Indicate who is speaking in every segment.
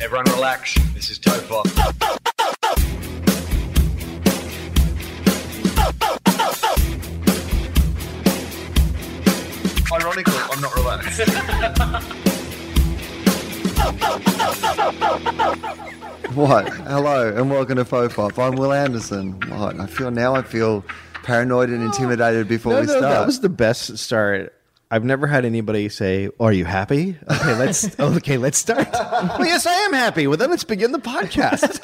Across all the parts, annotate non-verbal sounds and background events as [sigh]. Speaker 1: Everyone relax. This is Topop. Ironically, I'm not relaxed.
Speaker 2: What? Hello and welcome to Fofop. I'm Will Anderson. What? I feel now I feel paranoid and intimidated before
Speaker 3: No,
Speaker 2: we
Speaker 3: no,
Speaker 2: start.
Speaker 3: that was the best start. I've never had anybody say, "Are you happy?" Okay,
Speaker 4: [laughs]
Speaker 3: let's okay, let's start. well, yes, I am happy. Well, then let's begin the podcast.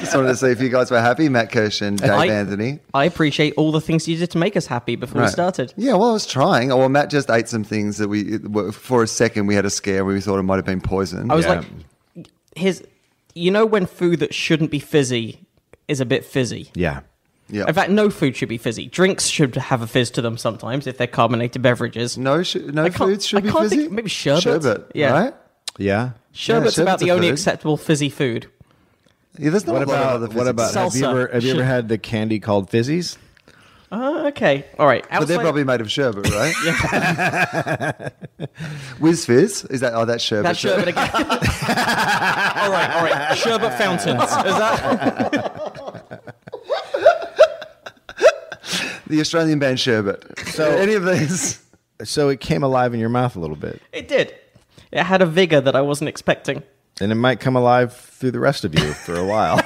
Speaker 2: [laughs] just wanted to see if you guys were happy, Matt Kirsch and Dave
Speaker 4: I-
Speaker 2: Anthony.
Speaker 4: I appreciate all the things you did to make us happy before we
Speaker 2: Right.
Speaker 4: started.
Speaker 2: Yeah, well, I was trying. Oh, well, Matt just ate some things that we, for a second, we had a scare where we thought it might have been poison.
Speaker 4: I was
Speaker 3: Yeah.
Speaker 4: like, "Here's, you know, when food that shouldn't be fizzy is a bit fizzy.
Speaker 3: yeah,
Speaker 2: yeah.
Speaker 4: In fact, no food should be fizzy. Drinks should have a fizz to them sometimes if they're carbonated beverages.
Speaker 2: no, sh- no
Speaker 4: I can't-
Speaker 2: foods should
Speaker 4: I
Speaker 2: be
Speaker 4: can't
Speaker 2: fizzy.
Speaker 4: think- maybe sherbet?
Speaker 2: Sherbet,
Speaker 4: Yeah.
Speaker 2: right?
Speaker 3: yeah.
Speaker 4: Sherbet's
Speaker 2: yeah,
Speaker 4: about
Speaker 2: sherbet's
Speaker 4: the
Speaker 2: a
Speaker 4: only
Speaker 2: food.
Speaker 4: acceptable fizzy food.
Speaker 2: Yeah, there's not
Speaker 3: What
Speaker 2: a lot of
Speaker 3: about
Speaker 2: other
Speaker 3: what
Speaker 2: fizzy
Speaker 3: about
Speaker 2: stuff.
Speaker 3: have you
Speaker 4: Salsa.
Speaker 3: ever have you ever
Speaker 4: Sure.
Speaker 3: had the candy called fizzies?
Speaker 4: Oh, okay, all right.
Speaker 2: But they're
Speaker 4: Outside-
Speaker 2: probably made of
Speaker 4: [laughs]
Speaker 2: sherbet, right? yeah. [laughs] Whiz fizz is that? Oh, that's sherbet.
Speaker 4: that sherbet again. [laughs] all right, all right. Sherbet fountains. Is that [laughs]
Speaker 2: The Australian band Sherbet. So any of these.
Speaker 3: So it came alive in your mouth a little bit,
Speaker 4: it? Did it had a vigor that I wasn't expecting.
Speaker 3: and it might come alive through the rest of you for a
Speaker 4: [laughs]
Speaker 3: while.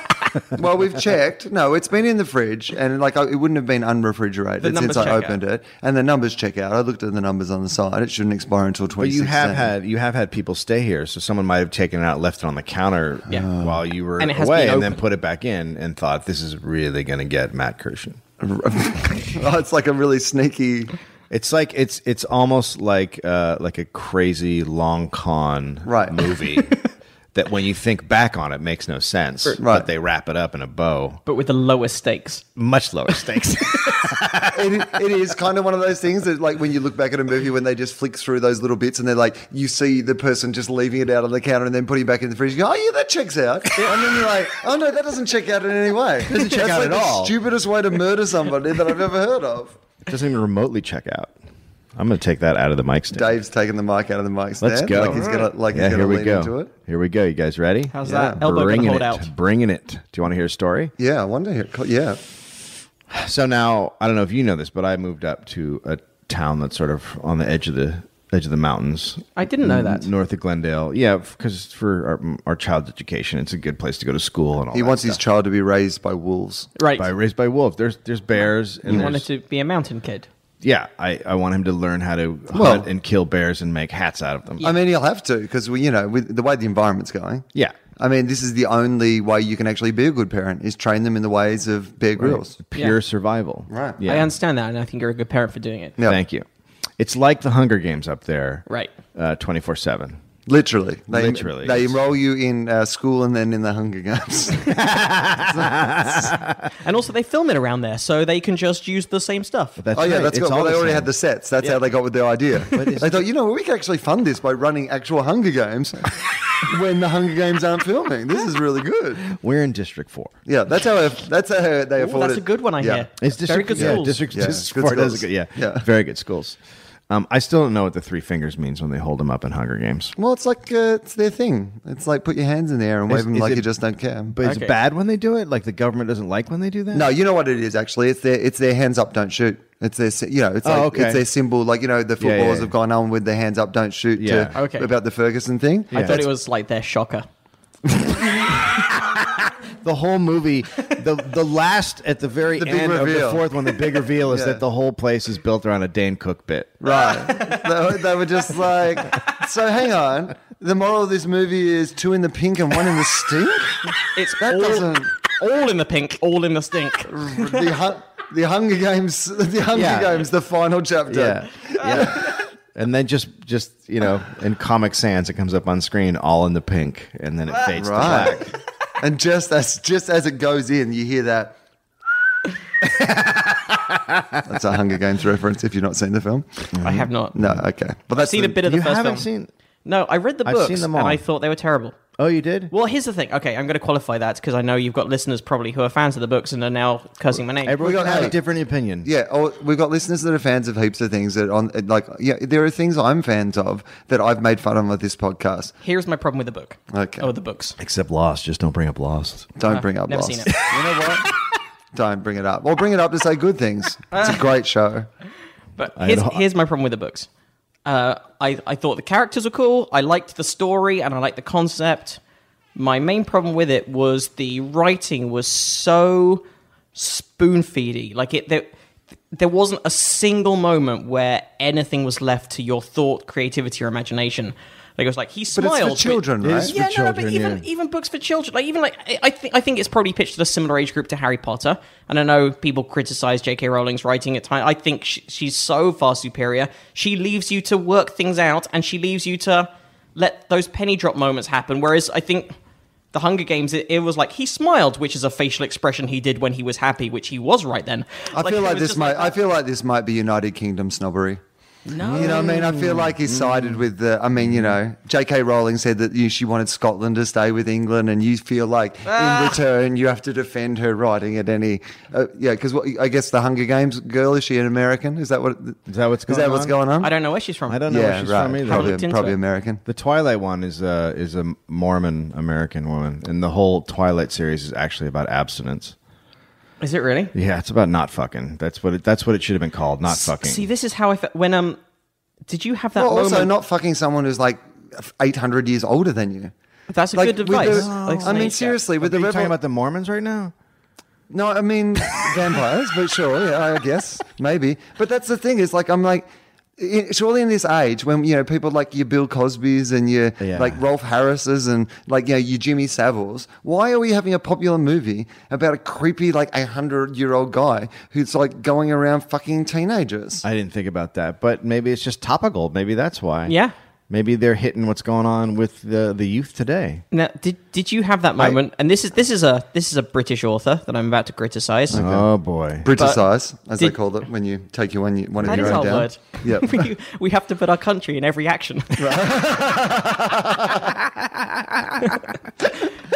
Speaker 2: well, we've checked. No, it's been in the fridge, and like I- it wouldn't have been unrefrigerated since
Speaker 4: numbers
Speaker 2: I
Speaker 4: check
Speaker 2: opened
Speaker 4: out.
Speaker 2: it. And the numbers check out. I looked at the numbers on the side. It shouldn't expire until
Speaker 3: but
Speaker 2: twenty.
Speaker 3: you have had you have had people stay here, so someone might have taken it out, left it on the counter
Speaker 4: Yeah.
Speaker 3: while you were
Speaker 4: And it has
Speaker 3: away,
Speaker 4: been
Speaker 3: and then
Speaker 4: open.
Speaker 3: put it back in, and thought this is really going to get Matt Kirshen.
Speaker 2: oh, [laughs] it's like a really sneaky.
Speaker 3: It's like it's it's almost like uh, like a crazy long con
Speaker 2: Right.
Speaker 3: [laughs] movie that when you think back on it makes no sense.
Speaker 2: Right.
Speaker 3: But they wrap it up in a bow.
Speaker 4: But with the lowest stakes.
Speaker 3: Much lower [laughs] stakes.
Speaker 2: It, it is kind of one of those things that, like, when you look back at a movie, when they just flick through those little bits, and they're like, you see the person just leaving it out on the counter and then putting it back in the fridge. You go, oh yeah, that checks out. And then you're like, oh no, that doesn't check out in any way. Doesn't
Speaker 3: check out at all.
Speaker 2: Stupidest way to murder somebody that I've ever heard of.
Speaker 3: Doesn't even remotely check out. I'm gonna take that out of the mic stand.
Speaker 2: Dave's taking the mic out of the mic stand.
Speaker 3: Let's go.
Speaker 2: Like he's gonna like
Speaker 3: yeah,
Speaker 2: he's gonna
Speaker 3: here we
Speaker 2: lean
Speaker 3: go.
Speaker 2: into it.
Speaker 3: Here we go. You guys ready?
Speaker 4: How's that elbow gonna
Speaker 3: Bringing it.
Speaker 4: hold out?
Speaker 3: Bringing it. Do you want to hear a story?
Speaker 2: Yeah, I wonder here. co- Yeah.
Speaker 3: So now I don't know if you know this, but I moved up to a town that's sort of on the edge of the edge of the mountains.
Speaker 4: I didn't know
Speaker 2: Mm,
Speaker 4: that.
Speaker 3: north of Glendale. Yeah, because for our, our child's education, it's a good place to go to school and all.
Speaker 2: He
Speaker 3: that
Speaker 2: wants
Speaker 3: stuff.
Speaker 2: his child to be raised by wolves.
Speaker 4: Right.
Speaker 3: by raised by wolves. There's there's bears and
Speaker 4: you
Speaker 3: there's-
Speaker 4: wanted to be a mountain kid.
Speaker 3: yeah. I, I want him to learn how to
Speaker 2: Well-
Speaker 3: hunt and kill bears and make hats out of them.
Speaker 2: I mean, he'll have to because we, you know, with the way the environment's going.
Speaker 3: Yeah.
Speaker 2: I mean, this is the only way you can actually be a good parent is train them in the ways of Bear Grylls.
Speaker 3: Pure
Speaker 4: Yeah.
Speaker 3: survival.
Speaker 2: Right.
Speaker 3: Yeah.
Speaker 4: I understand that, and I think you're a good parent for doing it.
Speaker 2: Yeah.
Speaker 3: Thank you. It's like the Hunger Games up there.
Speaker 4: Right.
Speaker 3: Twenty four seven.
Speaker 2: Literally, they,
Speaker 3: Literally.
Speaker 2: they enroll you in uh, school and then in the Hunger
Speaker 4: [laughs]
Speaker 2: Games. [laughs]
Speaker 4: And also, they film it around there, so they can just use the same stuff.
Speaker 2: oh yeah, that's good. Well, they already had the sets. That's how they got with their
Speaker 4: [laughs]
Speaker 2: idea. they thought, you know, we can actually fund this by running actual Hunger Games [laughs] when the Hunger Games aren't filming. This is really good.
Speaker 3: We're in District Four.
Speaker 2: Yeah, that's how that's how they afford
Speaker 4: Ooh, that's
Speaker 2: it.
Speaker 4: a good one, I
Speaker 2: yeah.
Speaker 4: hear.
Speaker 3: It's
Speaker 4: Very
Speaker 3: district,
Speaker 4: good
Speaker 3: yeah,
Speaker 4: schools.
Speaker 3: district,
Speaker 2: Yeah,
Speaker 3: district
Speaker 2: good
Speaker 3: four does
Speaker 2: schools.
Speaker 3: a good- yeah,
Speaker 2: Yeah.
Speaker 3: very good schools. Um, I still don't know what the three fingers means when they hold them up in Hunger Games.
Speaker 2: Well, it's like uh, it's their thing. It's like put your hands in the air and wave
Speaker 3: Is-
Speaker 2: them
Speaker 3: is
Speaker 2: like
Speaker 3: it-
Speaker 2: you just don't care. But
Speaker 3: But it's
Speaker 4: Okay.
Speaker 3: bad when they do it. Like the government doesn't like when they do that.
Speaker 2: no, you know what it is actually. It's their it's their hands up, don't shoot. It's their sy- you know it's
Speaker 3: Oh,
Speaker 2: like,
Speaker 3: okay.
Speaker 2: it's their symbol. Like you know the
Speaker 3: Yeah,
Speaker 2: footballers
Speaker 3: yeah.
Speaker 2: have gone on with their hands up, don't shoot.
Speaker 3: Yeah.
Speaker 2: To,
Speaker 4: Okay.
Speaker 2: About the Ferguson thing.
Speaker 4: I thought it was like their shocker.
Speaker 3: the whole movie, the [laughs] the last at the very
Speaker 2: The big
Speaker 3: end of
Speaker 2: reveal.
Speaker 3: the fourth one, the [laughs] big reveal is
Speaker 2: Yeah.
Speaker 3: that the whole place is built around a Dane Cook bit.
Speaker 2: [laughs] Right. they, were- they were just like, so hang on. The moral of this movie is two in the pink and one in the stink.
Speaker 4: It's
Speaker 2: That
Speaker 4: all,
Speaker 2: doesn't-
Speaker 4: all in the pink, all in the stink.
Speaker 2: the, Hun- the Hunger Games, the Hunger
Speaker 3: Yeah.
Speaker 2: Games, the final chapter.
Speaker 3: yeah. [laughs] And then just just you know, in Comic Sans, it comes up on screen all in the pink, and then it fades
Speaker 2: Right.
Speaker 3: to black.
Speaker 2: [laughs] and just as just as it goes in, you hear
Speaker 4: [laughs]
Speaker 2: that. That's a Hunger Games reference. If you've not seen the film,
Speaker 4: I have not.
Speaker 2: no, okay. Well, that's
Speaker 4: I've seen a bit of the
Speaker 3: You
Speaker 4: first
Speaker 3: haven't
Speaker 4: film.
Speaker 3: seen?
Speaker 4: No, I read the
Speaker 3: I've
Speaker 4: books
Speaker 3: seen them all.
Speaker 4: and I thought they were terrible.
Speaker 3: Oh, you did.
Speaker 4: Well, here's the thing. Okay, I'm going to qualify that because I know you've got listeners probably who are fans of the books and are now cursing my name.
Speaker 3: Everyone
Speaker 2: We got
Speaker 3: had a
Speaker 2: eight.
Speaker 3: different opinion.
Speaker 2: Yeah, oh, we've got listeners that are fans of heaps of things that on like yeah, there are things I'm fans of that I've made fun of with this podcast.
Speaker 4: here's my problem with the book.
Speaker 2: Okay.
Speaker 4: Oh, the books.
Speaker 3: Except Lost. Just don't bring up Lost.
Speaker 2: Don't bring up
Speaker 4: Uh-huh. Never
Speaker 2: Lost.
Speaker 4: seen it.
Speaker 2: You know what? Don't bring it up. Well, bring it up to say good things. It's
Speaker 4: Uh,
Speaker 2: a great show.
Speaker 4: But
Speaker 3: I
Speaker 4: here's,
Speaker 3: don't-
Speaker 4: here's my problem with the books. Uh, I, I thought the characters were cool. I liked the story and I liked the concept. My main problem with it was the writing was so spoon feedy. Like it, there, there wasn't a single moment where anything was left to your thought, creativity, or imagination. Like it was like he
Speaker 2: But
Speaker 4: smiled.
Speaker 2: it's for children,
Speaker 3: It
Speaker 2: right?
Speaker 3: is for
Speaker 4: yeah, no, no, but
Speaker 3: children,
Speaker 4: even
Speaker 3: yeah.
Speaker 4: even books for children, like even like I- I think I think it's probably pitched at a similar age group to Harry Potter. And I know people criticize J.K. Rowling's writing at times. I think she, she's so far superior. She leaves you to work things out, and she leaves you to let those penny drop moments happen. Whereas I think the Hunger Games, it, it was like he smiled, which is a facial expression he did when he was happy, which he was right then.
Speaker 2: I feel
Speaker 4: it
Speaker 2: like
Speaker 4: was
Speaker 2: this
Speaker 4: just
Speaker 2: might.
Speaker 4: like-
Speaker 2: I feel like this might be United Kingdom snobbery.
Speaker 4: no,
Speaker 2: You know what I mean? I feel like
Speaker 3: Mm.
Speaker 2: he sided with the. I mean, you know, J.K. Rowling said that you, she wanted Scotland to stay with England, and you feel like
Speaker 3: Ah.
Speaker 2: in return you have to defend her writing at any. Uh, yeah, because I guess the Hunger Games girl is she an American? Is that what?
Speaker 3: Is that what's
Speaker 2: is that
Speaker 3: going
Speaker 2: what's
Speaker 3: on?
Speaker 2: going on?
Speaker 4: I don't know where she's from.
Speaker 3: I don't know
Speaker 2: Yeah,
Speaker 3: where she's
Speaker 2: right.
Speaker 3: from either.
Speaker 4: I looked
Speaker 2: Probably,
Speaker 4: into
Speaker 2: probably
Speaker 4: it.
Speaker 2: American.
Speaker 3: The Twilight one is uh, is a Mormon American woman, and the whole Twilight series is actually about abstinence.
Speaker 4: Is it really?
Speaker 3: Yeah, it's about not fucking. That's what it, that's what it should have been called. Not fucking.
Speaker 4: See, this is how I felt when um. Did you have that
Speaker 2: Well, also
Speaker 4: moment?
Speaker 2: not fucking someone who's like 800 years older than you.
Speaker 4: That's a
Speaker 2: Like, with
Speaker 4: good
Speaker 2: the-
Speaker 4: advice.
Speaker 3: Oh,
Speaker 2: I mean, seriously, with
Speaker 3: Are
Speaker 2: the
Speaker 3: you
Speaker 2: rebel.
Speaker 3: talking about the Mormons right now?
Speaker 2: no, I mean vampires, but sure, yeah, I guess maybe. But that's the thing is like I'm like. i- Surely in this age, when you know people like your Bill Cosby's and your
Speaker 3: Yeah.
Speaker 2: like Rolf Harris's and like you know your Jimmy Saviles, why are we having a popular movie about a creepy like a hundred year old guy who's like going around fucking teenagers?
Speaker 3: I didn't think about that, but maybe it's just topical. Maybe that's why.
Speaker 4: Yeah.
Speaker 3: Maybe they're hitting what's going on with the the youth today.
Speaker 4: Now, did did you have that moment? and this is this is a this is a British author that I'm about to criticize.
Speaker 3: Oh boy.
Speaker 2: Briticize, as they
Speaker 4: did-
Speaker 2: call it, when you take your one, one of
Speaker 4: That
Speaker 2: your
Speaker 4: is
Speaker 2: own
Speaker 4: our
Speaker 2: down.
Speaker 4: word.
Speaker 2: Yep.
Speaker 4: [laughs] we, we have to put our country in every action.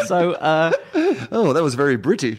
Speaker 4: so uh,
Speaker 2: [laughs] Oh, that was very British.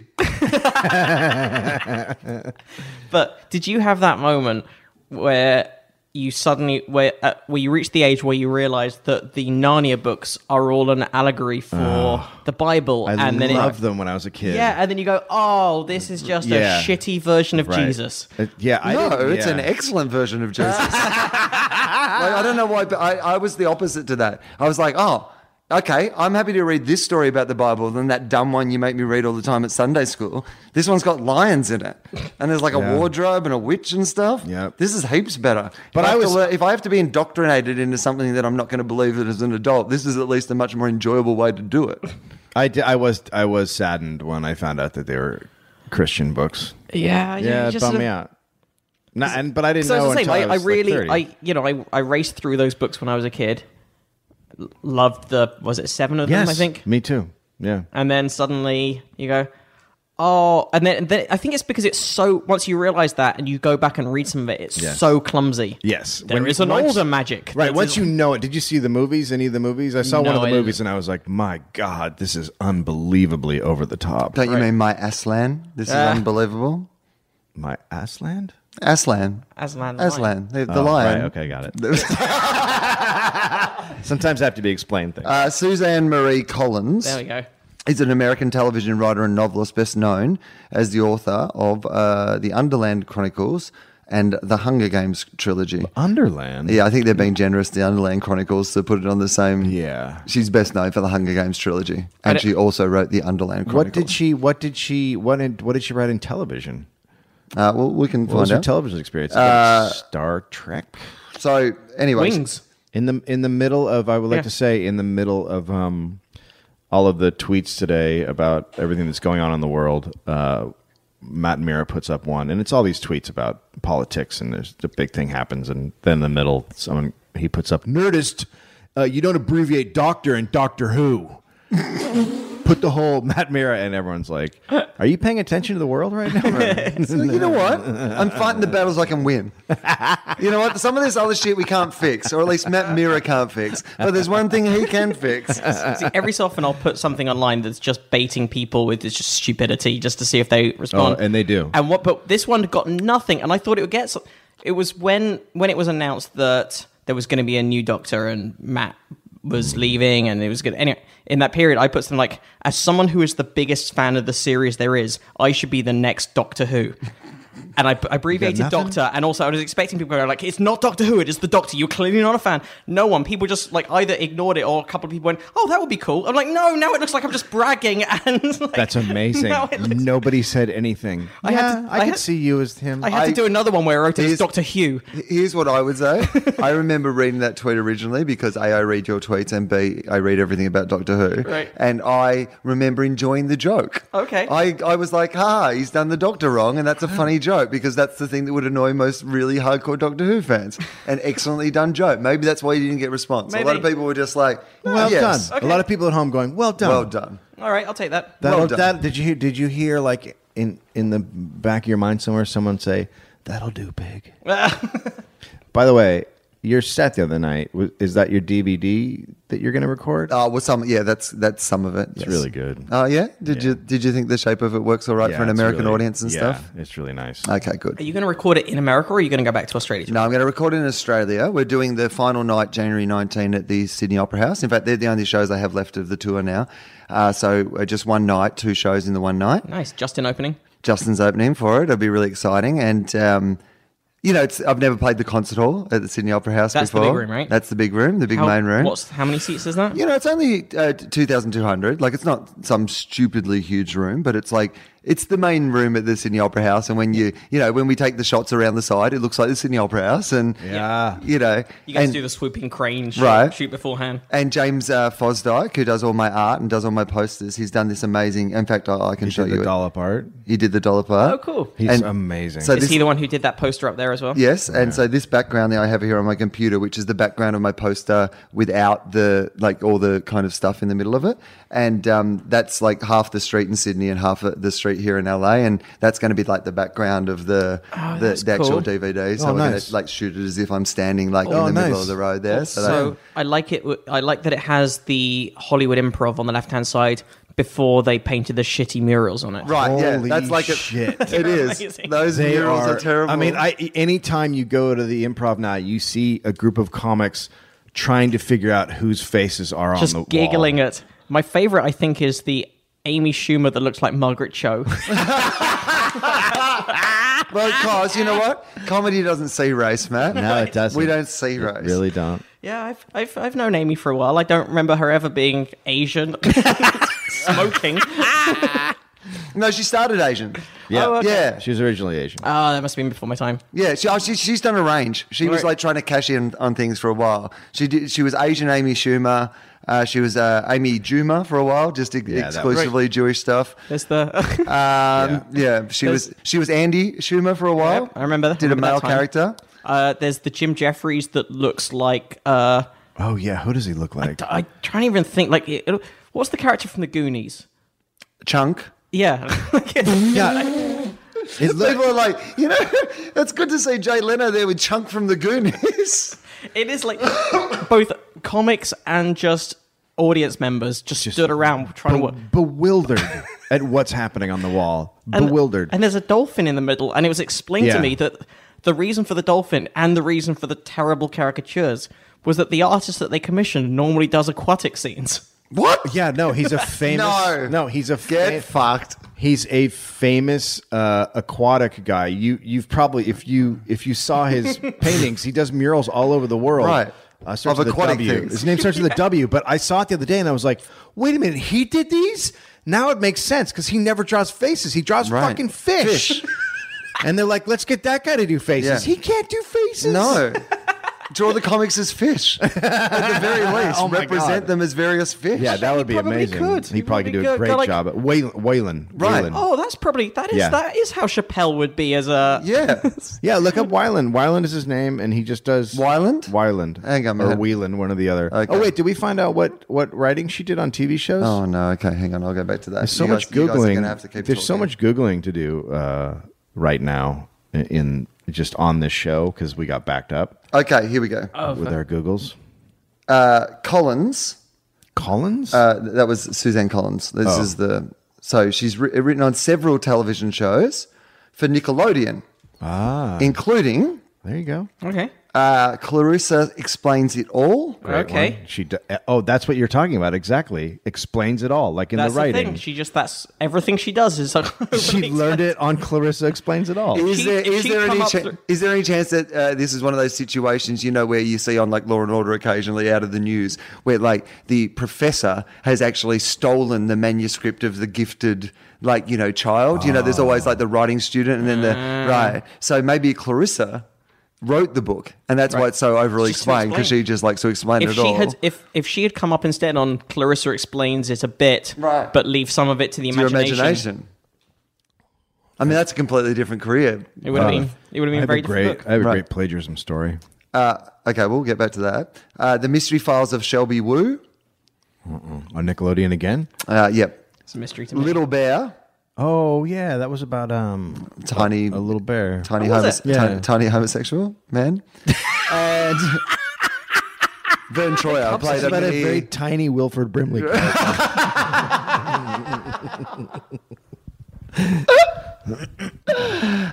Speaker 4: But did you have that moment where you suddenly where uh, where you reached the age where you realized that the Narnia books are all an allegory for
Speaker 2: Ah.
Speaker 4: the Bible,
Speaker 3: I
Speaker 4: and then
Speaker 3: loved
Speaker 4: it,
Speaker 3: them when I was a kid.
Speaker 4: yeah, and then you go, oh, this is just
Speaker 3: Yeah.
Speaker 4: a shitty version of
Speaker 3: Right.
Speaker 4: Jesus.
Speaker 3: Uh, yeah. I
Speaker 2: no,
Speaker 3: didn't-
Speaker 2: it's
Speaker 3: yeah.
Speaker 2: an excellent version of Jesus.
Speaker 4: [laughs]
Speaker 2: like, I don't know why, but I, I was the opposite to that. I was like, oh, okay, I'm happy to read this story about the Bible than that dumb one you make me read all the time at Sunday school. This one's got lions in it, and there's like
Speaker 3: Yeah.
Speaker 2: a wardrobe and a witch and stuff.
Speaker 3: Yep.
Speaker 2: This is heaps better. If
Speaker 3: But I
Speaker 2: have to
Speaker 3: was-
Speaker 2: lear- if I have to be indoctrinated into something that I'm not going to believe it as an adult, this is at least a much more enjoyable way to do
Speaker 3: [laughs]
Speaker 2: it.
Speaker 3: I di- I was I was saddened when I found out that they were Christian books.
Speaker 4: Yeah,
Speaker 3: Yeah,
Speaker 4: you
Speaker 3: it bummed
Speaker 4: just sort of-
Speaker 3: me out. No, and but I didn't
Speaker 4: So
Speaker 3: know
Speaker 4: I was the same.
Speaker 3: until
Speaker 4: I,
Speaker 3: I,
Speaker 4: I,
Speaker 3: was, like,
Speaker 4: really,
Speaker 3: 30.
Speaker 4: I you know, I, I raced through those books when I was a kid. L- Loved the was it seven of them? I think
Speaker 3: Me too. Yeah.
Speaker 4: and then suddenly you go oh and then, then i think it's because it's so once you realize that and you go back and read some of it it's
Speaker 3: Yes.
Speaker 4: so clumsy
Speaker 3: Yes.
Speaker 4: there is
Speaker 3: When-
Speaker 4: an
Speaker 3: once-
Speaker 4: older magic
Speaker 3: Right.
Speaker 4: that
Speaker 3: Once
Speaker 4: is-
Speaker 3: you know it, did you see the movies? Any of the movies? I saw one
Speaker 4: No,
Speaker 3: of the
Speaker 4: I
Speaker 3: movies and I was like, my God, this is unbelievably over the top.
Speaker 2: Don't you mean my Aslan? This
Speaker 4: Ah.
Speaker 2: is unbelievable.
Speaker 3: My Asland?
Speaker 2: Aslan.
Speaker 4: Aslan the
Speaker 2: Aslan, the, the
Speaker 3: Oh,
Speaker 2: lion.
Speaker 3: Right, okay, got [laughs] it. Sometimes I have to be explained things.
Speaker 2: Uh, Suzanne Marie Collins
Speaker 4: there we go
Speaker 2: is an American television writer and novelist, best known as the author of uh, the Underland Chronicles and the Hunger Games trilogy.
Speaker 3: Underland?
Speaker 2: Yeah, I think they're being generous. The Underland Chronicles to put it on the same.
Speaker 3: Yeah.
Speaker 2: she's best known for the Hunger Games trilogy, and
Speaker 4: don't-
Speaker 2: she also wrote the Underland
Speaker 3: What
Speaker 2: Chronicles.
Speaker 3: did she? What did she? What did? What did she write in television?
Speaker 2: Uh, well, we can
Speaker 3: What was
Speaker 2: find
Speaker 3: her
Speaker 2: out.
Speaker 3: television experience? Uh, Star Trek.
Speaker 2: so, anyway,
Speaker 4: wings
Speaker 3: In the in the middle of I would like
Speaker 4: Yeah.
Speaker 3: to say in the middle of um all of the tweets today about everything that's going on in the world, uh, Matt Mira puts up one, and it's all these tweets about politics, and there's the big thing happens, and then in the middle, someone he puts up Nerdist. Uh, you don't abbreviate Doctor and Doctor Who. [laughs] put the whole Matt Mira, and everyone's like, "Are you paying attention to the world
Speaker 4: [laughs]
Speaker 3: right now?" [laughs]
Speaker 2: So you know what? I'm fighting the battles I can win. You know what? Some of this other shit we can't fix, or at least Matt Mira can't fix. But there's one thing he can
Speaker 3: [laughs]
Speaker 2: fix.
Speaker 4: See, every so often I'll put something online that's just baiting people with it's just stupidity just to see if they respond.
Speaker 3: Oh, and they do.
Speaker 4: And what? But this one got nothing, and I thought it would get. Some, it was when when it was announced that there was going to be a new doctor and Matt was leaving, and it was going. Anyway, in that period, I put something like, as someone who is the biggest fan of the series there is, I should be the next Doctor Who. And I, I abbreviated
Speaker 3: nothing?
Speaker 4: Doctor, and also I was expecting people to go like, "It's not Doctor Who, it is the Doctor." You're clearly not a fan. No one. People just like either ignored it, or a couple of people went, "Oh, that would be cool." I'm like, "No, now it looks like I'm just bragging." [laughs] And like,
Speaker 3: That's amazing.
Speaker 4: [laughs] now it looks-
Speaker 3: Nobody said anything.
Speaker 4: I had to-
Speaker 3: Yeah,
Speaker 4: I
Speaker 3: I could
Speaker 4: had-
Speaker 3: see you as him.
Speaker 4: I had
Speaker 2: I-
Speaker 4: to do another one where I wrote it as
Speaker 2: Here's-
Speaker 4: Doctor Hugh.
Speaker 2: Here's what I would
Speaker 4: [laughs]
Speaker 2: say. I remember reading that tweet originally because A, I read your tweets, and B, I read everything about Doctor Who.
Speaker 4: Right.
Speaker 2: And I remember enjoying the joke.
Speaker 4: Okay.
Speaker 2: I, I was like, ha, he's done the Doctor wrong, and that's a
Speaker 4: [laughs]
Speaker 2: funny joke because that's the thing that would annoy most really hardcore Doctor Who fans. An excellently done joke. Maybe that's why you didn't get response. A lot
Speaker 4: Maybe.
Speaker 2: of people were just like,
Speaker 3: well
Speaker 2: yes,
Speaker 3: done.
Speaker 4: Okay.
Speaker 3: A lot of people at home going, "Well done,
Speaker 2: Well done.
Speaker 4: All right, I'll take that.
Speaker 3: That,
Speaker 2: Well done.
Speaker 3: that did you hear? Did you hear like in in the back of your mind somewhere someone say, "That'll do, pig." By the way, your set the other night wa- is that your DVD that you're going to record?
Speaker 2: Oh, well, some yeah, that's that's some of it. It's
Speaker 3: really good.
Speaker 2: Oh yeah, did you did you think the shape of it works all right
Speaker 3: Yeah,
Speaker 2: for an
Speaker 3: it's
Speaker 2: American
Speaker 3: really-
Speaker 2: audience and
Speaker 3: yeah,
Speaker 2: stuff?
Speaker 3: It's really nice.
Speaker 2: Okay, good.
Speaker 4: [laughs] Are you going to record it in America, or are you going to go back to Australia?
Speaker 2: No, I'm going to record in Australia. We're doing the final night, January 19, at the Sydney Opera House. In fact, they're the only shows I have left of the tour now. Uh, so uh, just one night, two shows in the one night.
Speaker 4: Nice, just in opening.
Speaker 2: Justin's opening for it. It'll be really exciting. And, um, you know, it's, I've never played the concert hall at the Sydney Opera House
Speaker 4: That's the
Speaker 2: before.
Speaker 4: big room, right?
Speaker 2: That's the big room, the big
Speaker 4: How,
Speaker 2: main room.
Speaker 4: What's how many seats is that?
Speaker 2: You know, it's only uh, 2,200. Like, it's not some stupidly huge room, but it's like, it's the main room at the Sydney Opera House. And when you, you know, when we take the shots around the side, it looks like the Sydney Opera House. And,
Speaker 3: Yeah.
Speaker 2: you know,
Speaker 4: You guys
Speaker 2: and,
Speaker 4: do the swooping crane shoot,
Speaker 2: Right.
Speaker 4: shoot beforehand.
Speaker 2: and James uh, Fosdyke, who does all my art and does all my posters, he's done this amazing. In fact, I, I can show
Speaker 3: Did
Speaker 2: you
Speaker 3: the
Speaker 2: it.
Speaker 3: dollop art.
Speaker 2: He did the dollop art.
Speaker 4: Oh, cool.
Speaker 3: He's
Speaker 2: And
Speaker 3: amazing.
Speaker 2: so
Speaker 4: Is
Speaker 2: this-
Speaker 4: he the one who did that poster up there as well?
Speaker 2: Yes, and so this background that I have here on my computer, which is the background of my poster without the like all the kind of stuff in the middle of it, and um, that's like half the street in Sydney and half the street here in LA, and that's going to be like the background of the the,
Speaker 4: that's
Speaker 2: the actual
Speaker 4: cool.
Speaker 2: DVD. So
Speaker 3: Oh,
Speaker 2: I'm going
Speaker 3: nice.
Speaker 2: to like shoot it as if I'm standing like in
Speaker 3: Oh,
Speaker 2: the middle
Speaker 3: nice.
Speaker 2: of the road there. that-
Speaker 4: So I like it. w- I like that it has the Hollywood Improv on the left hand side before they painted the shitty murals on it.
Speaker 2: Right, yeah,
Speaker 3: Holy
Speaker 2: that's like it-
Speaker 3: shit.
Speaker 2: [laughs] It is.
Speaker 4: Amazing.
Speaker 2: Those
Speaker 3: They
Speaker 2: murals
Speaker 3: are,
Speaker 2: are, terrible.
Speaker 3: I mean, I, anytime you go to the improv now, you see a group of comics trying to figure out whose faces are
Speaker 4: Just
Speaker 3: on the
Speaker 4: giggling
Speaker 3: wall.
Speaker 4: at. My favorite, I think, is the Amy Schumer that looks like Margaret Cho.
Speaker 2: because you know what, comedy doesn't see race, Matt.
Speaker 3: Ah! No, it
Speaker 2: [laughs]
Speaker 3: doesn't.
Speaker 2: We don't see race.
Speaker 3: Really don't.
Speaker 4: yeah, I've, I've I've known Amy for a while. I don't remember her ever being Asian. [laughs] Smoking.
Speaker 2: No, she started Asian.
Speaker 3: Yeah. Uh,
Speaker 4: Oh, okay.
Speaker 2: Yeah,
Speaker 3: She was originally Asian.
Speaker 4: Ah, that must have been before my time.
Speaker 2: yeah. She, oh, she, she's done a range. She was
Speaker 4: Right.
Speaker 2: like trying to cash in on things for a while. She did. She was Asian Amy Schumer. Uh, she was uh, Amy Juma for a while, just ex-
Speaker 3: that was-
Speaker 2: exclusively Jewish stuff.
Speaker 4: There's the. [laughs]
Speaker 2: Um, yeah. she was she was Andy Schumer for a while.
Speaker 4: Yep, I remember that-
Speaker 2: Did a
Speaker 4: remember that
Speaker 2: male
Speaker 4: time.
Speaker 2: character.
Speaker 4: Uh, there's the Jim Jeffries that looks like uh,
Speaker 3: oh yeah, who does he look like?
Speaker 4: I trying to even think like it, it- what's the character from the Goonies?
Speaker 2: Chunk.
Speaker 4: Yeah, [laughs]
Speaker 3: Yeah. It
Speaker 2: [laughs]
Speaker 3: look,
Speaker 2: People are like, you know, [laughs] it's good to see Jay Leno there with Chunk from the Goonies. [laughs]
Speaker 4: it is like both comics and just audience members just, stood around trying to work.
Speaker 3: bewildered at what's happening on the wall.
Speaker 4: And-
Speaker 3: bewildered.
Speaker 4: And there's a dolphin in the middle, and it was explained
Speaker 3: Yeah.
Speaker 4: to me that the reason for the dolphin and the reason for the terrible caricatures was that the artist that they commissioned normally does aquatic scenes.
Speaker 2: What?
Speaker 3: yeah, no,
Speaker 2: [laughs]
Speaker 3: he's a famous.
Speaker 2: No.
Speaker 3: he's a
Speaker 2: Get
Speaker 3: fa-
Speaker 2: fucked.
Speaker 3: He's a famous uh, aquatic guy. You you've probably if you if you
Speaker 2: [laughs]
Speaker 3: saw his paintings, he does murals all over the world.
Speaker 2: Right.
Speaker 3: Uh, starts
Speaker 2: Of
Speaker 3: with a
Speaker 2: aquatic
Speaker 3: W.
Speaker 2: things.
Speaker 3: His name starts
Speaker 2: [laughs]
Speaker 3: with a W, but I saw it the other day and I was like, wait a minute, he did these? Now it makes sense because he never draws faces. He draws
Speaker 2: Right.
Speaker 3: fucking [laughs] fish. and they're like, let's get that guy to do faces.
Speaker 2: Yeah.
Speaker 3: He can't do faces.
Speaker 2: No. Draw the comics as fish. [laughs] At the [laughs] very least,
Speaker 3: Oh my
Speaker 2: represent
Speaker 3: God.
Speaker 2: them as various fish.
Speaker 3: Yeah, that would be
Speaker 4: probably
Speaker 3: amazing.
Speaker 4: could.
Speaker 3: He
Speaker 4: He
Speaker 3: probably could do
Speaker 4: probably
Speaker 3: a
Speaker 4: could.
Speaker 3: great
Speaker 4: Go like-
Speaker 3: job. Waylon, Waylon,
Speaker 2: Right.
Speaker 3: Waylon.
Speaker 4: Oh, that's probably that is
Speaker 3: Yeah.
Speaker 4: that is how Chappelle would be as a
Speaker 2: yeah. [laughs]
Speaker 3: Yeah, look up Wyland. Wyland is his name, and he just does
Speaker 2: Weiland?
Speaker 3: Wyland.
Speaker 2: Hang on,
Speaker 3: or
Speaker 2: man.
Speaker 3: Wheeland, one or the other.
Speaker 2: Okay.
Speaker 3: Oh wait, did we find out what what writing she did on TV shows?
Speaker 2: Oh no. Okay, hang on. I'll go back to that.
Speaker 3: There's so
Speaker 2: You
Speaker 3: much
Speaker 2: guys- you guys are
Speaker 3: googling.
Speaker 2: gonna have to keep
Speaker 3: There's so
Speaker 2: talking.
Speaker 3: much googling to do uh, right now in, in just on this show because we got backed up
Speaker 2: Okay, here we go.
Speaker 4: Oh,
Speaker 2: Uh,
Speaker 3: with our googles.
Speaker 2: Collins.
Speaker 3: Collins.
Speaker 2: Uh, that was Suzanne Collins. This
Speaker 3: Oh.
Speaker 2: is the so she's wri- written on several television shows for Nickelodeon,
Speaker 3: ah,
Speaker 2: including
Speaker 3: there you go.
Speaker 4: okay.
Speaker 2: uh, Clarissa explains it all.
Speaker 3: Great
Speaker 4: okay.
Speaker 3: one. She. d- Oh, that's what you're talking about. Exactly. Explains it all, like in
Speaker 4: That's
Speaker 3: the
Speaker 4: the,
Speaker 3: writing.
Speaker 4: thing. She just that's everything she does [laughs] is like
Speaker 3: she learned it on Clarissa Explains It All.
Speaker 2: Is
Speaker 4: She-
Speaker 2: there is
Speaker 4: she
Speaker 2: there
Speaker 4: come
Speaker 2: any
Speaker 4: up
Speaker 2: cha-
Speaker 4: through-
Speaker 2: is there any chance that uh, this is one of those situations you know where you see on like Law and Order occasionally out of the news where like the professor has actually stolen the manuscript of the gifted like you know child you know there's always like the writing student and then the
Speaker 4: Mm.
Speaker 2: right so maybe Clarissa wrote the book and that's why it's so overly
Speaker 4: Just to
Speaker 2: explained because
Speaker 4: explain.
Speaker 2: she just likes to explain
Speaker 4: if
Speaker 2: it
Speaker 4: she
Speaker 2: all.
Speaker 4: had if if she had come up instead on Clarissa explains it a bit,
Speaker 2: Right.
Speaker 4: but leave some of it to the
Speaker 2: your
Speaker 4: imagination.
Speaker 2: imagination. I mean that's a completely different career.
Speaker 4: It would have
Speaker 2: Uh,
Speaker 4: been it would have
Speaker 3: I
Speaker 4: been
Speaker 3: have
Speaker 4: very
Speaker 3: a great.
Speaker 4: difficult.
Speaker 3: I have a
Speaker 2: Right.
Speaker 3: great plagiarism story.
Speaker 2: Uh, okay, we'll get back to that. Uh, the Mystery Files of Shelby Woo.
Speaker 3: on Nickelodeon again.
Speaker 2: Uh, yep.
Speaker 4: It's a mystery to me.
Speaker 2: Little Bear,
Speaker 3: Oh yeah, that was about um
Speaker 2: tiny,
Speaker 3: a little bear.
Speaker 2: tiny,
Speaker 4: What
Speaker 2: homo-
Speaker 4: was
Speaker 2: ti-
Speaker 4: it?
Speaker 3: Yeah.
Speaker 2: tiny homosexual man, [laughs] and Vern Troyer
Speaker 3: It's
Speaker 2: played
Speaker 3: about a very
Speaker 2: a
Speaker 3: tiny Wilford [laughs] Brimley. character.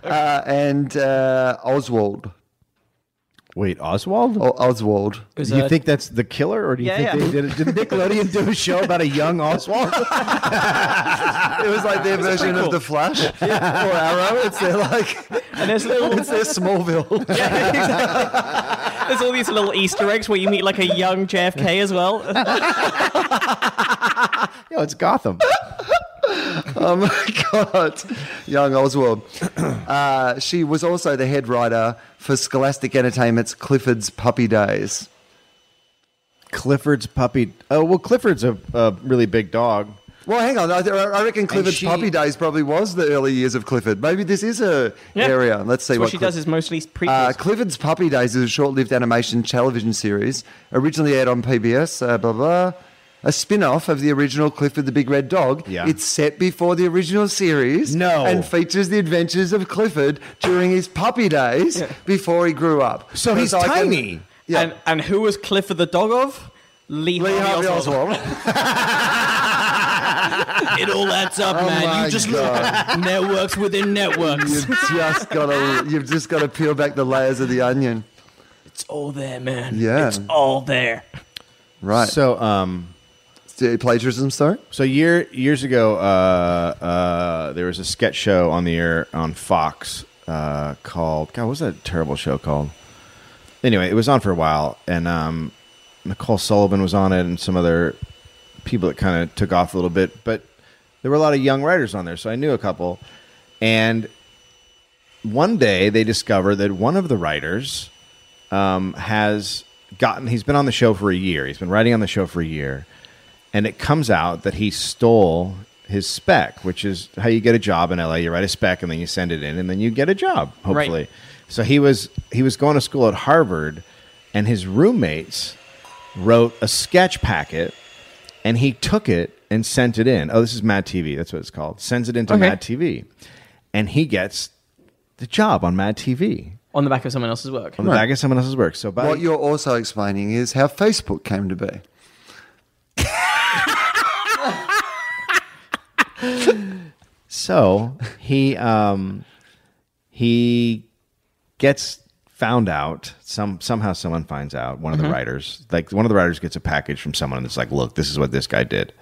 Speaker 2: uh, and uh, Oswald,
Speaker 3: Wait, Oswald?
Speaker 2: o- Oswald.
Speaker 4: It was
Speaker 3: do you
Speaker 4: a-
Speaker 3: think that's the killer, or do you
Speaker 4: Yeah,
Speaker 3: think
Speaker 4: yeah.
Speaker 3: they did it? Did Nickelodeon do a show about a young [laughs] Oswald?
Speaker 2: It was like
Speaker 3: [laughs]
Speaker 2: their version of
Speaker 4: prequel.
Speaker 2: the Flash or Arrow. It's their
Speaker 3: [laughs]
Speaker 2: like,
Speaker 4: and there's
Speaker 2: [laughs]
Speaker 4: little
Speaker 2: it's their Smallville.
Speaker 4: Yeah, exactly. There's all these little Easter eggs where you meet like a young JFK
Speaker 2: [laughs]
Speaker 4: as well.
Speaker 3: Yo, it's Gotham.
Speaker 2: oh my god, young [clears throat] Oswald. Uh, she was also the head writer for Scholastic Entertainment's Clifford's Puppy Days.
Speaker 3: Clifford's puppy. Oh well, Clifford's a, a really big dog.
Speaker 2: Well, hang on. I, I reckon Clifford's
Speaker 3: she-
Speaker 2: puppy days probably was the early years of Clifford. Maybe this is a
Speaker 4: Yeah.
Speaker 2: area. Let's see
Speaker 4: That's
Speaker 2: what,
Speaker 4: what she
Speaker 2: Cli-
Speaker 4: does is mostly prequels.
Speaker 2: uh, Clifford's Puppy Days is a short-lived animation television series originally aired on PBS. Uh, blah blah. A spin-off of the original Clifford the Big Red Dog.
Speaker 3: Yeah.
Speaker 2: It's set before the original series.
Speaker 3: No.
Speaker 2: And features the adventures of Clifford during his puppy days before he grew up.
Speaker 3: So he's
Speaker 2: Because I can-
Speaker 3: tiny.
Speaker 2: yeah.
Speaker 4: and, and who was Clifford the dog of? Lee,
Speaker 2: Lee Harvey Oswald. [laughs]
Speaker 4: It all adds up, man.
Speaker 2: Oh my
Speaker 4: You just look [laughs] networks within networks.
Speaker 2: [laughs] You've just got to. You've just got to peel back the layers of the onion.
Speaker 4: It's all there, man.
Speaker 2: Yeah.
Speaker 4: It's all there.
Speaker 2: Right.
Speaker 3: So um,
Speaker 2: Uh, plagiarism story.
Speaker 3: So year years ago, uh, uh, there was a sketch show on the air on Fox uh, called God. What was that terrible show called? Anyway, it was on for a while, and um, Nicole Sullivan was on it, and some other people that kind of took off a little bit. But there were a lot of young writers on there, so I knew a couple. And one day, they discovered that one of the writers um, has gotten he's been on the show for a year he's been writing on the show for a year and it comes out that he stole his spec which is how you get a job in la you write a spec and then you send it in and then you get a job hopefully
Speaker 4: Right.
Speaker 3: so he was he was going to school at harvard and his roommates wrote a sketch packet and he took it and sent it in oh this is mad tv that's what it's called sends it into
Speaker 4: Okay.
Speaker 3: mad tv and he gets the job on mad tv
Speaker 4: On the back of someone else's work.
Speaker 3: on the back of someone else's work so by
Speaker 2: What you're also explaining is how Facebook came to be.
Speaker 3: So he um he gets found out some somehow someone finds out one of
Speaker 4: Mm-hmm.
Speaker 3: the writers like one of the writers gets a package from someone that's like look this is what this guy did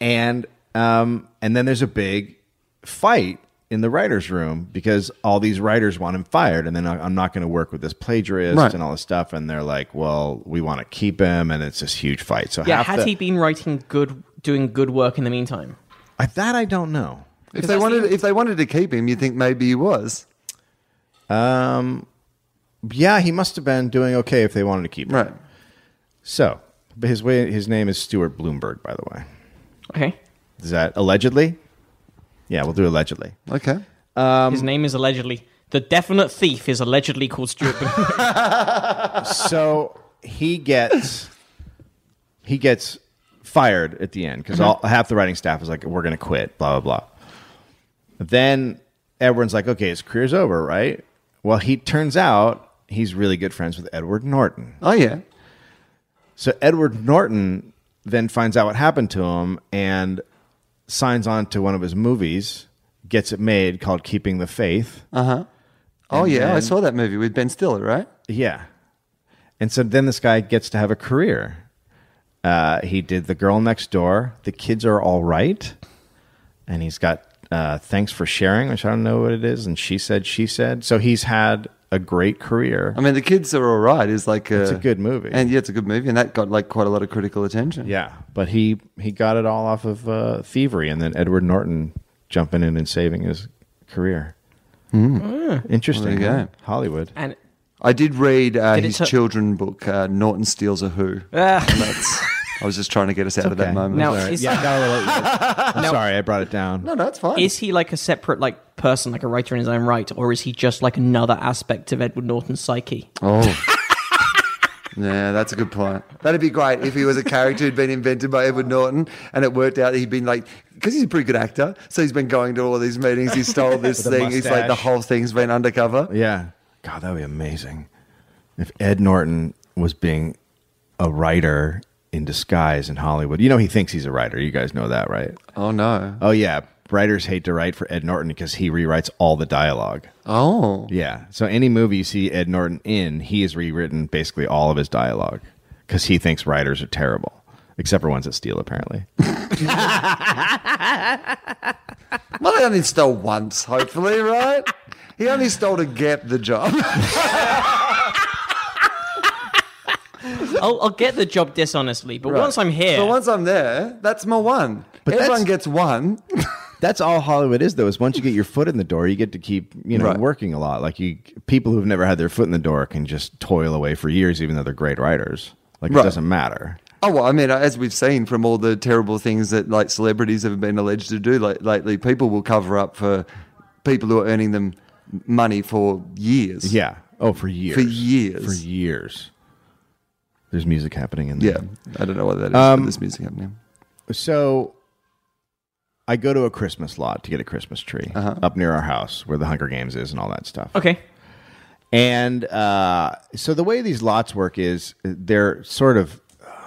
Speaker 3: and um and then there's a big fight in the writers room because all these writers want him fired and then I- I'm not going to work with this plagiarist
Speaker 2: Right.
Speaker 3: and all this stuff and they're like well we want to keep him and it's this huge fight so
Speaker 4: Yeah,
Speaker 3: half
Speaker 4: had
Speaker 3: the-
Speaker 4: he been writing good, doing good work in the meantime?
Speaker 3: I, that I don't know
Speaker 2: If
Speaker 4: 'Cause
Speaker 2: they
Speaker 4: that's
Speaker 2: wanted,
Speaker 4: the-
Speaker 2: if they wanted to keep him, you think maybe he was.
Speaker 3: yeah, he must have been doing okay if they wanted to keep him.
Speaker 2: Right.
Speaker 3: So, but his way, his name is Stuart Bloomberg, by the way.
Speaker 4: Okay.
Speaker 3: Is that allegedly? Yeah, we'll do allegedly.
Speaker 2: Okay.
Speaker 3: Um,
Speaker 4: His name is allegedly. The definite thief is allegedly called Stuart. [laughs] Bloomberg.
Speaker 3: so he gets he gets fired at the end because half the writing staff is like, "We're going to quit," blah blah blah. Then everyone's like, "Okay, his career's over, right?" Well, he turns out he's really good friends with Edward Norton.
Speaker 2: Oh yeah.
Speaker 3: So Edward Norton then finds out what happened to him and signs on to one of his movies, gets it made called Keeping the Faith.
Speaker 2: Oh yeah. I
Speaker 3: then-
Speaker 2: saw that movie with Ben Stiller, right?
Speaker 3: Yeah. And so then this guy gets to have a career. Uh, he did The Girl Next Door, The Kids Are All Right, and he's got uh, Thanks for Sharing, which I don't know what it is, and She Said, She Said. So he's had a great career.
Speaker 2: I mean, the kids are all right. Is like a,
Speaker 3: It's a good movie.
Speaker 2: and yeah, it's a good movie, and that got like quite a lot of critical attention.
Speaker 3: Yeah, but he he got it all off of uh, thievery, and then Edward Norton jumping in and saving his career. Interesting,
Speaker 2: Well, there you
Speaker 3: huh?
Speaker 2: go.
Speaker 3: Hollywood.
Speaker 4: and
Speaker 2: Oh, I did read uh,
Speaker 4: Did it
Speaker 2: his
Speaker 4: ta- Ah.
Speaker 2: children book, uh, Norton Steals a Who. And that's, I was just trying to get us out of that
Speaker 3: okay.
Speaker 2: moment.
Speaker 4: now,
Speaker 3: All right.
Speaker 4: is,
Speaker 3: Yeah, I got a little-
Speaker 2: [laughs]
Speaker 3: I'm sorry, I brought it down.
Speaker 2: no, no, it's fine.
Speaker 4: is he like a separate like person, like a writer in his own right, or is he just like another aspect of Edward
Speaker 3: [laughs]
Speaker 4: Norton's psyche?
Speaker 2: oh. Yeah, that's a good point. That'd be great if he was a character who'd been invented by Edward Norton and it worked out that he'd been like, because he's a pretty good actor. So he's been going to all of these meetings. He stole this
Speaker 3: [laughs] With a
Speaker 2: thing. He's like, the
Speaker 3: mustache.
Speaker 2: whole thing's been undercover.
Speaker 3: Yeah, God, that would be amazing if Ed Norton was being a writer in disguise in Hollywood. You know, he thinks he's a writer. You guys know that, right?
Speaker 2: Oh, no.
Speaker 3: Oh yeah, writers hate to write for Ed Norton because he rewrites all the dialogue.
Speaker 2: Oh.
Speaker 3: Yeah. So any movie you see Ed Norton in, he has rewritten basically all of his dialogue because he thinks writers are terrible, except for ones that steal, apparently.
Speaker 2: Well, he only stole once, hopefully, right? He only stole to get the job.
Speaker 4: I'll, I'll get the job dishonestly, but once I'm here,
Speaker 2: But once I'm there, that's my one.
Speaker 3: But
Speaker 2: Everyone gets
Speaker 3: that's-
Speaker 2: one.
Speaker 3: [laughs] That's all Hollywood is, though. Is once you get your foot in the door, you get to keep you know
Speaker 2: Right.
Speaker 3: working a lot. Like you, people who've never had their foot in the door can just toil away for years, even though they're great writers. Like
Speaker 2: Right.
Speaker 3: it doesn't matter.
Speaker 2: Oh well, I mean, as we've seen from all the terrible things that like celebrities have been alleged to do like, lately, people will cover up for people who are earning them money for years.
Speaker 3: Yeah. Oh, for years.
Speaker 2: For years.
Speaker 3: For years. There's music happening in there.
Speaker 2: yeah. I don't know what that is. but
Speaker 3: Um,
Speaker 2: this music happening.
Speaker 3: So I go to a Christmas lot to get a Christmas tree up near our house where the Hunger Games is and all that stuff.
Speaker 4: Uh-huh. okay.
Speaker 3: And uh, so the way these lots work is they're sort of,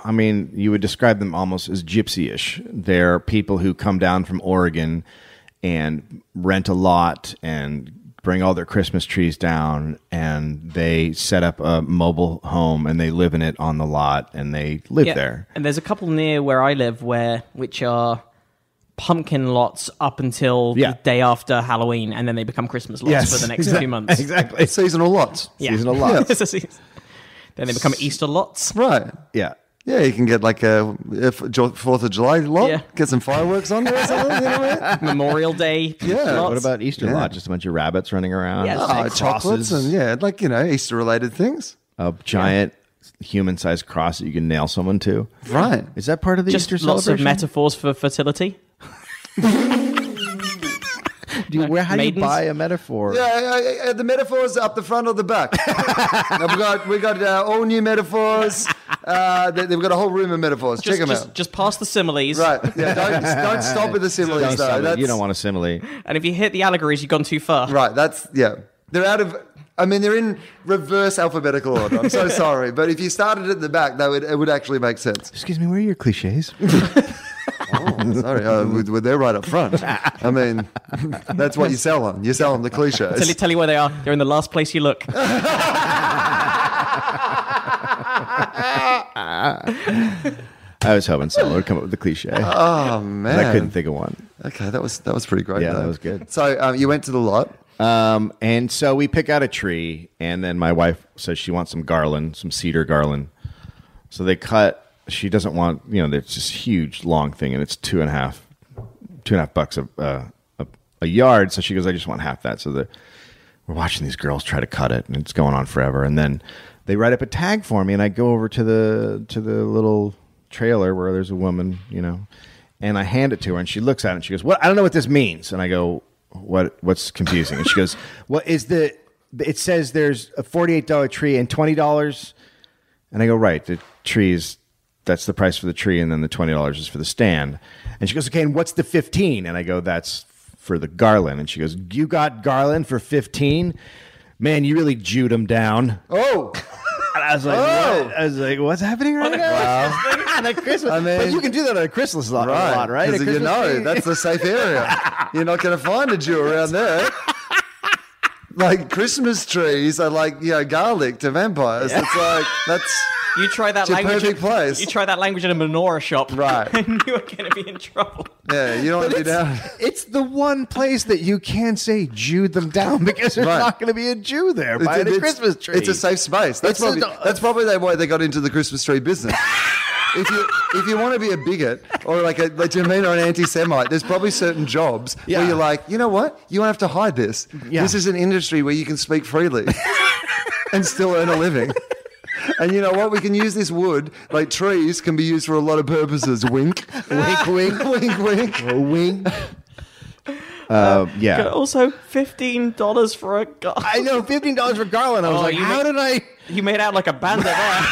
Speaker 3: I mean, you would describe them almost as gypsy ish. They're people who come down from Oregon and rent a lot and bring all their Christmas trees down and they set up a mobile home and they live in it on the lot and they live there.
Speaker 4: And there's a couple near where I live where which are pumpkin lots up until
Speaker 3: Yeah.
Speaker 4: the day after Halloween, and then they become Christmas lots for
Speaker 3: [laughs]
Speaker 4: the next
Speaker 3: exact-
Speaker 4: few months.
Speaker 3: Exactly.
Speaker 2: Seasonal lots. [laughs]
Speaker 4: Yeah. [laughs]
Speaker 3: Seasonal lots.
Speaker 4: It's a season. then they become Easter lots.
Speaker 2: Right.
Speaker 3: Yeah.
Speaker 2: Yeah, you can get like a Fourth of July lot.
Speaker 4: Yeah.
Speaker 2: Get some fireworks on there or something. You know what
Speaker 3: [laughs]
Speaker 2: I mean?
Speaker 4: Memorial Day.
Speaker 2: Yeah.
Speaker 4: lots.
Speaker 3: What about Easter
Speaker 2: Yeah.
Speaker 3: lot? Just a bunch of rabbits running around.
Speaker 4: Yeah,
Speaker 2: Oh,
Speaker 4: Like
Speaker 2: chocolates and yeah, like you know, Easter related things.
Speaker 3: a giant human-sized cross that you can nail someone to.
Speaker 2: Right.
Speaker 3: Is that part of the
Speaker 4: just
Speaker 3: Easter
Speaker 4: lots of
Speaker 3: celebration?
Speaker 4: metaphors for fertility?
Speaker 3: Do you, where, how do
Speaker 4: Maidens?
Speaker 3: you buy a metaphor?
Speaker 2: Yeah, uh, uh, the metaphors up the front or the
Speaker 3: [laughs]
Speaker 2: back. I've got we got uh, all new
Speaker 3: [laughs]
Speaker 2: metaphors. Uh, they, they've got a whole room of metaphors.
Speaker 4: Just,
Speaker 2: Check them
Speaker 4: just,
Speaker 2: out.
Speaker 4: just pass the similes.
Speaker 2: right. Yeah. Don't,
Speaker 3: [laughs]
Speaker 2: don't stop with the similes
Speaker 3: Don't
Speaker 2: though.
Speaker 3: sell it.
Speaker 2: That's,
Speaker 3: you don't want a simile.
Speaker 4: And if you hit the allegories, you've gone too far.
Speaker 2: Right. That's yeah. They're out of. I mean, they're in reverse alphabetical order. I'm
Speaker 3: [laughs]
Speaker 2: so sorry, but if you started at the back, that would it would actually make sense.
Speaker 3: Excuse me, where are your cliches?
Speaker 2: Oh, [laughs] sorry, uh, we- we're there right up front. I
Speaker 3: [laughs]
Speaker 2: mean, that's what you sell on. You sell on the cliches.
Speaker 4: Tell you, tell you where they are. They're in the last place you look.
Speaker 3: I was hoping someone would come up with a cliche.
Speaker 2: [laughs] Oh man,
Speaker 3: I couldn't think of one.
Speaker 2: Okay, that was that was pretty great.
Speaker 3: Yeah,
Speaker 2: though.
Speaker 3: that was good.
Speaker 2: So um, you went to the lot.
Speaker 3: Um, and so we pick out a tree, and then my wife says she wants some garland, some cedar garland. So they cut. She doesn't want you know. It's this huge long thing, and it's two and a half, two and a half bucks a uh, a, a yard. So she goes, I just want half that. So the we're watching these girls try to cut it, and it's going on forever. And then they write up a tag for me, and I go over to the to the little trailer where there's a woman, you know, and I hand it to her, and she looks at it, and she goes, "What? I don't know what this means." And I go, "What? What's confusing?" And she goes, "What is the? It says there's a forty-eight dollar tree and twenty dollars." And I go, right, the trees, that's the price for the tree, and then the $20 is for the stand. And she goes, okay, and what's the 15? And I go, that's for the garland. And she goes, you got garland for 15? Man, you really jewed him down.
Speaker 2: Oh,
Speaker 3: And I was like,
Speaker 2: Oh.
Speaker 3: what? I was like, what's happening right now? on a Christmas,
Speaker 2: I mean-
Speaker 3: [laughs] but you can do that on a Christmas lot,
Speaker 2: right.
Speaker 3: lot, right? A
Speaker 2: 'Cause if you
Speaker 3: Christmas
Speaker 2: know,
Speaker 3: tree.
Speaker 2: that's the safe area. You're not going to find a Jew around there. Like Christmas trees are like you know garlic to vampires. It's like that's
Speaker 4: You try that
Speaker 2: a
Speaker 4: language.
Speaker 2: perfect place.
Speaker 4: You try that language in a menorah shop,
Speaker 2: Right.
Speaker 4: [laughs] And you are going to be in trouble.
Speaker 2: yeah. You don't want to be down.
Speaker 3: it's, it's the one place that you can say Jewed them down [laughs] because there's
Speaker 2: Right.
Speaker 3: not going to be a Jew there
Speaker 2: It's-
Speaker 3: buying a
Speaker 2: it's-
Speaker 3: Christmas tree.
Speaker 2: It's a safe space. That's
Speaker 3: It's a-
Speaker 2: probably that's probably the- why they got into the Christmas tree
Speaker 3: [laughs]
Speaker 2: business. if you if you want to be a bigot or like a like you know what I mean or an anti-Semite, there's probably certain jobs
Speaker 3: Yeah.
Speaker 2: where you're like, you know what, you won't have to hide this.
Speaker 3: Yeah.
Speaker 2: This is an industry where you can speak
Speaker 3: [laughs]
Speaker 2: freely and still earn a living. And you know what? We can use this wood. Like trees can be used for a lot of purposes. Wink, wink, wink, wink, wink.
Speaker 3: [laughs] wing. Uh, yeah.
Speaker 4: Also, fifteen dollars for a guy.
Speaker 3: I know fifteen dollars for garland. I was
Speaker 4: Oh,
Speaker 3: like,
Speaker 4: you
Speaker 3: how
Speaker 4: make-
Speaker 3: did I?
Speaker 4: You made out like a bandit there.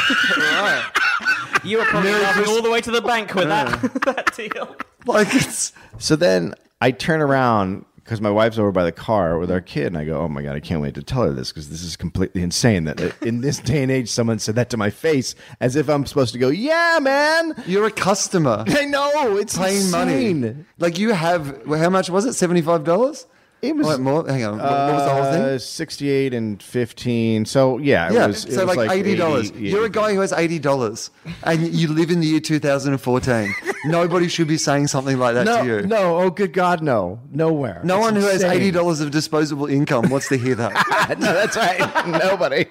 Speaker 4: You were probably
Speaker 2: Merry
Speaker 4: laughing
Speaker 2: Christ-
Speaker 4: all the way to the bank with that, [laughs] that deal.
Speaker 2: Like it's
Speaker 3: So then I turn around because my wife's over by the car with our kid, and I go, "Oh my god, I can't wait to tell her this because this is completely insane that in this day and age someone said that to my face as if I'm supposed to go, yeah, man." [laughs]
Speaker 2: you're a customer
Speaker 3: I know it's
Speaker 2: paying money.
Speaker 3: insane.
Speaker 2: Like you have well, how much was it? Seventy five dollars.
Speaker 3: It was
Speaker 2: Wait, more. Hang on. What, what was the whole
Speaker 3: Uh,
Speaker 2: thing?
Speaker 3: Sixty-eight and fifteen. So yeah, it
Speaker 2: Yeah,
Speaker 3: was, it
Speaker 2: so
Speaker 3: was
Speaker 2: like, eighty dollars.
Speaker 3: 80,
Speaker 2: You're a guy who has eighty dollars, and you live in the year 2014. Nobody should be saying something like that
Speaker 3: No,
Speaker 2: to you.
Speaker 3: no. Oh, good God, no, nowhere.
Speaker 2: No
Speaker 3: It's
Speaker 2: one who has
Speaker 3: insane.
Speaker 2: eighty dollars of disposable income wants to hear that.
Speaker 3: [laughs] no,
Speaker 2: [laughs]
Speaker 3: that's right. Nobody.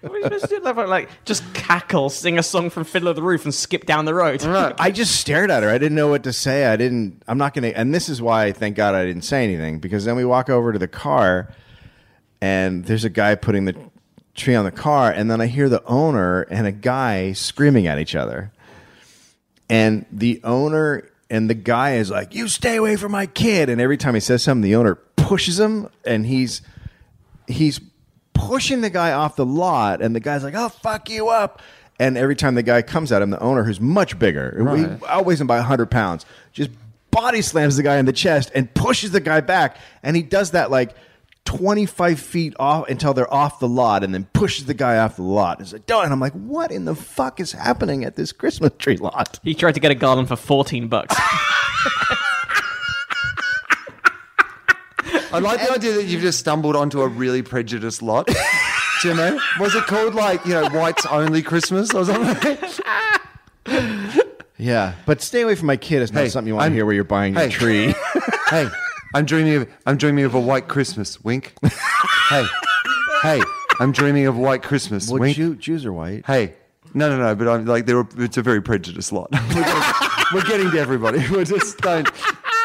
Speaker 4: What are you supposed to do? Like, like, just cackle, sing a song from Fiddler of the Roof, and skip down the road.
Speaker 3: I just stared at her. I didn't know what to say. I didn't. I'm not gonna. And this is why, thank God, I didn't say anything because then we walk over to the car, and there's a guy putting the tree on the car, and then I hear the owner and a guy screaming at each other, and the owner and the guy is like, "You stay away from my kid!" And every time he says something, the owner pushes him, and he's he's pushing the guy off the lot, and the guy's like, "I'll fuck you up." And every time the guy comes at him, the owner, who's much bigger, we outweighs him by hundred pounds, just body slams the guy in the chest and pushes the guy back, and he does that like. 25 feet off until they're off the lot and then pushes the guy off the lot. It's like, "Don't." And I'm like, what in the fuck is happening at this Christmas tree lot?
Speaker 4: He tried to get a garland for fourteen
Speaker 2: [laughs]
Speaker 4: bucks.
Speaker 2: I like the idea that you've just stumbled onto a really prejudiced lot. Do you know? Was it called like you know whites only Christmas or something?
Speaker 3: Yeah. But stay away from my kid is not
Speaker 2: Hey,
Speaker 3: something you want
Speaker 2: I'm-
Speaker 3: to hear where you're buying your
Speaker 2: Hey. [laughs]
Speaker 3: tree.
Speaker 2: hey, I'm dreaming of I'm dreaming of a white Christmas. Wink. hey, hey, I'm dreaming of white Christmas.
Speaker 3: well,
Speaker 2: wink.
Speaker 3: Jew, Jews are white.
Speaker 2: Hey, no, no, no. But I'm like, there. It's a very prejudiced lot. [laughs] we're, just- we're getting to everybody. [laughs] We're just don't.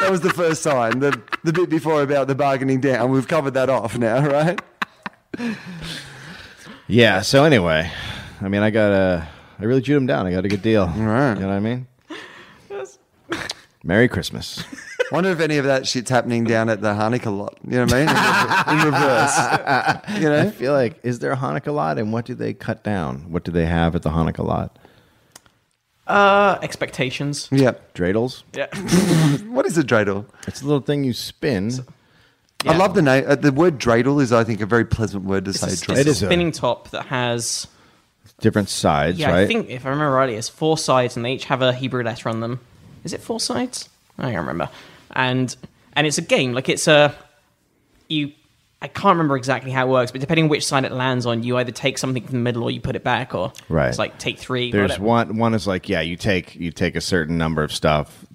Speaker 2: That was the first sign. The the bit before about the bargaining down. We've covered that off now, right?
Speaker 3: Yeah. So anyway, I mean, I got a, I really chewed him down. I got a good deal.
Speaker 2: right.
Speaker 3: You know what I mean? Merry Christmas.
Speaker 2: Wonder if any of that shit's happening down at the Hanukkah lot. You know what I mean? In, reverse. You
Speaker 3: I
Speaker 2: know.
Speaker 3: feel like, is there a Hanukkah lot and what do they cut down? What do they have at the Hanukkah lot?
Speaker 4: Uh, expectations.
Speaker 2: Yeah.
Speaker 3: Dreidels?
Speaker 4: Yeah.
Speaker 2: What is a dreidel?
Speaker 3: It's a little thing you spin.
Speaker 2: I
Speaker 4: Yeah.
Speaker 2: love the name. Uh, the word dreidel is, I think, a very pleasant word to say.
Speaker 4: It's a,
Speaker 2: dreidel.
Speaker 4: it's
Speaker 3: It
Speaker 4: a
Speaker 3: is a-
Speaker 4: spinning top that has.
Speaker 3: Different sides,
Speaker 4: Yeah,
Speaker 3: right?
Speaker 4: I think if I remember rightly, it's four sides, and they each have a Hebrew letter on them. Is it four sides? I can't remember. And and it's a game. Like it's a you. I can't remember exactly how it works, but depending on which side it lands on, you either take something from the middle or you put it back, or
Speaker 3: Right.
Speaker 4: it's like take three.
Speaker 3: There's
Speaker 4: whatever.
Speaker 3: one. One is like, yeah, you take you take a certain number of stuff.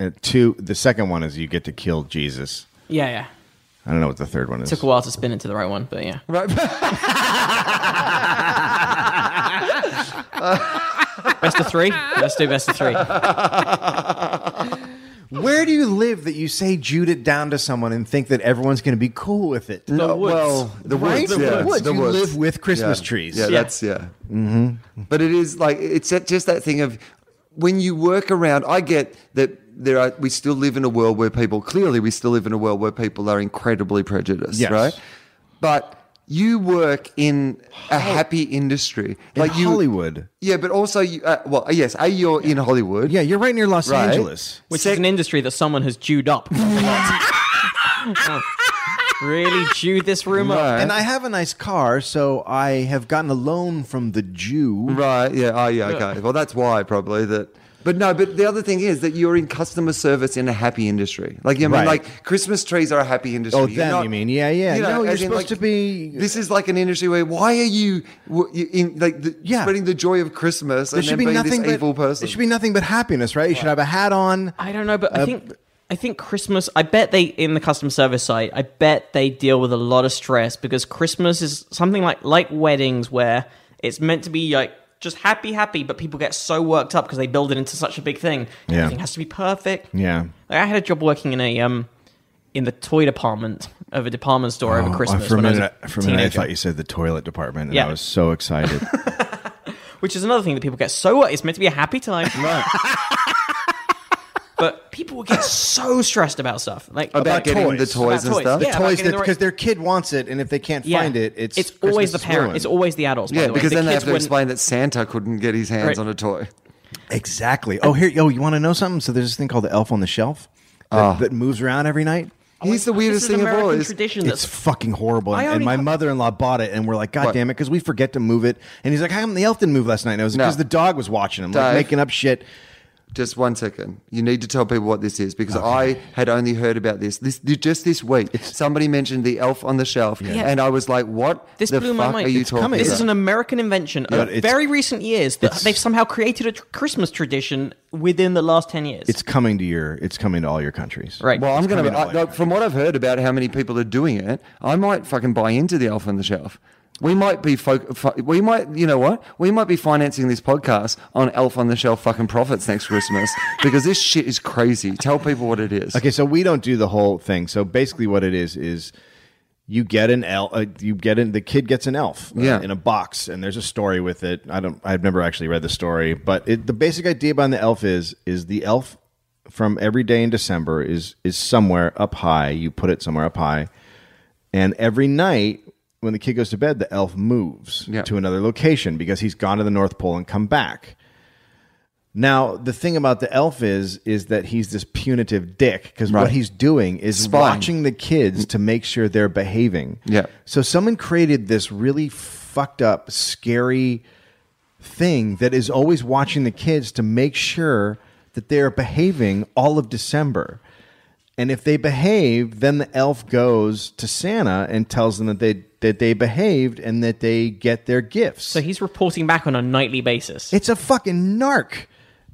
Speaker 3: Uh, two. The second one is you get to kill Jesus.
Speaker 4: Yeah, yeah.
Speaker 3: I don't know what the third one is.
Speaker 4: Took a while to spin it to the right one, but yeah.
Speaker 2: Right.
Speaker 3: Uh,
Speaker 4: Best of three. Let's do best of three.
Speaker 3: Where do you live that you say Jude it down to someone and think that everyone's going to be cool with it?
Speaker 2: No,
Speaker 5: woods.
Speaker 2: Uh, Well, the
Speaker 3: Right?
Speaker 2: woods.
Speaker 3: The
Speaker 2: yeah,
Speaker 3: woods.
Speaker 2: The
Speaker 3: You
Speaker 2: woods.
Speaker 3: live with Christmas
Speaker 2: Yeah.
Speaker 3: trees.
Speaker 2: Yeah,
Speaker 3: Yeah.
Speaker 2: that's yeah. Mm-hmm. But it is like it's that- just that thing of when you work around. I get that there are. We still live in a world where people clearly we still live in a world where people are incredibly prejudiced,
Speaker 3: Yes.
Speaker 2: right? But you work in a happy industry,
Speaker 3: In
Speaker 2: you
Speaker 3: Hollywood.
Speaker 2: Yeah, but also you. Uh, well, yes, a you're in Hollywood.
Speaker 3: Yeah, you're right near Los
Speaker 2: Right.
Speaker 3: Angeles.
Speaker 4: which is an industry that someone has jewed up. [laughs] really jewed this room up.
Speaker 2: Right.
Speaker 3: And I have a nice car, so I have gotten a loan from the Jew.
Speaker 2: Right. Yeah. Oh, yeah. Okay. Well, that's why probably that. But no. But the other thing is that you're in customer service in a happy industry. Like you know, I mean,
Speaker 3: Right.
Speaker 2: like Christmas trees are a happy industry.
Speaker 3: Oh,
Speaker 2: You're
Speaker 3: them,
Speaker 2: not-
Speaker 3: you mean? Yeah, yeah.
Speaker 2: you know,
Speaker 3: no, you're
Speaker 2: as in,
Speaker 3: supposed
Speaker 2: like,
Speaker 3: to be.
Speaker 2: This is like an industry where why are you w- you in like the,
Speaker 3: Yeah.
Speaker 2: spreading the joy of Christmas
Speaker 3: there
Speaker 2: and then
Speaker 3: should be
Speaker 2: being
Speaker 3: nothing
Speaker 2: this
Speaker 3: but
Speaker 2: evil person?
Speaker 3: There should be nothing but happiness, right? You should have a hat on.
Speaker 4: I don't know, but I think I think Christmas. I bet they in the customer service side. I bet they deal with a lot of stress because Christmas is something like like weddings where it's meant to be like just happy, happy, but people get so worked up because they build it into such a big thing.
Speaker 3: Yeah.
Speaker 4: Everything has to be perfect.
Speaker 3: Yeah.
Speaker 4: Like, I had a job working in a um in the toy department of a department store over Christmas
Speaker 3: Oh, for a
Speaker 4: when I was
Speaker 3: minute,
Speaker 4: a
Speaker 3: for a minute I
Speaker 4: teenager.
Speaker 3: thought you said the toilet department, and
Speaker 4: Yeah.
Speaker 3: I was so [laughs] excited.
Speaker 4: which is another thing that people get so what it's meant to be a happy
Speaker 2: [laughs]
Speaker 4: time but people would get so stressed about stuff like
Speaker 2: about,
Speaker 3: about
Speaker 2: getting
Speaker 3: toys.
Speaker 2: the toys
Speaker 4: About
Speaker 2: and
Speaker 4: toys,
Speaker 2: stuff.
Speaker 4: yeah.
Speaker 3: the toys
Speaker 4: like in the
Speaker 3: that
Speaker 4: right-
Speaker 3: because their kid wants it, and if they can't
Speaker 4: yeah.
Speaker 3: find it, it's
Speaker 4: it's always
Speaker 3: Christmas
Speaker 4: the
Speaker 3: is
Speaker 4: parent
Speaker 3: ruined.
Speaker 4: it's always the adults by
Speaker 2: Yeah,
Speaker 4: the way.
Speaker 2: because
Speaker 4: The
Speaker 2: then they
Speaker 4: kids
Speaker 2: have to
Speaker 4: wouldn't-
Speaker 2: explain that Santa couldn't get his hands
Speaker 4: Right.
Speaker 2: on a toy.
Speaker 3: exactly. Oh, here, yo, you want to know something? So there's this thing called the Elf on the Shelf that, that moves around every night.
Speaker 2: He's the
Speaker 4: This
Speaker 2: weirdest
Speaker 4: is
Speaker 2: thing of
Speaker 4: American
Speaker 2: all. Is
Speaker 4: tradition
Speaker 3: It's
Speaker 4: that's
Speaker 3: fucking horrible. And,
Speaker 4: I
Speaker 3: and
Speaker 4: already
Speaker 3: my
Speaker 4: got-
Speaker 3: mother-in-law bought it, and we're like, God
Speaker 2: What?
Speaker 3: damn it, because we forget to move it. And he's like, How come the elf didn't move last night? And I was
Speaker 2: No.
Speaker 3: because the dog was watching him,
Speaker 2: Dave.
Speaker 3: like making up shit.
Speaker 2: Just one second. You need to tell people what this is because I had only heard about this. This just this week. somebody mentioned the elf on the shelf, and I was like, "What?
Speaker 4: this
Speaker 2: the
Speaker 4: blew
Speaker 2: fuck
Speaker 4: my mind
Speaker 2: Are you
Speaker 4: It's
Speaker 2: talking
Speaker 4: coming. this
Speaker 2: about?
Speaker 4: is an american invention of
Speaker 3: it's-
Speaker 4: very recent years that
Speaker 3: it's-
Speaker 4: they've somehow created a tr- christmas tradition within the last 10 years
Speaker 3: It's coming to your, it's coming to all your countries.
Speaker 4: right
Speaker 2: well, I'm gonna.
Speaker 3: coming to
Speaker 2: I,
Speaker 3: life.
Speaker 2: no, from what I've heard about how many people are doing it, I might fucking buy into the elf on the shelf. We might be, fo- fo- we might, you know what? We might be financing this podcast on elf on the shelf fucking profits next Christmas because this shit is crazy. Tell people what it is.
Speaker 3: Okay, so we don't do the whole thing. So basically, what it is is you get an elf. Uh, you get in the kid gets an elf, uh,
Speaker 2: Yeah.
Speaker 3: in a box, and there's a story with it. I don't. I've never actually read the story, but it, the basic idea behind the elf is is the elf from every day in December is is somewhere up high. You put it somewhere up high, and every night when the kid goes to bed, the elf moves
Speaker 2: Yeah.
Speaker 3: to another location because he's gone to the North Pole and come back. Now, the thing about the elf is is that he's this punitive dick because
Speaker 2: Right.
Speaker 3: what he's doing is
Speaker 2: Spying.
Speaker 3: watching the kids to make sure they're behaving.
Speaker 2: Yeah.
Speaker 3: So someone created this really fucked up, scary thing that is always watching the kids to make sure that they're behaving all of December. And if they behave, then the elf goes to Santa and tells them that they that they behaved and that they get their gifts.
Speaker 4: so he's reporting back on a nightly basis
Speaker 3: It's a fucking narc.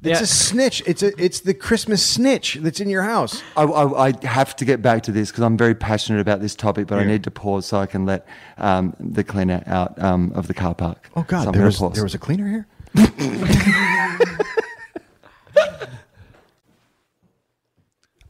Speaker 3: It's
Speaker 4: Yeah.
Speaker 3: a snitch. It's a it's the Christmas snitch that's in your house.
Speaker 2: I, I, I have to get back to this because I'm very passionate about this topic, but I need to pause so I can let um, the cleaner out um, of the car park.
Speaker 3: Oh
Speaker 2: so
Speaker 3: god,
Speaker 2: I'm
Speaker 3: there
Speaker 2: gonna
Speaker 3: was
Speaker 2: pause.
Speaker 3: there was a cleaner here.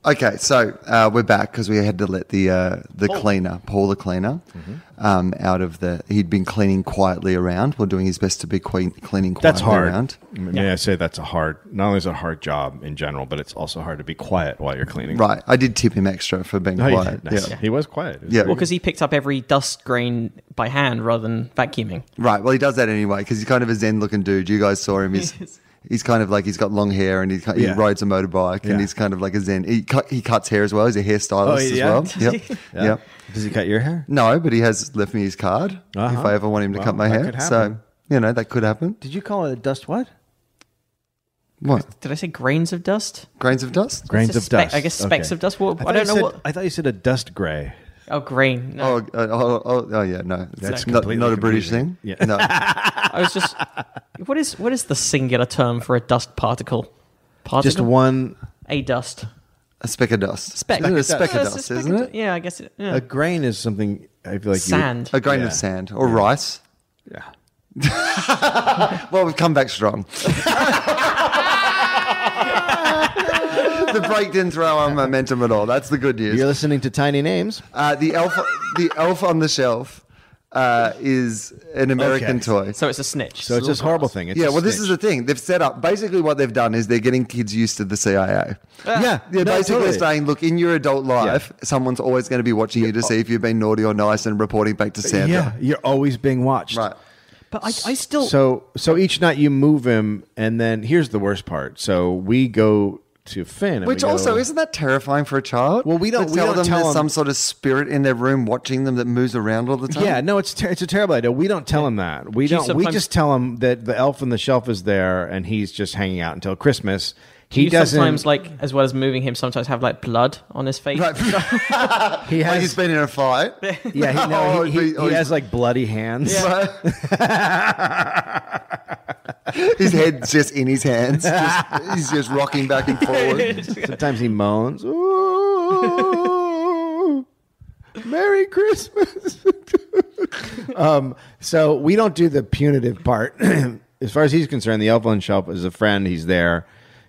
Speaker 2: Okay, so uh, we're back because we had to let the uh, the cleaner, Paul the cleaner,
Speaker 3: Mm-hmm.
Speaker 2: um, out of the. He'd been cleaning quietly around, well, doing his best to be clean, cleaning quietly
Speaker 3: That's hard.
Speaker 2: around.
Speaker 3: May I say that's a hard? Not only is it a hard job in general, but it's also hard to be quiet while you're cleaning.
Speaker 2: Right, I did tip him extra for being
Speaker 3: Oh, yeah,
Speaker 2: quiet.
Speaker 3: nice.
Speaker 2: Yeah.
Speaker 3: He was quiet.
Speaker 2: Yeah.
Speaker 4: well, because he picked up every dust grain by hand rather than vacuuming.
Speaker 2: Right, well, he does that anyway because he's kind of a zen looking dude. You guys saw him.
Speaker 3: [laughs]
Speaker 2: He's he's kind of like he's got long hair and he, ki- he
Speaker 3: Yeah.
Speaker 2: rides a motorbike
Speaker 3: Yeah.
Speaker 2: and he's kind of like a zen. He, cut, he cuts hair as well. He's a hairstylist
Speaker 3: Oh,
Speaker 2: as
Speaker 3: yeah?
Speaker 2: well.
Speaker 3: [laughs]
Speaker 2: Yep.
Speaker 3: Yeah.
Speaker 2: yep.
Speaker 3: Does he cut your hair?
Speaker 2: No, but he has left me his card if
Speaker 3: Uh-huh.
Speaker 2: I ever want him to
Speaker 3: Well,
Speaker 2: cut my
Speaker 3: that
Speaker 2: hair.
Speaker 3: could
Speaker 2: So
Speaker 3: happen.
Speaker 2: you know that could happen.
Speaker 5: Did you call it a dust what?
Speaker 2: What
Speaker 4: Did I say grains of dust?
Speaker 2: grains of dust?
Speaker 3: Grains
Speaker 4: It's a
Speaker 3: of
Speaker 4: speck-
Speaker 3: dust.
Speaker 4: I guess specks of dust. Well, I
Speaker 3: thought
Speaker 4: don't
Speaker 3: you
Speaker 4: know
Speaker 3: said-
Speaker 4: what-
Speaker 3: I thought you said a dust gray.
Speaker 4: Oh, grain. No,
Speaker 2: Oh, uh, oh, oh, oh, yeah, no, that's not,
Speaker 3: completely
Speaker 2: not a British
Speaker 3: confusing.
Speaker 2: thing.
Speaker 3: Yeah.
Speaker 2: No.
Speaker 4: I was just. What is what is the singular term for a dust particle? Particle.
Speaker 3: Just one
Speaker 4: A dust.
Speaker 2: a speck of dust.
Speaker 4: Speck.
Speaker 2: Isn't it a
Speaker 3: [laughs] Speck
Speaker 2: speck
Speaker 3: of
Speaker 4: Yeah,
Speaker 2: of
Speaker 4: it's a
Speaker 2: dust,
Speaker 4: speck of
Speaker 2: isn't
Speaker 4: dust.
Speaker 2: it?
Speaker 4: Yeah, I guess it. Yeah.
Speaker 3: a grain is something I feel like you would-
Speaker 4: Sand.
Speaker 2: A grain
Speaker 3: Yeah.
Speaker 2: of sand or rice.
Speaker 3: [laughs]
Speaker 2: Yeah. well, we've come back strong. the break didn't throw on momentum at all. That's the good news.
Speaker 3: You're listening to Tiny Names.
Speaker 2: Uh, the elf, the elf on the shelf, uh, is an American
Speaker 3: Okay.
Speaker 2: toy.
Speaker 4: So it's a snitch.
Speaker 3: So it's this horrible thing. It's
Speaker 2: yeah,
Speaker 3: a
Speaker 2: well, this
Speaker 3: snitch.
Speaker 2: is the thing. They've set up basically what they've done is they're getting kids used to the CIA. yeah, they're
Speaker 3: no,
Speaker 2: basically
Speaker 3: totally.
Speaker 2: saying, look, in your adult life, someone's always going to be watching you to see if you've been naughty or nice and reporting back to Santa.
Speaker 3: Yeah, you're always being watched.
Speaker 2: Right.
Speaker 4: but I, I still.
Speaker 3: So so each night you move him, and then here's the worst part. So we go to Finn, and
Speaker 2: Which
Speaker 3: we go-
Speaker 2: also isn't that terrifying for a child?
Speaker 3: Well, we don't-
Speaker 2: To
Speaker 3: we
Speaker 2: tell
Speaker 3: don't
Speaker 2: them
Speaker 3: tell
Speaker 2: there's some
Speaker 3: them-
Speaker 2: sort of spirit in their room watching them that moves around all the time.
Speaker 3: Yeah, no, it's ter- it's a terrible idea. We don't tell him that. We
Speaker 4: Do you
Speaker 3: don't. We
Speaker 4: sometimes-
Speaker 3: just tell him that the elf on the shelf is there, and he's just hanging out until Christmas. He
Speaker 4: you
Speaker 3: doesn't.
Speaker 4: sometimes like as well as moving him sometimes have like blood on his face [laughs]
Speaker 2: Right.
Speaker 3: he
Speaker 2: like [laughs]
Speaker 3: has.
Speaker 2: he's been in a
Speaker 3: [laughs]
Speaker 2: fight.
Speaker 3: yeah, he, no,
Speaker 2: Oh,
Speaker 3: he, he-
Speaker 2: it'd be- oh,
Speaker 3: he
Speaker 2: he's-
Speaker 3: has like bloody hands.
Speaker 2: his head's just in his
Speaker 3: [laughs]
Speaker 2: hands. Just, he's just rocking back and forward.
Speaker 3: Sometimes he moans. Ooh, Merry Christmas. [laughs] um, so we don't do the punitive part. [clears throat] as far as he's concerned, the elf on the shelf is a friend. He's there.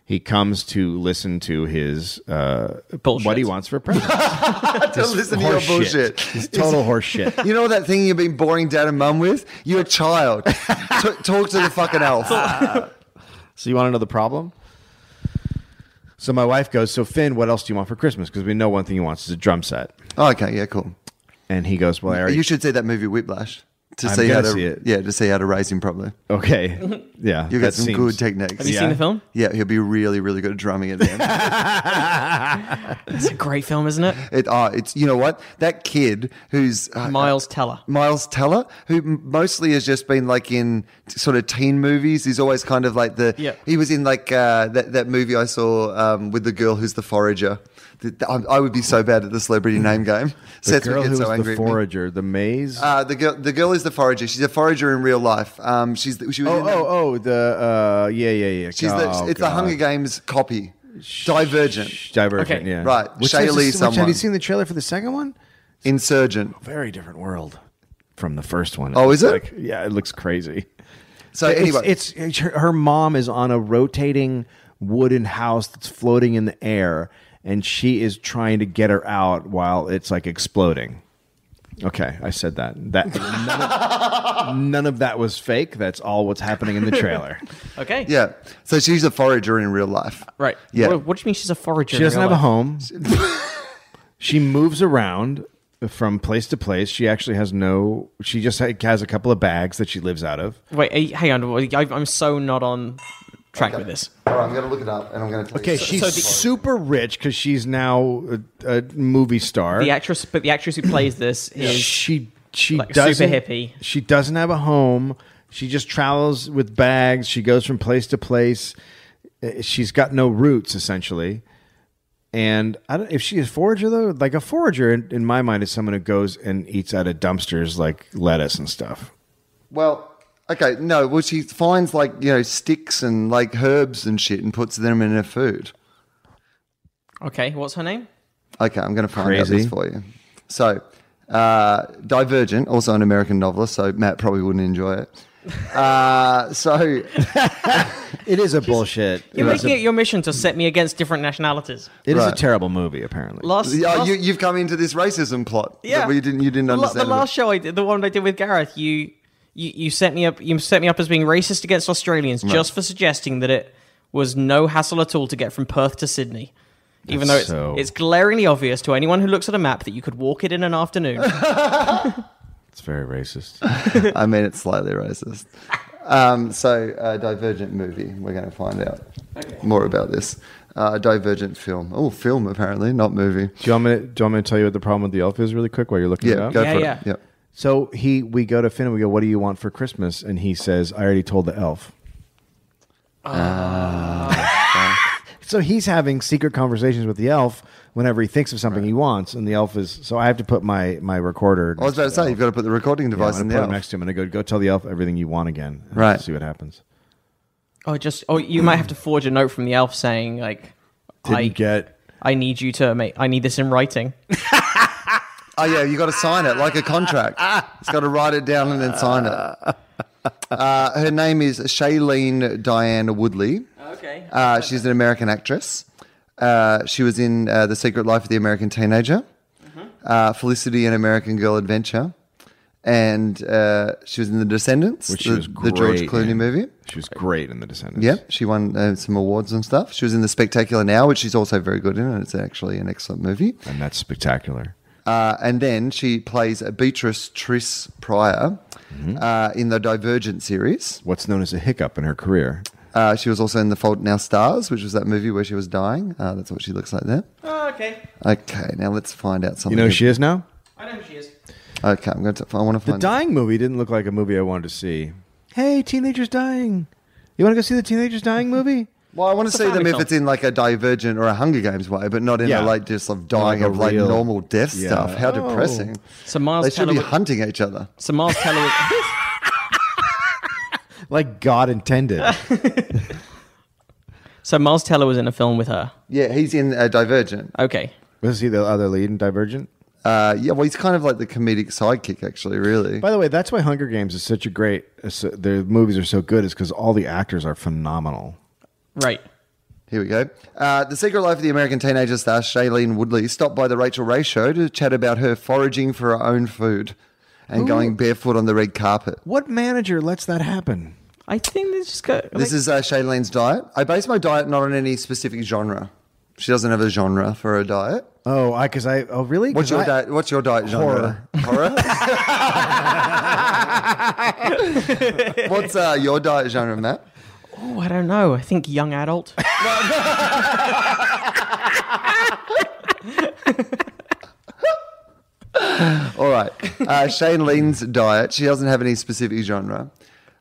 Speaker 3: He comes to listen to his uh,
Speaker 4: Bullshit.
Speaker 3: what he wants for presents.
Speaker 2: to [laughs] listen to your bullshit.
Speaker 3: It's total horseshit.
Speaker 2: You know that thing you've been boring dad and mum with? You're a
Speaker 3: [laughs]
Speaker 2: child. T- talk to the fucking elf.
Speaker 3: So you want to know the problem? So my wife goes, so Finn, what else do you want for Christmas? Because we know one thing he wants is a drum set.
Speaker 2: Oh, okay, yeah, cool.
Speaker 3: And he goes, well, I already
Speaker 2: You should see that movie Whiplash to
Speaker 3: I'm
Speaker 2: see how
Speaker 3: gonna
Speaker 2: to
Speaker 3: see it.
Speaker 2: yeah to see how to raise him properly. [laughs]
Speaker 3: okay, yeah,
Speaker 2: You'll get
Speaker 3: that
Speaker 2: some
Speaker 3: seems-
Speaker 2: good techniques.
Speaker 4: have you
Speaker 3: Yeah.
Speaker 4: seen the film
Speaker 2: Yeah, he'll be really, really good at drumming at the end.
Speaker 4: it's a great film
Speaker 3: [laughs]
Speaker 4: isn't it
Speaker 2: It, uh, it's you know what that kid who's uh,
Speaker 4: miles teller
Speaker 2: Miles Teller, who m- mostly has just been like in t- sort of teen movies. He's always kind of like the.
Speaker 4: Yeah.
Speaker 2: He was in like uh, that that movie I saw um, with the girl who's the forager. The- the- I, I would be so bad at the
Speaker 3: [laughs]
Speaker 2: celebrity name game.
Speaker 3: The
Speaker 2: Seth would
Speaker 3: girl
Speaker 2: get
Speaker 3: who
Speaker 2: so
Speaker 3: was
Speaker 2: angry
Speaker 3: the
Speaker 2: at me.
Speaker 3: forager, the maze.
Speaker 2: Uh, the girl, the girl is the forager. She's a forager in real life. Um, she's the, she was in
Speaker 3: oh,
Speaker 2: that-
Speaker 3: oh, oh, the uh, yeah, yeah, yeah.
Speaker 2: she's the,
Speaker 3: Oh,
Speaker 2: it's the
Speaker 3: God.
Speaker 2: Hunger Games copy, Divergent,
Speaker 3: Shh, Divergent.
Speaker 4: Okay.
Speaker 3: Yeah,
Speaker 2: Right,
Speaker 3: Which is-
Speaker 2: Shaylee
Speaker 3: which- Have
Speaker 2: someone.
Speaker 3: you seen the trailer for the second one?
Speaker 2: Insurgent.
Speaker 3: Very different world from the first one.
Speaker 2: Oh,
Speaker 3: looks
Speaker 2: is it?
Speaker 3: Like, yeah, it looks crazy.
Speaker 2: So
Speaker 3: It's-
Speaker 2: anyway,
Speaker 3: it's, it's, her, her mom is on a rotating wooden house that's floating in the air, and she is trying to get her out while it's like exploding. Okay, I said that. That none of, none of that was fake. That's all what's happening in
Speaker 2: [laughs]
Speaker 3: the trailer.
Speaker 4: okay
Speaker 2: yeah. So she's a forager in real life.
Speaker 4: right
Speaker 2: Yeah.
Speaker 4: what, what do you mean she's a forager
Speaker 3: She
Speaker 4: in
Speaker 3: doesn't
Speaker 4: real
Speaker 3: have a
Speaker 4: life?
Speaker 3: home.
Speaker 2: [laughs]
Speaker 3: she moves around from place to place. She actually has no. She just ha- has a couple of bags that she lives out of.
Speaker 4: wait eh, hang on wait, I, i'm so not on track with this
Speaker 2: All right, I'm going to look it up and I'm going to.
Speaker 3: Okay, she's super rich because she's now a, a movie star.
Speaker 4: the actress but the actress who plays this is
Speaker 3: she she
Speaker 4: Like super
Speaker 3: doesn't
Speaker 4: hippie.
Speaker 3: She doesn't have a home. She just travels with bags. She goes from place to place. Uh, She's got no roots essentially. And I don't if she is forager though. Like a forager in, in my mind is someone who goes and eats out of dumpsters like lettuce and stuff.
Speaker 2: Well, okay, no. Well, she finds like you know sticks and like herbs and shit and puts them in her food.
Speaker 4: okay what's her name
Speaker 2: Okay, I'm going to find
Speaker 3: Crazy.
Speaker 2: out this for you. So, uh, Divergent, also an American novelist, so Matt probably wouldn't enjoy it. Uh, [laughs] so
Speaker 3: It is a bullshit.
Speaker 4: you're
Speaker 3: it is
Speaker 4: making
Speaker 3: a,
Speaker 4: it your mission to set me against different nationalities
Speaker 3: it is a
Speaker 2: Right.
Speaker 3: terrible movie apparently.
Speaker 4: last,
Speaker 2: yeah,
Speaker 4: last-
Speaker 2: you, you've come into this racism plot.
Speaker 4: yeah
Speaker 2: that we didn't. You didn't
Speaker 4: The la-
Speaker 2: understand.
Speaker 4: the
Speaker 2: about-
Speaker 4: last show i did the one i did with gareth you you, you set me up you set me up as being racist against australians just for suggesting that it was no hassle at all to get from perth to sydney even though
Speaker 3: That's
Speaker 4: it's,
Speaker 3: so-
Speaker 4: it's glaringly obvious to anyone who looks at a map that you could walk it in
Speaker 2: [laughs]
Speaker 4: an afternoon.
Speaker 3: It's very racist.
Speaker 2: I mean, it's slightly racist. Um, so, uh, Divergent movie. We're going to find out more about this. Uh, Divergent film. Oh, film apparently, not movie.
Speaker 3: do you want me? To, do you want me to tell you what the problem with the elf is really quick while you're looking it
Speaker 2: Yeah,
Speaker 3: up?
Speaker 2: go
Speaker 4: Yeah,
Speaker 2: for
Speaker 4: yeah.
Speaker 2: it. Yep.
Speaker 3: So he, we go to Finn and we go, "What do you want for Christmas?" And he says, "I already told the elf."
Speaker 2: Ah.
Speaker 3: [laughs] so he's having secret conversations with the elf whenever he thinks of something he wants, and the elf is. So I have to put my my recorder.
Speaker 2: I was about to say you've got to put the recording
Speaker 3: Yeah, I'm
Speaker 2: device
Speaker 3: gonna
Speaker 2: in
Speaker 3: put
Speaker 2: there.
Speaker 3: it next to him, and I go, "Go tell the elf everything you want again." and
Speaker 2: Right.
Speaker 3: See what happens.
Speaker 4: oh, just oh, you might have to forge a note from the elf saying like,
Speaker 3: Didn't
Speaker 4: I
Speaker 3: get.
Speaker 4: I need you to make I need this in writing.
Speaker 2: Oh yeah, you got to sign it like a contract. It's got to write it down and then sign it.
Speaker 3: [laughs]
Speaker 2: Uh, her name is Shailene Diane Woodley.
Speaker 4: Okay.
Speaker 2: Uh, she's an American actress. Uh, she was in uh, The Secret Life of the American Teenager, uh, Felicity and American Girl Adventure, and uh, she was in The Descendants,
Speaker 3: which
Speaker 2: the,
Speaker 3: she was
Speaker 2: the
Speaker 3: great
Speaker 2: George Clooney
Speaker 3: in.
Speaker 2: movie.
Speaker 3: She was great in The Descendants.
Speaker 2: Yep, she won uh, some awards and stuff. She was in The Spectacular Now, which she's also very good in, and it's actually an excellent movie.
Speaker 3: and that's spectacular.
Speaker 2: Uh, and then she plays Beatrice Triss Pryor
Speaker 3: Mm-hmm.
Speaker 2: uh, in the Divergent series.
Speaker 3: What's known as a hiccup in her career.
Speaker 2: Uh, she was also in The Fault in Our Stars, which was that movie where she was dying. Uh, that's what she looks like there.
Speaker 4: Oh, okay.
Speaker 2: Okay, now let's find out
Speaker 3: You
Speaker 2: something.
Speaker 3: know who she is now?
Speaker 4: I know who she is.
Speaker 2: Okay, I'm going to. I want to
Speaker 3: The
Speaker 2: find.
Speaker 3: dying movie didn't look like a movie I wanted to see. Hey, teenagers dying. You want to go see the teenagers dying movie?
Speaker 2: well, I want to
Speaker 4: It's
Speaker 2: see
Speaker 4: a
Speaker 2: them
Speaker 4: family
Speaker 2: if
Speaker 4: film.
Speaker 2: it's in like a Divergent or a Hunger Games way, but not in
Speaker 3: Yeah.
Speaker 2: a like just of dying
Speaker 3: Like a
Speaker 2: of like
Speaker 3: real-
Speaker 2: normal death
Speaker 3: Yeah.
Speaker 2: stuff. How
Speaker 3: Oh.
Speaker 2: depressing!
Speaker 4: So Miles
Speaker 2: They should be
Speaker 4: Teller-
Speaker 2: hunting each other.
Speaker 4: So
Speaker 2: [laughs]
Speaker 4: Miles Teller.
Speaker 3: [laughs] Like God [laughs] intended.
Speaker 4: so Miles Teller was in a film with her.
Speaker 2: Yeah, he's in uh, Divergent.
Speaker 4: Okay.
Speaker 3: Was he the other lead in Divergent?
Speaker 2: Uh, yeah, well, he's kind of like the comedic sidekick, actually. Really,
Speaker 3: By the way, that's why Hunger Games is such a great. is so- Their movies are so good is because all the actors are phenomenal.
Speaker 4: Right.
Speaker 2: Here we go. Uh, the Secret Life of the American Teenager star Shailene Woodley stopped by the Rachel Ray show to chat about her foraging for her own food and going barefoot on the red carpet.
Speaker 3: What manager lets that happen?
Speaker 4: I think they just got.
Speaker 2: This is uh, Shailene's diet. I base my diet not on any specific genre. She doesn't have a genre for her diet.
Speaker 3: Oh, I because I oh really?
Speaker 2: What's
Speaker 3: 'Cause
Speaker 2: your
Speaker 3: I-
Speaker 2: diet? What's your diet genre? Horror. what's uh, your diet genre, Matt?
Speaker 4: Oh, I don't know. I think young adult.
Speaker 2: All right. Uh, Shane Lean's diet. She doesn't have any specific genre.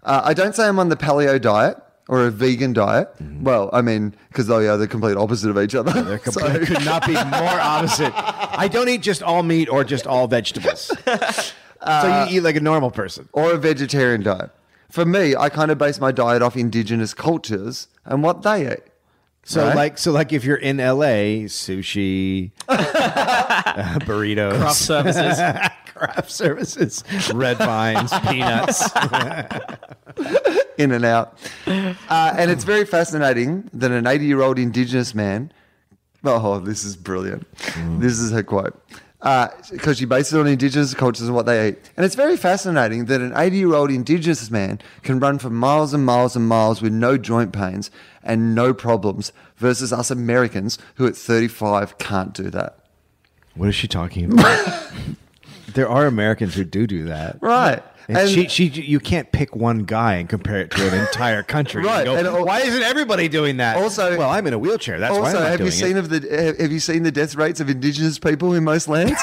Speaker 2: Uh, I don't say I'm on the paleo diet or a vegan diet. Well, I mean, because they are the complete opposite of each other.
Speaker 3: They're
Speaker 2: [laughs]
Speaker 3: com-
Speaker 2: So-
Speaker 3: could not be more opposite. I don't eat just all meat or just all vegetables. so you eat like a normal person.
Speaker 2: or a vegetarian diet. For me, I kind of base my diet off indigenous cultures and what they eat.
Speaker 3: So
Speaker 2: Right.
Speaker 3: like so like if you're in LA,
Speaker 2: [laughs]
Speaker 3: sushi, uh, burritos,
Speaker 4: Craft services.
Speaker 3: [laughs] craft services, red vines, peanuts.
Speaker 2: in and out. Uh, and it's very fascinating that an 80 year old Indigenous man, oh, this is brilliant.
Speaker 3: Mm.
Speaker 2: This is her quote. Because she based it on Indigenous cultures and what they eat. And it's very fascinating that an 80 year old Indigenous man can run for miles and miles and miles with no joint pains and no problems versus us Americans who at 35 can't do that.
Speaker 3: [laughs] What is she talking about? [laughs] there are Americans who do do that.
Speaker 2: Right.
Speaker 3: And, she, she, you can't pick one guy and compare it to an entire country.
Speaker 2: Right,
Speaker 3: And
Speaker 2: and
Speaker 3: go,
Speaker 2: al-
Speaker 3: why isn't everybody doing that?
Speaker 2: Also-
Speaker 3: well, I'm in a wheelchair. That's why I'm
Speaker 2: also,
Speaker 3: not
Speaker 2: have you
Speaker 3: doing
Speaker 2: seen
Speaker 3: it.
Speaker 2: of the have- have you seen the death rates of indigenous people in most
Speaker 3: [laughs]
Speaker 2: lands?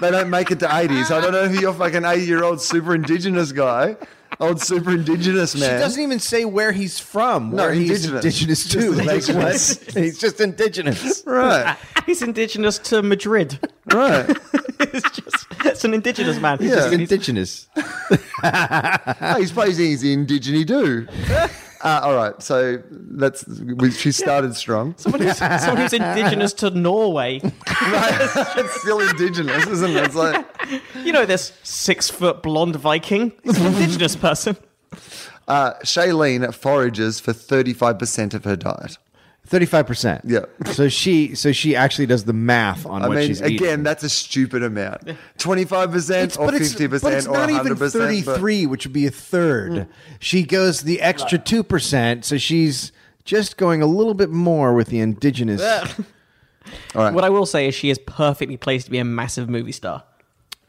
Speaker 2: they don't make it to eighty. So I don't know who your fucking eighty year old super indigenous guy, old super indigenous
Speaker 3: She
Speaker 2: man.
Speaker 3: doesn't even say where he's from.
Speaker 2: No,
Speaker 3: where he's
Speaker 2: indigenous.
Speaker 3: indigenous too.
Speaker 2: Just
Speaker 3: Like, what? [laughs]
Speaker 2: indigenous.
Speaker 3: He's just indigenous.
Speaker 2: [laughs]
Speaker 3: [laughs]
Speaker 2: right,
Speaker 4: [laughs] He's indigenous to Madrid. [laughs]
Speaker 2: right.
Speaker 4: it's just it's an indigenous man. He's
Speaker 2: Yeah.
Speaker 4: just-
Speaker 3: He's indigenous.
Speaker 2: Oh, he's plays he's indigeny
Speaker 3: [laughs]
Speaker 2: do. Uh, all right, so that's we- she started
Speaker 3: [laughs]
Speaker 2: strong.
Speaker 4: someone,
Speaker 2: [laughs]
Speaker 4: who's, someone who's indigenous to Norway.
Speaker 2: It's still indigenous, isn't it? It's
Speaker 3: [laughs]
Speaker 2: like.
Speaker 4: You know this six foot blonde Viking. He's an indigenous person.
Speaker 2: Uh, Shailene forages for 35% of her diet.
Speaker 3: Thirty-five percent.
Speaker 2: Yeah.
Speaker 3: So she, so she actually does the math on
Speaker 2: I
Speaker 3: what
Speaker 2: mean,
Speaker 3: she's
Speaker 2: again,
Speaker 3: eating.
Speaker 2: that's a stupid amount. 25%
Speaker 3: It's-
Speaker 2: or
Speaker 3: but it's-
Speaker 2: 50%
Speaker 3: but it's
Speaker 2: or
Speaker 3: not
Speaker 2: 100%.
Speaker 3: even
Speaker 2: but- Mm.
Speaker 3: 33 which would be a third she goes the extra 2% so she's just going a little bit more with the indigenous
Speaker 2: All
Speaker 4: What
Speaker 2: right.
Speaker 4: I will say is she is perfectly placed to be a massive movie star.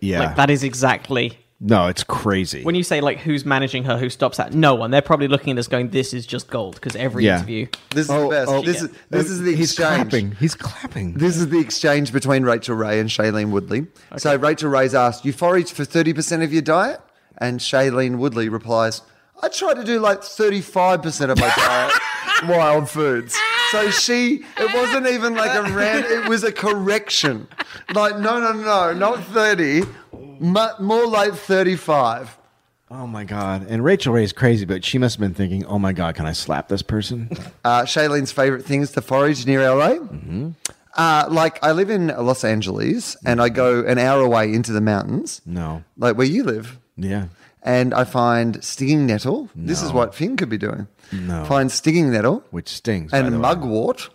Speaker 3: yeah
Speaker 4: Like that is exactly
Speaker 3: no it's crazy
Speaker 4: when you say like who's managing her, who stops that? No one. They're probably looking at this going, "This is just gold." Because every
Speaker 3: Yeah.
Speaker 4: interview,
Speaker 2: This is the best. Oh, this, is, this is the
Speaker 3: Oh, he's
Speaker 2: exchange.
Speaker 3: clapping he's clapping
Speaker 2: This is the exchange between Rachel Ray and Shailene Woodley. So Rachel Ray's asked, You forage for 30% of your diet? And Shailene Woodley replies, I try to do like 35%
Speaker 3: [laughs]
Speaker 2: of my diet wild foods. So she, it wasn't even like a rant, it was a correction. Like, no, no, no, not 30, mu- more like 35.
Speaker 3: oh my god and rachel ray is crazy but she must have been thinking oh my god can i slap this
Speaker 2: [laughs]
Speaker 3: person
Speaker 2: uh, Shailene's favorite things to forage near LA.
Speaker 3: Mm-hmm.
Speaker 2: Uh, like I live in Los Angeles, and I go an hour away into the mountains,
Speaker 3: no
Speaker 2: like where you live,
Speaker 3: yeah
Speaker 2: and I find stinging nettle. This is
Speaker 3: No.
Speaker 2: what Finn could be doing.
Speaker 3: No.
Speaker 2: Find stinging nettle
Speaker 3: which stings by
Speaker 2: and
Speaker 3: the way.
Speaker 2: mugwort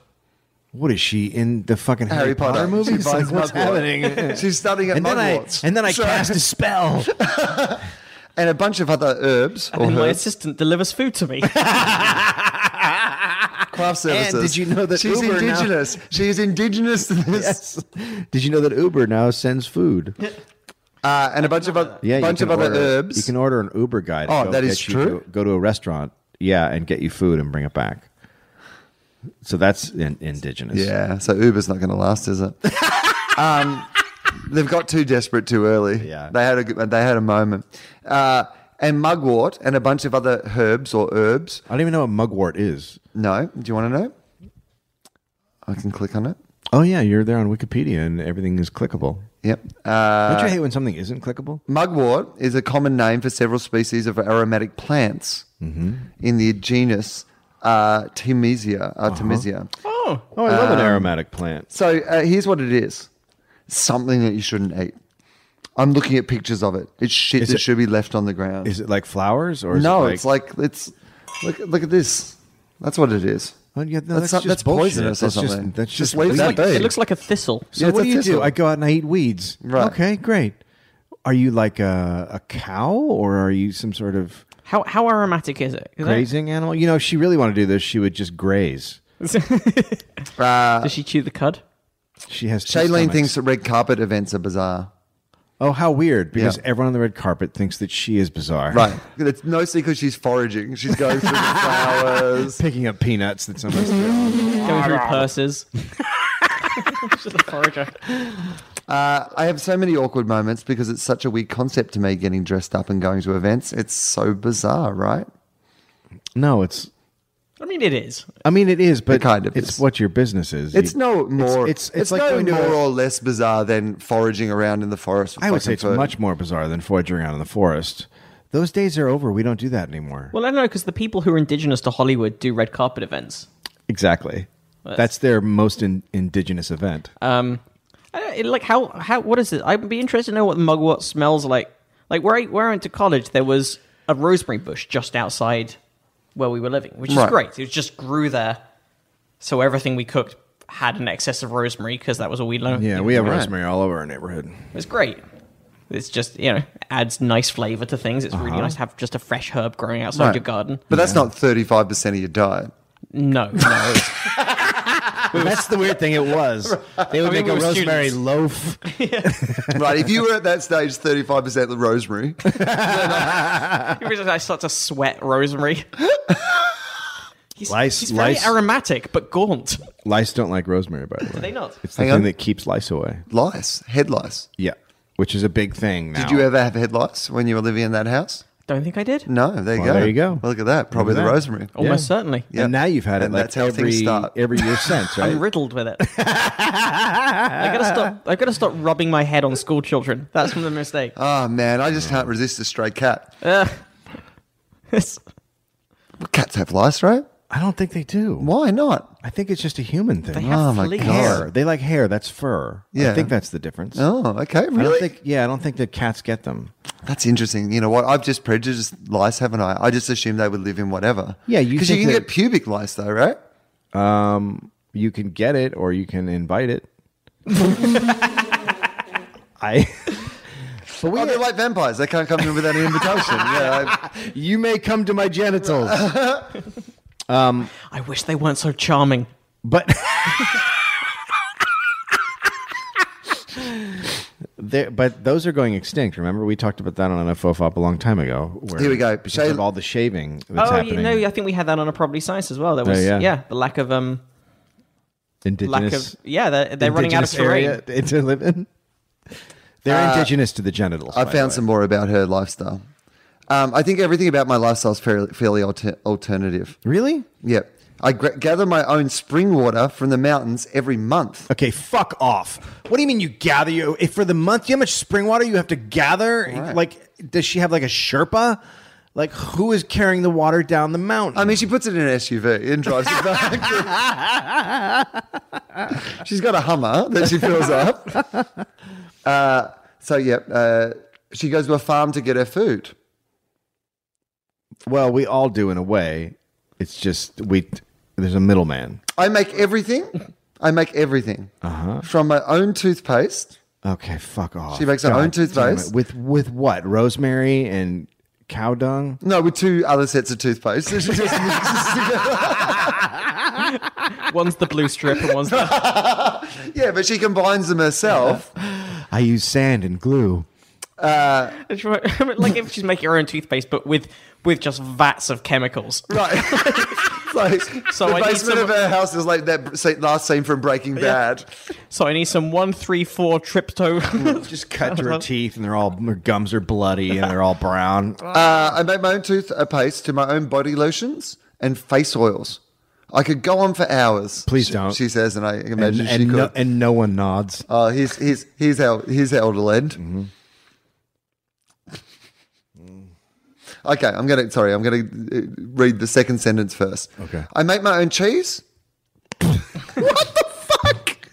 Speaker 3: what is she in the fucking Harry,
Speaker 2: Harry Potter.
Speaker 3: Potter,
Speaker 2: She
Speaker 3: movie? It's
Speaker 2: buys
Speaker 3: Like, what's
Speaker 2: Mugwort. [laughs]
Speaker 3: happening?
Speaker 2: She's studying at
Speaker 3: and then I
Speaker 2: Mugworts.
Speaker 3: and then I
Speaker 2: So-
Speaker 3: cast a spell.
Speaker 2: [laughs] and a bunch of other herbs or
Speaker 4: and my
Speaker 2: herbs,
Speaker 4: assistant delivers food to me.
Speaker 2: craft services.
Speaker 3: did you know that
Speaker 2: she's
Speaker 3: Uber now-
Speaker 2: indigenous? She is indigenous to this,
Speaker 3: [laughs] yes. Did you know that Uber now sends food?
Speaker 2: uh, and a bunch of other
Speaker 3: Yeah, you
Speaker 2: bunch
Speaker 3: can
Speaker 2: of other
Speaker 3: order-
Speaker 2: herbs.
Speaker 3: You can order an Uber guide.
Speaker 2: Oh,
Speaker 3: to
Speaker 2: that is
Speaker 3: get you
Speaker 2: true?
Speaker 3: to- go to a restaurant, yeah, and get you food and bring it back. So that's in, indigenous.
Speaker 2: yeah, so Uber's not going to last, is it? um, they've got too desperate too early.
Speaker 3: Yeah.
Speaker 2: they had a good- they had a moment. Uh, and mugwort and a bunch of other herbs or herbs.
Speaker 3: I don't even know what mugwort is.
Speaker 2: No, do you want to know? I can click on it.
Speaker 3: Oh yeah, you're there on Wikipedia and everything is clickable.
Speaker 2: Yep. Uh,
Speaker 3: don't you hate when something isn't clickable?
Speaker 2: Mugwort is a common name for several species of aromatic plants in the genus uh, Artemisia. Artemisia.
Speaker 4: oh,
Speaker 3: Oh, I love an aromatic plant.
Speaker 2: So uh, here's what it is: something that you shouldn't eat. I'm looking at pictures of it. It's shit
Speaker 3: Is
Speaker 2: that
Speaker 3: it-
Speaker 2: should be left on the ground.
Speaker 3: Is it like flowers or is
Speaker 2: no,
Speaker 3: It like,
Speaker 2: it's like it's look look at this. That's what it is.
Speaker 3: Oh, yeah, no,
Speaker 2: that's
Speaker 3: that's
Speaker 2: not-
Speaker 3: just
Speaker 2: that's
Speaker 3: bullshit.
Speaker 2: poisonous or
Speaker 3: That's just-
Speaker 2: something.
Speaker 3: that's
Speaker 2: Just
Speaker 3: just
Speaker 2: leave that
Speaker 3: weeds.
Speaker 2: be.
Speaker 4: it looks like a thistle.
Speaker 3: So
Speaker 2: Yeah, it's
Speaker 3: what
Speaker 2: a
Speaker 3: do you
Speaker 2: thistle.
Speaker 3: do? I go out and I eat weeds.
Speaker 2: Right.
Speaker 3: Okay, great. Are you like a, a cow or are you some sort of
Speaker 4: How how aromatic is it? Is that-
Speaker 3: grazing animal? You know, if she really wanted to do this, she would just graze.
Speaker 4: [laughs] Does she chew the cud?
Speaker 3: She has two
Speaker 2: Uh, Shailene
Speaker 3: stomachs.
Speaker 2: thinks that red carpet events are bizarre.
Speaker 3: Oh, how weird! Because
Speaker 2: Yeah.
Speaker 3: everyone on the red carpet thinks that she is bizarre.
Speaker 2: Right. It's mostly because she's foraging. She's going
Speaker 4: [laughs]
Speaker 2: through the flowers.
Speaker 3: Picking up peanuts that someone's thrown.
Speaker 4: Going through purses. She's a forager.
Speaker 2: I have so many awkward moments because it's such a weird concept to me getting dressed up and going to events. It's so bizarre, right?
Speaker 3: [laughs] No, it's.
Speaker 4: I mean, it is.
Speaker 3: I mean, it is, but
Speaker 2: It kind of
Speaker 3: it's
Speaker 2: is.
Speaker 3: what your business is.
Speaker 2: It's
Speaker 3: You-
Speaker 2: no more.
Speaker 3: It's it's, it's,
Speaker 2: like
Speaker 3: like
Speaker 2: no
Speaker 3: going to
Speaker 2: more
Speaker 3: a-
Speaker 2: or less bizarre than foraging around in the forest. with
Speaker 3: I would
Speaker 2: fucking
Speaker 3: say it's
Speaker 2: food.
Speaker 3: much more bizarre than foraging around in the forest. Those days are over. We don't do that anymore.
Speaker 4: Well, I don't know because the people who are indigenous to Hollywood do red carpet events.
Speaker 3: exactly. That's their most in, indigenous event.
Speaker 4: Um, I don't, it- like how how what is it? I'd be interested to know what mugwort smells like. Like where I, where I went to college, there was a rosemary bush just outside where we were living, which is
Speaker 2: Right.
Speaker 4: great. It just grew there, so everything we cooked had an excess of rosemary because that was all we learned.
Speaker 3: yeah, we have
Speaker 2: right.
Speaker 3: rosemary all over our neighborhood.
Speaker 4: It's great. It's just you know adds nice flavor to things. It's really nice to have just a fresh herb growing outside
Speaker 2: Uh-huh. Right.
Speaker 4: your garden.
Speaker 2: But that's not thirty five percent of your diet.
Speaker 3: [laughs]
Speaker 4: No, no, it's- [laughs]
Speaker 3: That's the weird thing. It was they would
Speaker 4: I mean,
Speaker 3: make
Speaker 4: we
Speaker 3: a
Speaker 4: were
Speaker 3: rosemary
Speaker 4: students.
Speaker 3: loaf.
Speaker 2: right. If you were at that stage, thirty five percent of
Speaker 3: [laughs]
Speaker 2: rosemary.
Speaker 4: It was just- I start to
Speaker 2: [laughs]
Speaker 4: sweat rosemary. He's,
Speaker 3: Lice-
Speaker 4: he's very
Speaker 3: lice-
Speaker 4: aromatic but gaunt.
Speaker 3: [laughs] Lice don't like rosemary, by the
Speaker 4: [laughs]
Speaker 3: way. Do
Speaker 4: they not?
Speaker 3: It's the
Speaker 2: Hang
Speaker 3: thing
Speaker 2: on.
Speaker 3: that keeps lice away.
Speaker 2: lice, head lice.
Speaker 3: Yeah, which is a big thing now.
Speaker 2: Did you ever have head lice when you were living in that house?
Speaker 4: Don't think I did.
Speaker 2: No. There you
Speaker 3: Well,
Speaker 2: go.
Speaker 3: there you go.
Speaker 2: Well, look at that. Probably
Speaker 3: Look at
Speaker 2: the
Speaker 3: that.
Speaker 2: rosemary.
Speaker 3: Yeah.
Speaker 4: Almost certainly.
Speaker 2: Yeah.
Speaker 3: And now you've had it
Speaker 2: And
Speaker 3: like
Speaker 2: that's how
Speaker 3: every
Speaker 2: things start.
Speaker 3: every year since, right?
Speaker 4: I'm riddled
Speaker 2: [laughs]
Speaker 4: with it. I gotta stop. I gotta stop rubbing my head on school children. That's the mistake.
Speaker 2: Oh man, I just can't resist a stray cat.
Speaker 4: [laughs] It's-
Speaker 2: Cats have lice, right?
Speaker 3: I don't think they do.
Speaker 2: Why not?
Speaker 3: I think it's just a human thing.
Speaker 4: they have
Speaker 2: Oh, my
Speaker 4: fleas.
Speaker 2: God.
Speaker 3: hair. They like hair. That's fur.
Speaker 2: Yeah.
Speaker 3: I think that's the difference.
Speaker 2: Oh, okay. Really?
Speaker 3: I don't think. Yeah, I don't think that cats get them.
Speaker 2: That's interesting. You know what? I've just prejudiced lice, haven't I? I just assumed they would live in whatever.
Speaker 3: Yeah, you
Speaker 2: because you
Speaker 3: think
Speaker 2: can
Speaker 3: that-
Speaker 2: get pubic lice though, right?
Speaker 3: You can get it, or you can invite it. I. [laughs] But we,
Speaker 2: Oh, they're like vampires. They can't come in without an invitation. Yeah, I-
Speaker 3: you may come to my genitals,
Speaker 4: I wish they weren't so charming.
Speaker 3: but. [laughs] There, but those are going extinct. Remember, we talked about that on NFOFOP a long time ago. Where
Speaker 2: Here we go.
Speaker 3: Because
Speaker 2: Shale-
Speaker 3: of all the shaving that's
Speaker 4: Oh,
Speaker 3: happening.
Speaker 4: you know, I think we had that on a property science as
Speaker 2: Oh,
Speaker 4: well. There was
Speaker 3: yeah.
Speaker 4: yeah. the lack of um, lack
Speaker 3: indigenous
Speaker 4: of yeah, they're, they're running out of terrain.
Speaker 3: indigenous area to live in. They're indigenous to the genitals.
Speaker 2: Uh, I
Speaker 3: by
Speaker 2: found
Speaker 3: the
Speaker 2: some more about her lifestyle. Um, I think everything about my lifestyle is fairly, fairly alter- alternative.
Speaker 3: way. Really?
Speaker 2: Yep. I gra- gather my own spring water from the mountains every month.
Speaker 3: Okay, fuck off. What do you mean you gather you if for the month? You know how much spring water you have to gather?
Speaker 2: Right.
Speaker 3: Like, does she have like a Sherpa? Like, who is carrying the water down the mountain?
Speaker 2: I mean, she puts it in an SUV and drives it back. [laughs] She's got a Hummer that she fills up. Uh, so, yeah, uh, she goes to a farm to get her food.
Speaker 3: well, we all do in a way. It's just we. There's a middleman.
Speaker 2: I make everything. I make everything from my own toothpaste.
Speaker 3: Okay, fuck off.
Speaker 2: She makes her own
Speaker 3: damn it.
Speaker 2: toothpaste.
Speaker 3: with with what? Rosemary and cow dung.
Speaker 2: No, with two other sets of toothpaste. [laughs] She just mixes together.
Speaker 4: [laughs] One's the blue strip and
Speaker 3: [laughs]
Speaker 4: one's the. [laughs]
Speaker 2: Yeah, but she combines them herself.
Speaker 3: I use sand and glue.
Speaker 4: like if she's making her own toothpaste, but with with just vats of chemicals.
Speaker 2: Right. It's
Speaker 3: [laughs]
Speaker 2: like
Speaker 4: So
Speaker 2: the
Speaker 4: I need
Speaker 2: basement of
Speaker 4: some-
Speaker 2: her house is like that scene- last scene from Breaking Bad.
Speaker 4: So I need some one three four trypto.
Speaker 3: Just cut through her teeth, and they're all her gums are bloody and they're all brown.
Speaker 2: Uh, I make my own toothpaste to my own body lotions and face oils. I could go on for hours.
Speaker 3: Please
Speaker 2: she-
Speaker 3: don't.
Speaker 2: She says, [laughs] and I
Speaker 3: and,
Speaker 2: imagine she
Speaker 3: and,
Speaker 2: could.
Speaker 3: no, and no one nods.
Speaker 2: Oh, here's here's here's how here's how it'll end.
Speaker 3: Mm-hmm. Mm.
Speaker 2: Okay, I'm gonna sorry, I'm gonna uh, read the second sentence first.
Speaker 3: Okay.
Speaker 2: I make my own [laughs] cheese. what the fuck?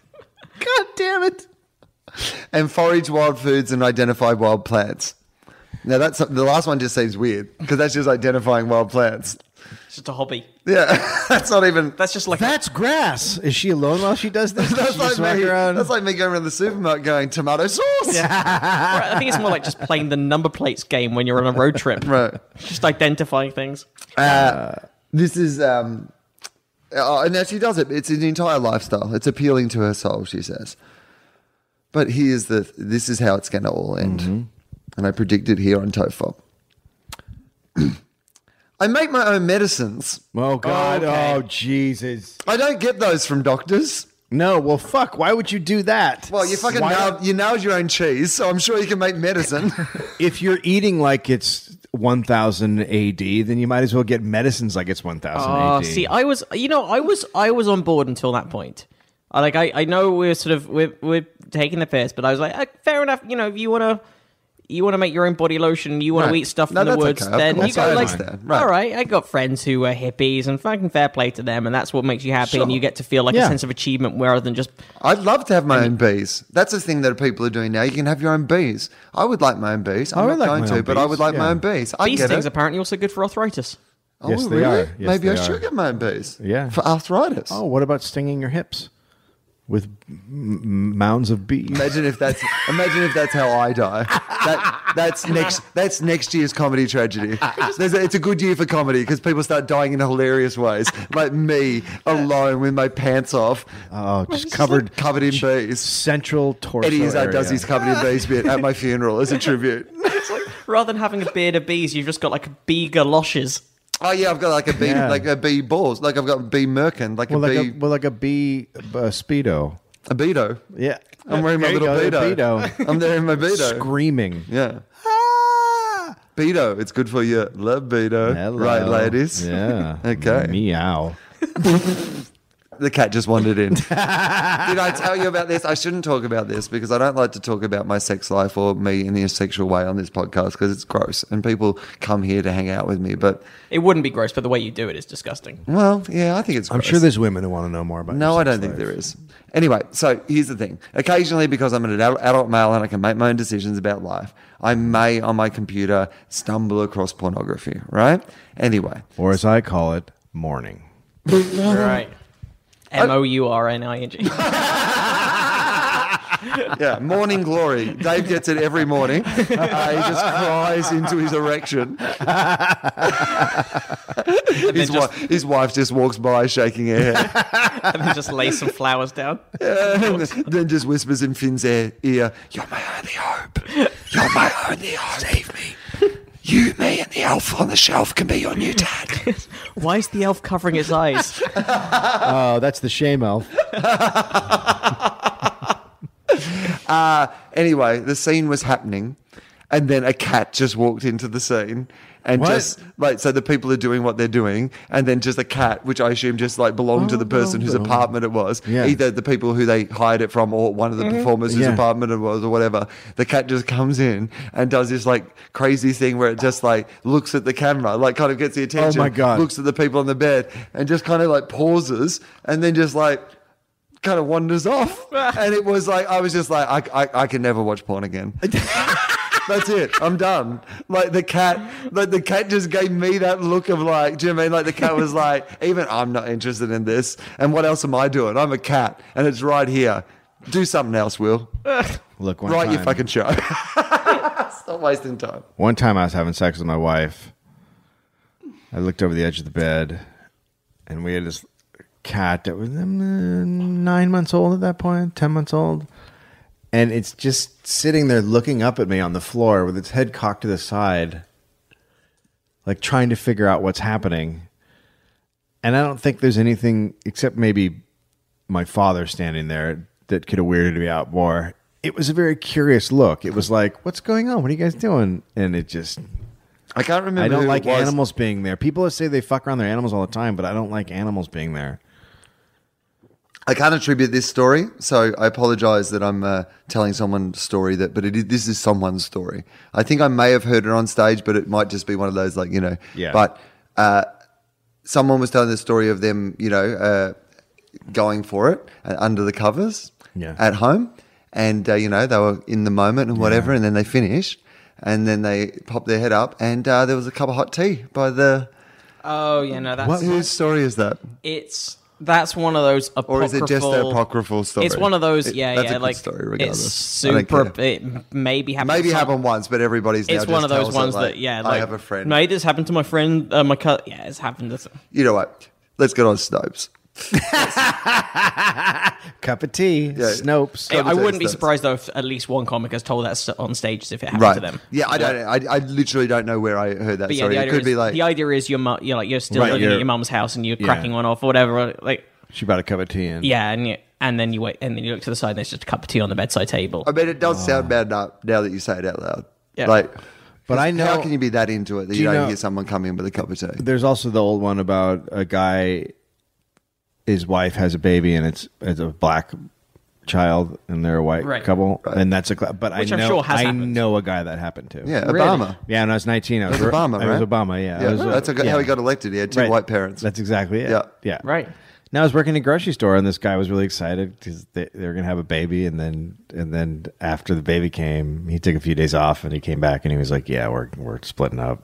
Speaker 2: God damn it! And forage wild foods and identify wild plants. Now that's the last one just seems weird because that's just identifying wild plants.
Speaker 4: [laughs]
Speaker 2: [laughs]
Speaker 4: it's just a hobby.
Speaker 2: Yeah, that's not even
Speaker 4: That's just like
Speaker 3: That's grass. Is she alone while she does
Speaker 2: [laughs]
Speaker 3: this?
Speaker 2: that's
Speaker 3: She
Speaker 2: like
Speaker 3: just walk
Speaker 2: me.
Speaker 3: around?
Speaker 2: That's like me going around the supermarket going tomato sauce.
Speaker 4: I think it's more like just playing the number plates game when you're on a
Speaker 3: [laughs]
Speaker 4: road trip.
Speaker 2: [laughs] Right.
Speaker 4: Just identifying things.
Speaker 2: This is um uh, and now she does it. It's an entire lifestyle. It's appealing to her soul, she says. But here's the this is how it's going to all end.
Speaker 3: Mm-hmm.
Speaker 2: And I predict it here on Tofop. [clears throat] I make my own medicines.
Speaker 3: oh God. Oh Jesus.
Speaker 2: I don't get those from doctors.
Speaker 3: No. Well, fuck. Why would you do that?
Speaker 2: Well, you fucking
Speaker 3: Why-
Speaker 2: nailed, you nailed your own cheese, so I'm sure you can make medicine. [laughs]
Speaker 3: if you're eating like it's 1000 AD, then you might as well get medicines like it's 1000
Speaker 4: Oh,
Speaker 3: AD.
Speaker 4: see, I was, you know, I was, I was on board until that point. I, like, I, I know we're sort of we're, we're taking the piss, but I was like, eh, fair enough. You know, if you want to, you want to make your own body lotion, you want to
Speaker 2: Right.
Speaker 4: eat stuff
Speaker 2: No,
Speaker 4: from the
Speaker 2: that's
Speaker 4: woods,
Speaker 2: okay. Of
Speaker 4: then
Speaker 2: course,
Speaker 4: you go
Speaker 3: I
Speaker 4: like,
Speaker 2: understand. Right.
Speaker 4: all right. I got friends who are hippies, and fucking fair play to them, and that's what makes you happy, and
Speaker 2: Sure.
Speaker 4: you get to feel like
Speaker 3: Yeah.
Speaker 4: a sense of achievement rather than just
Speaker 2: I'd love to have my own bees. That's the thing that people are doing now. You can have your own bees. I would like my own bees. I'm
Speaker 3: I would
Speaker 2: not
Speaker 3: like
Speaker 2: going
Speaker 3: my
Speaker 2: to,
Speaker 3: own
Speaker 2: but I
Speaker 3: bees,
Speaker 2: would like my
Speaker 3: yeah.
Speaker 2: own bees. I
Speaker 4: these
Speaker 2: get
Speaker 4: things.
Speaker 2: it.
Speaker 4: Apparently, also good for arthritis.
Speaker 2: Oh,
Speaker 3: Yes, they
Speaker 2: really?
Speaker 3: are. Yes,
Speaker 2: Maybe I
Speaker 3: they
Speaker 2: should
Speaker 3: are.
Speaker 2: get my own bees.
Speaker 3: Yeah.
Speaker 2: For arthritis.
Speaker 3: Oh, what about stinging your hips with m- m- mounds of bees?
Speaker 2: Imagine if that's imagine if that's how I die. That, that's next that's next year's comedy tragedy. There's a, it's a good year for comedy because people start dying in hilarious ways. Like me alone with my pants off,
Speaker 3: oh, just covered
Speaker 2: covered in bees.
Speaker 3: central torso.
Speaker 2: Eddie Izzard does
Speaker 3: area.
Speaker 2: his covered in bees bit at my funeral as a tribute.
Speaker 4: Rather than having a beard of bees, you've just got like a bee galoshes.
Speaker 2: Oh yeah, I've got like a bee
Speaker 3: Yeah.
Speaker 2: like a bee balls. Like I've got bee merkin, like
Speaker 3: well,
Speaker 2: a
Speaker 3: like
Speaker 2: bee
Speaker 3: a, well, like a bee uh, speedo.
Speaker 2: a beedo.
Speaker 3: Yeah,
Speaker 2: I'm wearing my
Speaker 3: There you
Speaker 2: little
Speaker 3: go,
Speaker 2: beedo. [laughs]
Speaker 3: beedo.
Speaker 2: I'm there in my beedo.
Speaker 3: Screaming.
Speaker 2: yeah.
Speaker 3: Ah!
Speaker 2: Beto, it's good for you. Love Beto.
Speaker 3: Hello.
Speaker 2: Right, ladies?
Speaker 3: Yeah.
Speaker 2: [laughs] Okay.
Speaker 3: Meow.
Speaker 2: The cat just wandered
Speaker 3: [laughs]
Speaker 2: in. Did I tell you about this? I shouldn't talk about this because I don't like to talk about my sex life or me in a sexual way on this podcast because it's gross and people come here to hang out with me. But,
Speaker 4: It wouldn't be gross, but the way you do it is disgusting.
Speaker 2: well, yeah, I think it's gross.
Speaker 3: I'm sure there's women who want to know more about.
Speaker 2: No,
Speaker 3: your
Speaker 2: I don't
Speaker 3: sex
Speaker 2: think
Speaker 3: life.
Speaker 2: there is. Anyway, so here's the thing. Occasionally, because I'm an adult, adult male and I can make my own decisions about life, I may on my computer stumble across pornography, right? Anyway,
Speaker 3: or as I call it, morning.
Speaker 2: Mm.
Speaker 4: Right. M O U R N I N G.
Speaker 2: Yeah, [laughs] morning glory. Dave gets it every morning. Uh, he just cries into his erection. his,
Speaker 4: just-
Speaker 2: wi- his wife just walks by shaking her head
Speaker 4: and then just lay some flowers down.
Speaker 2: and then just whispers in Finn's ear, ear, You're my only hope. You're my only hope. Save me. You, me, and the elf on the shelf can be your new dad.
Speaker 4: [laughs] Why is the elf covering his eyes?
Speaker 3: Oh, that's the shame elf.
Speaker 2: Uh, anyway, the scene was happening, and then a cat just walked into the scene. And
Speaker 3: What?
Speaker 2: just like so, the people are doing what they're doing, and then just a cat, which I assume just like belonged to the person whose apartment it was,
Speaker 3: Oh, Yeah.
Speaker 2: either the people who they hired it from or one of the performers whose
Speaker 3: Yeah.
Speaker 2: apartment it was or whatever. The cat just comes in and does this like crazy thing where it just like looks at the camera, like kind of gets the attention.
Speaker 3: Oh my God.
Speaker 2: Looks at the people on the bed and just kind of like pauses, and then just like kind of
Speaker 3: [laughs] [laughs]
Speaker 2: wanders off. And it was like, I was just like, I, I, I can never watch porn again. That's it. I'm done. Like the cat, like the cat just gave me that look of like, do you know what I mean? Like the cat was
Speaker 3: [laughs]
Speaker 2: like, even I'm not interested in this. And what else am I doing? I'm a cat, and it's right here. Do something else,
Speaker 3: [laughs]
Speaker 2: Will.
Speaker 3: Look, one
Speaker 2: Write
Speaker 3: time,
Speaker 2: your fucking show. [laughs] Stop wasting time.
Speaker 3: One time I was having sex with my wife. I looked over the edge of the bed, and we had this cat that was um, nine months old at that point, ten months old, and it's just sitting there looking up at me on the floor with its head cocked to the side, like trying to figure out what's happening. And I don't think there's anything except maybe my father standing there that could have weirded me out more. It was a very curious look. It was like, "What's going on? What are you guys doing?" And it just
Speaker 2: I can't remember.
Speaker 3: I don't
Speaker 2: who it
Speaker 3: like
Speaker 2: was.
Speaker 3: animals being there. People say they fuck around their animals all the time, but I don't like animals being there.
Speaker 2: I can't attribute this story, so I apologize that I'm uh, telling someone's story that, but it is, this is someone's story. I think I may have heard it on stage, but it might just be one of those like you know.
Speaker 3: Yeah.
Speaker 2: But uh, someone was telling the story of them, you know, uh, going for it uh, under the covers
Speaker 3: Yeah.
Speaker 2: at home, and uh, you know they were in the moment and whatever, and then they finished, and then they popped their head up, and uh, there was a cup of hot tea by the.
Speaker 4: Oh yeah, no, that's
Speaker 2: What, whose story is that?
Speaker 4: it's that's one of those apocryphal.
Speaker 2: Or is it just the apocryphal story?
Speaker 4: It's one of those.
Speaker 2: It-
Speaker 4: yeah,
Speaker 2: that's a
Speaker 4: yeah.
Speaker 2: good
Speaker 4: like
Speaker 2: story
Speaker 4: it's
Speaker 2: regardless. I don't
Speaker 4: super.
Speaker 2: care.
Speaker 4: It maybe happened.
Speaker 2: Maybe
Speaker 4: to some-
Speaker 2: happened once, but everybody's now
Speaker 4: It's
Speaker 2: just
Speaker 4: one of those
Speaker 2: tells it,
Speaker 4: ones
Speaker 2: like,
Speaker 4: that yeah.
Speaker 2: I
Speaker 4: Like,
Speaker 2: have a friend.
Speaker 4: Mate, this happened to my friend. Uh, my cut. Yeah, it's happened. To some-
Speaker 2: You know what? Let's get on Snopes.
Speaker 3: Cup of tea, Snopes.
Speaker 4: I
Speaker 2: Context,
Speaker 4: wouldn't be
Speaker 2: that's-
Speaker 4: surprised though if at least one comic has told that s- on stage as if it happened
Speaker 2: Right.
Speaker 4: to them.
Speaker 2: Yeah, I don't. I, I literally don't know where I heard that
Speaker 4: But yeah,
Speaker 2: story.
Speaker 4: the
Speaker 2: it
Speaker 4: idea
Speaker 2: could
Speaker 4: is,
Speaker 2: be like
Speaker 4: the idea is your mum. You're like you're still
Speaker 3: Right,
Speaker 4: living
Speaker 3: you're-
Speaker 4: at your mum's house and you're
Speaker 3: Yeah.
Speaker 4: cracking one off or whatever. Like
Speaker 3: She brought a cup of tea in.
Speaker 4: yeah, and you, and then you wait and then you look to the side and there's just a cup of tea on the bedside table.
Speaker 2: I mean, it does sound bad now, now that you say it out loud.
Speaker 4: Yeah.
Speaker 2: Like,
Speaker 3: But I know.
Speaker 2: how can you be that into it that you,
Speaker 3: you
Speaker 2: don't
Speaker 3: know-
Speaker 2: hear someone come in with a cup of tea?
Speaker 3: There's also the old one about a guy. His wife has a baby, and it's it's a black child, and they're a white
Speaker 4: Right.
Speaker 3: couple, and that's a. cla- But
Speaker 4: Which
Speaker 3: I
Speaker 4: I'm
Speaker 3: know
Speaker 4: sure has
Speaker 3: I
Speaker 4: happened.
Speaker 3: know a guy that happened to.
Speaker 2: Yeah,
Speaker 4: Really?
Speaker 2: Obama.
Speaker 3: Yeah, when I was 19, I was,
Speaker 2: It was Obama,
Speaker 3: I was
Speaker 2: right?
Speaker 3: Obama, yeah. I
Speaker 2: Yeah,
Speaker 3: was, uh,
Speaker 2: that's a,
Speaker 3: yeah.
Speaker 2: how he got elected. He had two
Speaker 3: Right.
Speaker 2: white parents.
Speaker 3: That's exactly it.
Speaker 2: Yeah.
Speaker 3: Yeah.
Speaker 4: Right.
Speaker 3: Now I was working at a grocery store, and this guy was really excited because they, they were going to have a baby, and then and then after the baby came, he took a few days off, and he came back, and he was like, "Yeah, we're we're splitting up."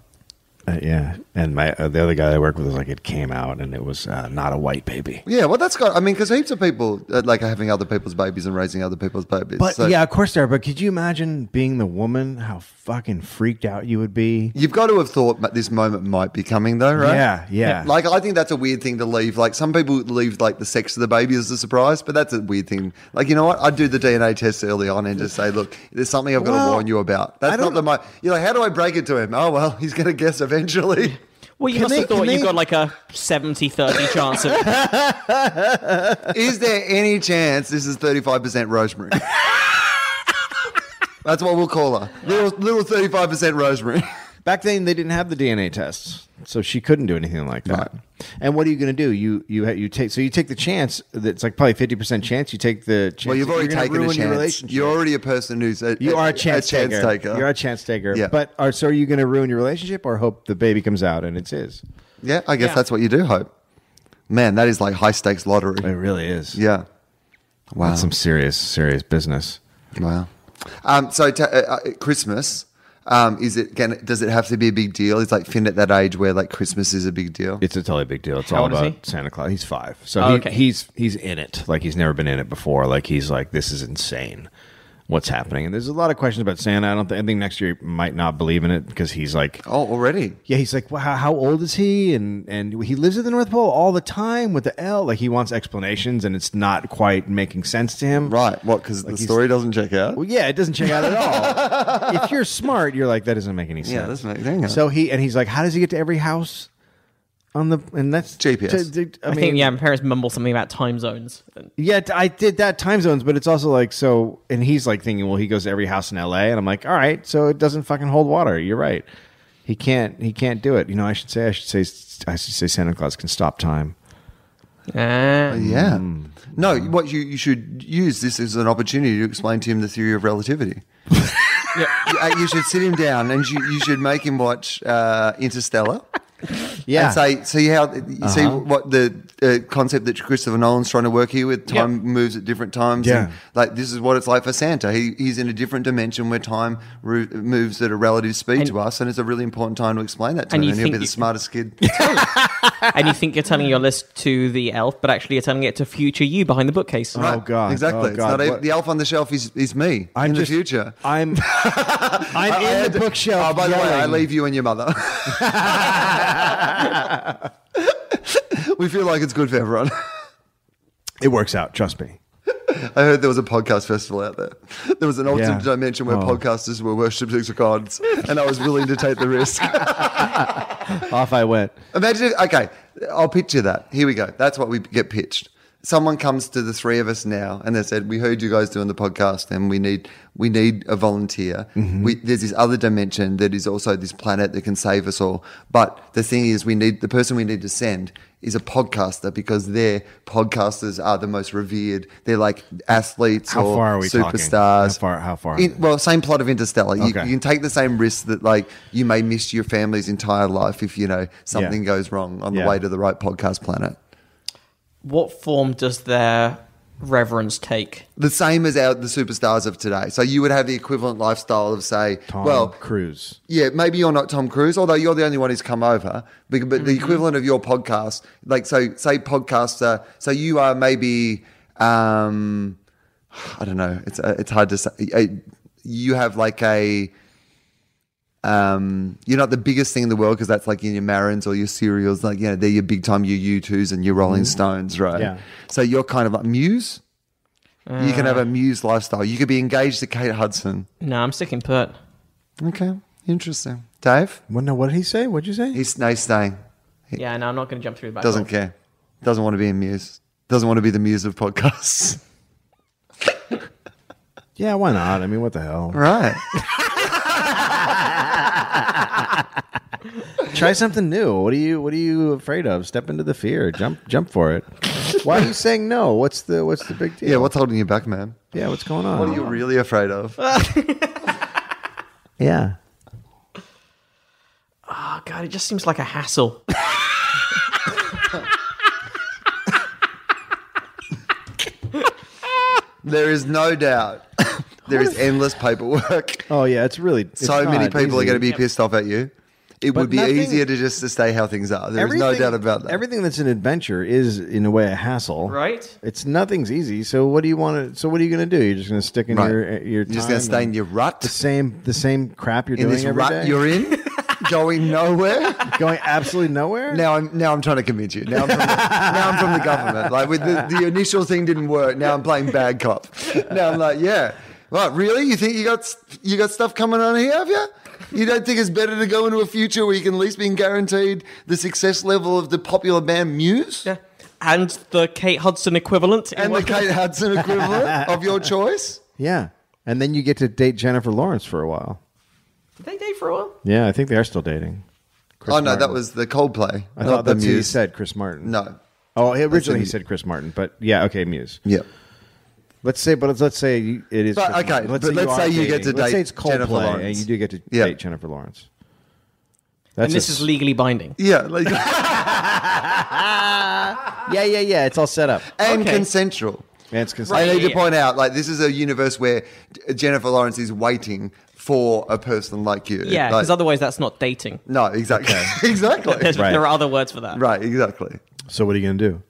Speaker 3: Uh, yeah, and my uh, the other guy I worked with was like, "It came out, and it was uh, not a white baby."
Speaker 2: yeah, well, that's got. I mean, because heaps of people uh, like are having other people's babies and raising other people's babies.
Speaker 3: But
Speaker 2: So
Speaker 3: yeah, of course they are. But could you imagine being the woman? How fucking freaked out you would be.
Speaker 2: you've got to have thought that this moment might be coming, though, right?
Speaker 3: Yeah, yeah.
Speaker 2: Like, I think that's a weird thing to leave. Like, some people leave like the sex of the baby as a surprise, but that's a weird thing. Like, you know what? I'd do the DNA test early on and just say, look, there's something I've got
Speaker 3: Well,
Speaker 2: to warn you about. That's
Speaker 3: I
Speaker 2: not
Speaker 3: don't-
Speaker 2: the my. You're like, how do I break it to him? Oh well, he's going to guess eventually. [laughs]
Speaker 4: Well, you
Speaker 3: Can
Speaker 4: must
Speaker 3: they-
Speaker 4: have thought
Speaker 3: can
Speaker 4: you
Speaker 3: they-
Speaker 4: got like a 70-30 chance of.
Speaker 2: is there any chance this is 35 percent rosemary? [laughs] That's what we'll call her. Little little 35 percent rosemary.
Speaker 3: Back then, they didn't have the DNA tests, so she couldn't do anything like that.
Speaker 2: Right.
Speaker 3: And what are you going to do? You you ha- you take so you take the chance that it's like probably fifty percent chance. You take the chance.
Speaker 2: Well, you've
Speaker 3: that
Speaker 2: already
Speaker 3: you're gonna
Speaker 2: taken a
Speaker 3: ruin Your
Speaker 2: chance.
Speaker 3: relationship.
Speaker 2: You're already a person who's a,
Speaker 3: You are a chance, taker. You're a chance taker.
Speaker 2: Yeah.
Speaker 3: But are so are you going to ruin your relationship or hope the baby comes out and it's his?
Speaker 2: Yeah, I guess
Speaker 4: Yeah.
Speaker 2: that's what you do hope. Man, that is like high stakes lottery.
Speaker 3: It really is.
Speaker 2: Yeah. Wow.
Speaker 3: That's some serious serious business.
Speaker 2: Wow. Um, so t- uh, uh, Christmas, um, is it? Can, does it have to be a big deal? It's like Finn at that age where like Christmas is a big deal.
Speaker 3: It's a totally big deal. It's
Speaker 4: How
Speaker 3: all
Speaker 4: old is
Speaker 3: about
Speaker 4: he?
Speaker 3: Santa Claus. He's five, so
Speaker 4: Oh,
Speaker 3: he,
Speaker 4: okay.
Speaker 3: he's he's in it. Like he's never been in it before. Like he's like this is insane. What's happening? And there's a lot of questions about Santa. I don't. Th- I think next year he might not believe in it because he's like,
Speaker 2: oh, already.
Speaker 3: yeah, he's like, well, how, how old is he? And and he lives at the North Pole all the time with the L. Like he wants explanations, and it's not quite making sense to him.
Speaker 2: Right. What? Because the
Speaker 3: he's-
Speaker 2: story doesn't check out.
Speaker 3: Well, yeah, it doesn't check out at
Speaker 2: [laughs]
Speaker 3: all. if you're smart, you're like that doesn't make any sense.
Speaker 2: Yeah, that's not- hang on.
Speaker 3: So he and he's like, how does he get to every house on the and that's
Speaker 2: GPS.
Speaker 3: t- t-
Speaker 4: I, think yeah, my parents mumble something about time zones.
Speaker 3: Yeah, t- I did that time zones, but it's also like so. And he's like thinking, well, he goes to every house in L.A., and I'm like, all right, so it doesn't fucking hold water. You're right. He can't. He can't do it. You know, I should say. I should say. I should say Santa Claus can stop time.
Speaker 4: Uh,
Speaker 2: Yeah. No, what you, you should use this as an opportunity to explain to him the theory of
Speaker 3: [laughs]
Speaker 2: relativity. You, uh, you should sit him down and you, you should make him watch uh, Interstellar.
Speaker 3: Yeah.
Speaker 4: Uh-huh.
Speaker 2: And say, see how, see what the uh, concept that Christopher Nolan's trying to work here with.
Speaker 4: Yeah.
Speaker 2: Time moves at different times.
Speaker 3: Yeah.
Speaker 2: and, like this is what it's like for Santa. He, he's in a different dimension where time ro- moves at a relative speed
Speaker 4: And-
Speaker 2: to us, and it's a really important time to explain that to
Speaker 4: And
Speaker 2: him.
Speaker 4: you
Speaker 2: And he'll be
Speaker 4: think
Speaker 2: the
Speaker 4: you-
Speaker 2: smartest
Speaker 4: [laughs]
Speaker 2: kid.
Speaker 4: and you think you're telling your list to the elf, but actually you're telling it to future you behind the bookcase.
Speaker 3: Oh, God.
Speaker 2: Exactly.
Speaker 3: Oh,
Speaker 2: It's
Speaker 3: God.
Speaker 2: not a-
Speaker 3: What-
Speaker 2: the elf on the shelf is, is me
Speaker 3: I'm
Speaker 2: in
Speaker 3: just-
Speaker 2: the future. [laughs]
Speaker 3: I'm I'm
Speaker 2: I- I
Speaker 3: in
Speaker 2: had
Speaker 3: the
Speaker 2: to-
Speaker 3: bookshelf.
Speaker 2: Oh, by the way, I
Speaker 3: yelling.
Speaker 2: leave you and your
Speaker 3: [laughs]
Speaker 2: mother. [laughs] we feel like it's good for everyone.
Speaker 3: It works out.
Speaker 2: [laughs]
Speaker 3: Trust me.
Speaker 2: I heard there was a podcast festival out there. There was an alternate
Speaker 3: Yeah.
Speaker 2: dimension where
Speaker 3: Oh.
Speaker 2: podcasters were worshipped as gods, and I was willing to take the risk.
Speaker 3: Off I went.
Speaker 2: Imagine, if, okay, I'll picture that. Here we go. That's what we get pitched. Someone comes to the three of us now, and they said, "We heard you guys doing the podcast, and we need we need a volunteer.
Speaker 3: Mm-hmm.
Speaker 2: We, there's this other dimension that is also this planet that can save us all. But the thing is, we need the person we need to send is a podcaster because their podcasters are the most revered. They're like athletes
Speaker 3: How
Speaker 2: or
Speaker 3: far are we talking?
Speaker 2: superstars.
Speaker 3: How far- how far?
Speaker 2: In- well, same plot of Interstellar. You,
Speaker 3: Okay.
Speaker 2: you can take the same risk that like you may miss your family's entire life if you know something
Speaker 3: Yeah.
Speaker 2: goes wrong on
Speaker 3: Yeah.
Speaker 2: the way to the right podcast planet.
Speaker 4: What form does their reverence take?
Speaker 2: The same as our the superstars of today. So you would have the equivalent lifestyle of say,
Speaker 3: Tom
Speaker 2: well,
Speaker 3: Cruise.
Speaker 2: yeah, maybe you're not Tom Cruise, although you're the only one who's come over. But, but the equivalent of your podcast, like so, say podcaster, so you are maybe, um, I don't know, it's uh, it's hard to say. Uh, You have like a um, you're not the biggest thing in the world because that's like in your Marins or your cereals, like you know they're your big time your U2s and your Rolling Stones, right?
Speaker 3: Yeah.
Speaker 2: So you're kind of like muse. you can have a muse lifestyle. You could be engaged to Kate Hudson.
Speaker 4: No, I'm sticking put.
Speaker 2: Okay, interesting, Dave.
Speaker 3: Well, no, what did he say? What'd you say?
Speaker 2: He's no he's staying.
Speaker 4: Yeah, no, I'm not going to jump through the back.
Speaker 2: Doesn't
Speaker 3: Oh.
Speaker 4: door.
Speaker 2: care. Doesn't want to be a muse. Doesn't want to be the muse of
Speaker 3: [laughs]
Speaker 2: podcasts.
Speaker 3: yeah, why not? I mean, what the hell?
Speaker 2: Right.
Speaker 3: Try something new. What are you What are you afraid of? Step into the fear. Jump Jump for
Speaker 2: [laughs]
Speaker 3: it. why are you saying no? What's the What's the big deal?
Speaker 2: Yeah. What's holding you back, man?
Speaker 3: yeah, what's going on?
Speaker 2: What are you really afraid of?
Speaker 3: yeah.
Speaker 4: Oh, God, it just seems like a hassle.
Speaker 2: There is no
Speaker 3: [laughs]
Speaker 2: doubt. there is endless paperwork.
Speaker 3: Oh yeah, it's really it's
Speaker 2: so many
Speaker 3: not
Speaker 2: people are
Speaker 3: easy.
Speaker 2: going to be pissed off at you. It
Speaker 3: But
Speaker 2: would be
Speaker 3: nothing-
Speaker 2: easier to just to stay how things are. There is no
Speaker 3: Everything-
Speaker 2: doubt about that.
Speaker 3: Everything that's an adventure is, in a way, a hassle.
Speaker 4: Right.
Speaker 3: It's nothing's easy. So what do you want to? So what are you going to do? You're just going to stick in
Speaker 2: Right.
Speaker 3: your your.
Speaker 2: You're just going
Speaker 3: time
Speaker 2: to stay in
Speaker 3: and
Speaker 2: your
Speaker 3: the
Speaker 2: rut.
Speaker 3: same the same crap you're
Speaker 2: In
Speaker 3: doing
Speaker 2: this
Speaker 3: every
Speaker 2: rut
Speaker 3: day.
Speaker 2: you're
Speaker 3: [laughs]
Speaker 2: in, going nowhere.
Speaker 3: going absolutely nowhere.
Speaker 2: Now I'm now I'm trying to convince you. Now I'm from the, now I'm from the government. Like with the, the initial thing didn't work. Now I'm playing bad cop. Now I'm like, yeah. What really? You think you got s- you got stuff coming on here? Have you? You don't think it's better to go into a future where you can at least be guaranteed the success level of the popular band Muse
Speaker 4: Yeah. And the Kate Hudson equivalent. in
Speaker 2: and the
Speaker 4: one-
Speaker 2: Kate Hudson
Speaker 4: [laughs]
Speaker 2: equivalent of your choice?
Speaker 3: Yeah, and then you get to date Jennifer Lawrence for a while.
Speaker 4: Did they date for a while?
Speaker 3: Yeah, I think they are still dating. Chris
Speaker 2: oh no, that
Speaker 3: Martin.
Speaker 2: was the Coldplay,
Speaker 3: I
Speaker 2: not
Speaker 3: thought
Speaker 2: the
Speaker 3: that's who he
Speaker 2: Muse.
Speaker 3: said Chris Martin.
Speaker 2: No.
Speaker 3: Oh, originally he
Speaker 2: in-
Speaker 3: said Chris Martin, but yeah, okay, Muse.
Speaker 2: Yeah.
Speaker 3: Let's say, but let's say you- it is.
Speaker 2: But,
Speaker 3: Chris
Speaker 2: okay,
Speaker 3: Martin.
Speaker 2: but let's
Speaker 3: are
Speaker 2: say you get
Speaker 3: dating.
Speaker 2: to
Speaker 3: let's say
Speaker 2: date
Speaker 3: it's
Speaker 2: Jennifer
Speaker 3: Coldplay, and
Speaker 2: Lawrence.
Speaker 3: you do get to
Speaker 2: Yeah.
Speaker 3: date Jennifer Lawrence. That's
Speaker 4: and this
Speaker 3: a
Speaker 4: is
Speaker 3: s-
Speaker 4: legally binding.
Speaker 2: Yeah,
Speaker 3: [laughs]
Speaker 2: like,
Speaker 3: yeah, yeah, yeah. It's all set up.
Speaker 2: and
Speaker 4: Okay.
Speaker 2: consensual.
Speaker 3: And it's cons-
Speaker 4: Right.
Speaker 2: I need to
Speaker 4: Yeah.
Speaker 2: point out, like, this is a universe where Jennifer Lawrence is waiting for a person like you.
Speaker 4: Yeah,
Speaker 2: Like-
Speaker 4: because otherwise that's not dating.
Speaker 2: no, exactly, [laughs] exactly,
Speaker 4: There's,
Speaker 3: Right.
Speaker 4: There are other words for that.
Speaker 2: right, exactly.
Speaker 3: So what are you going to do?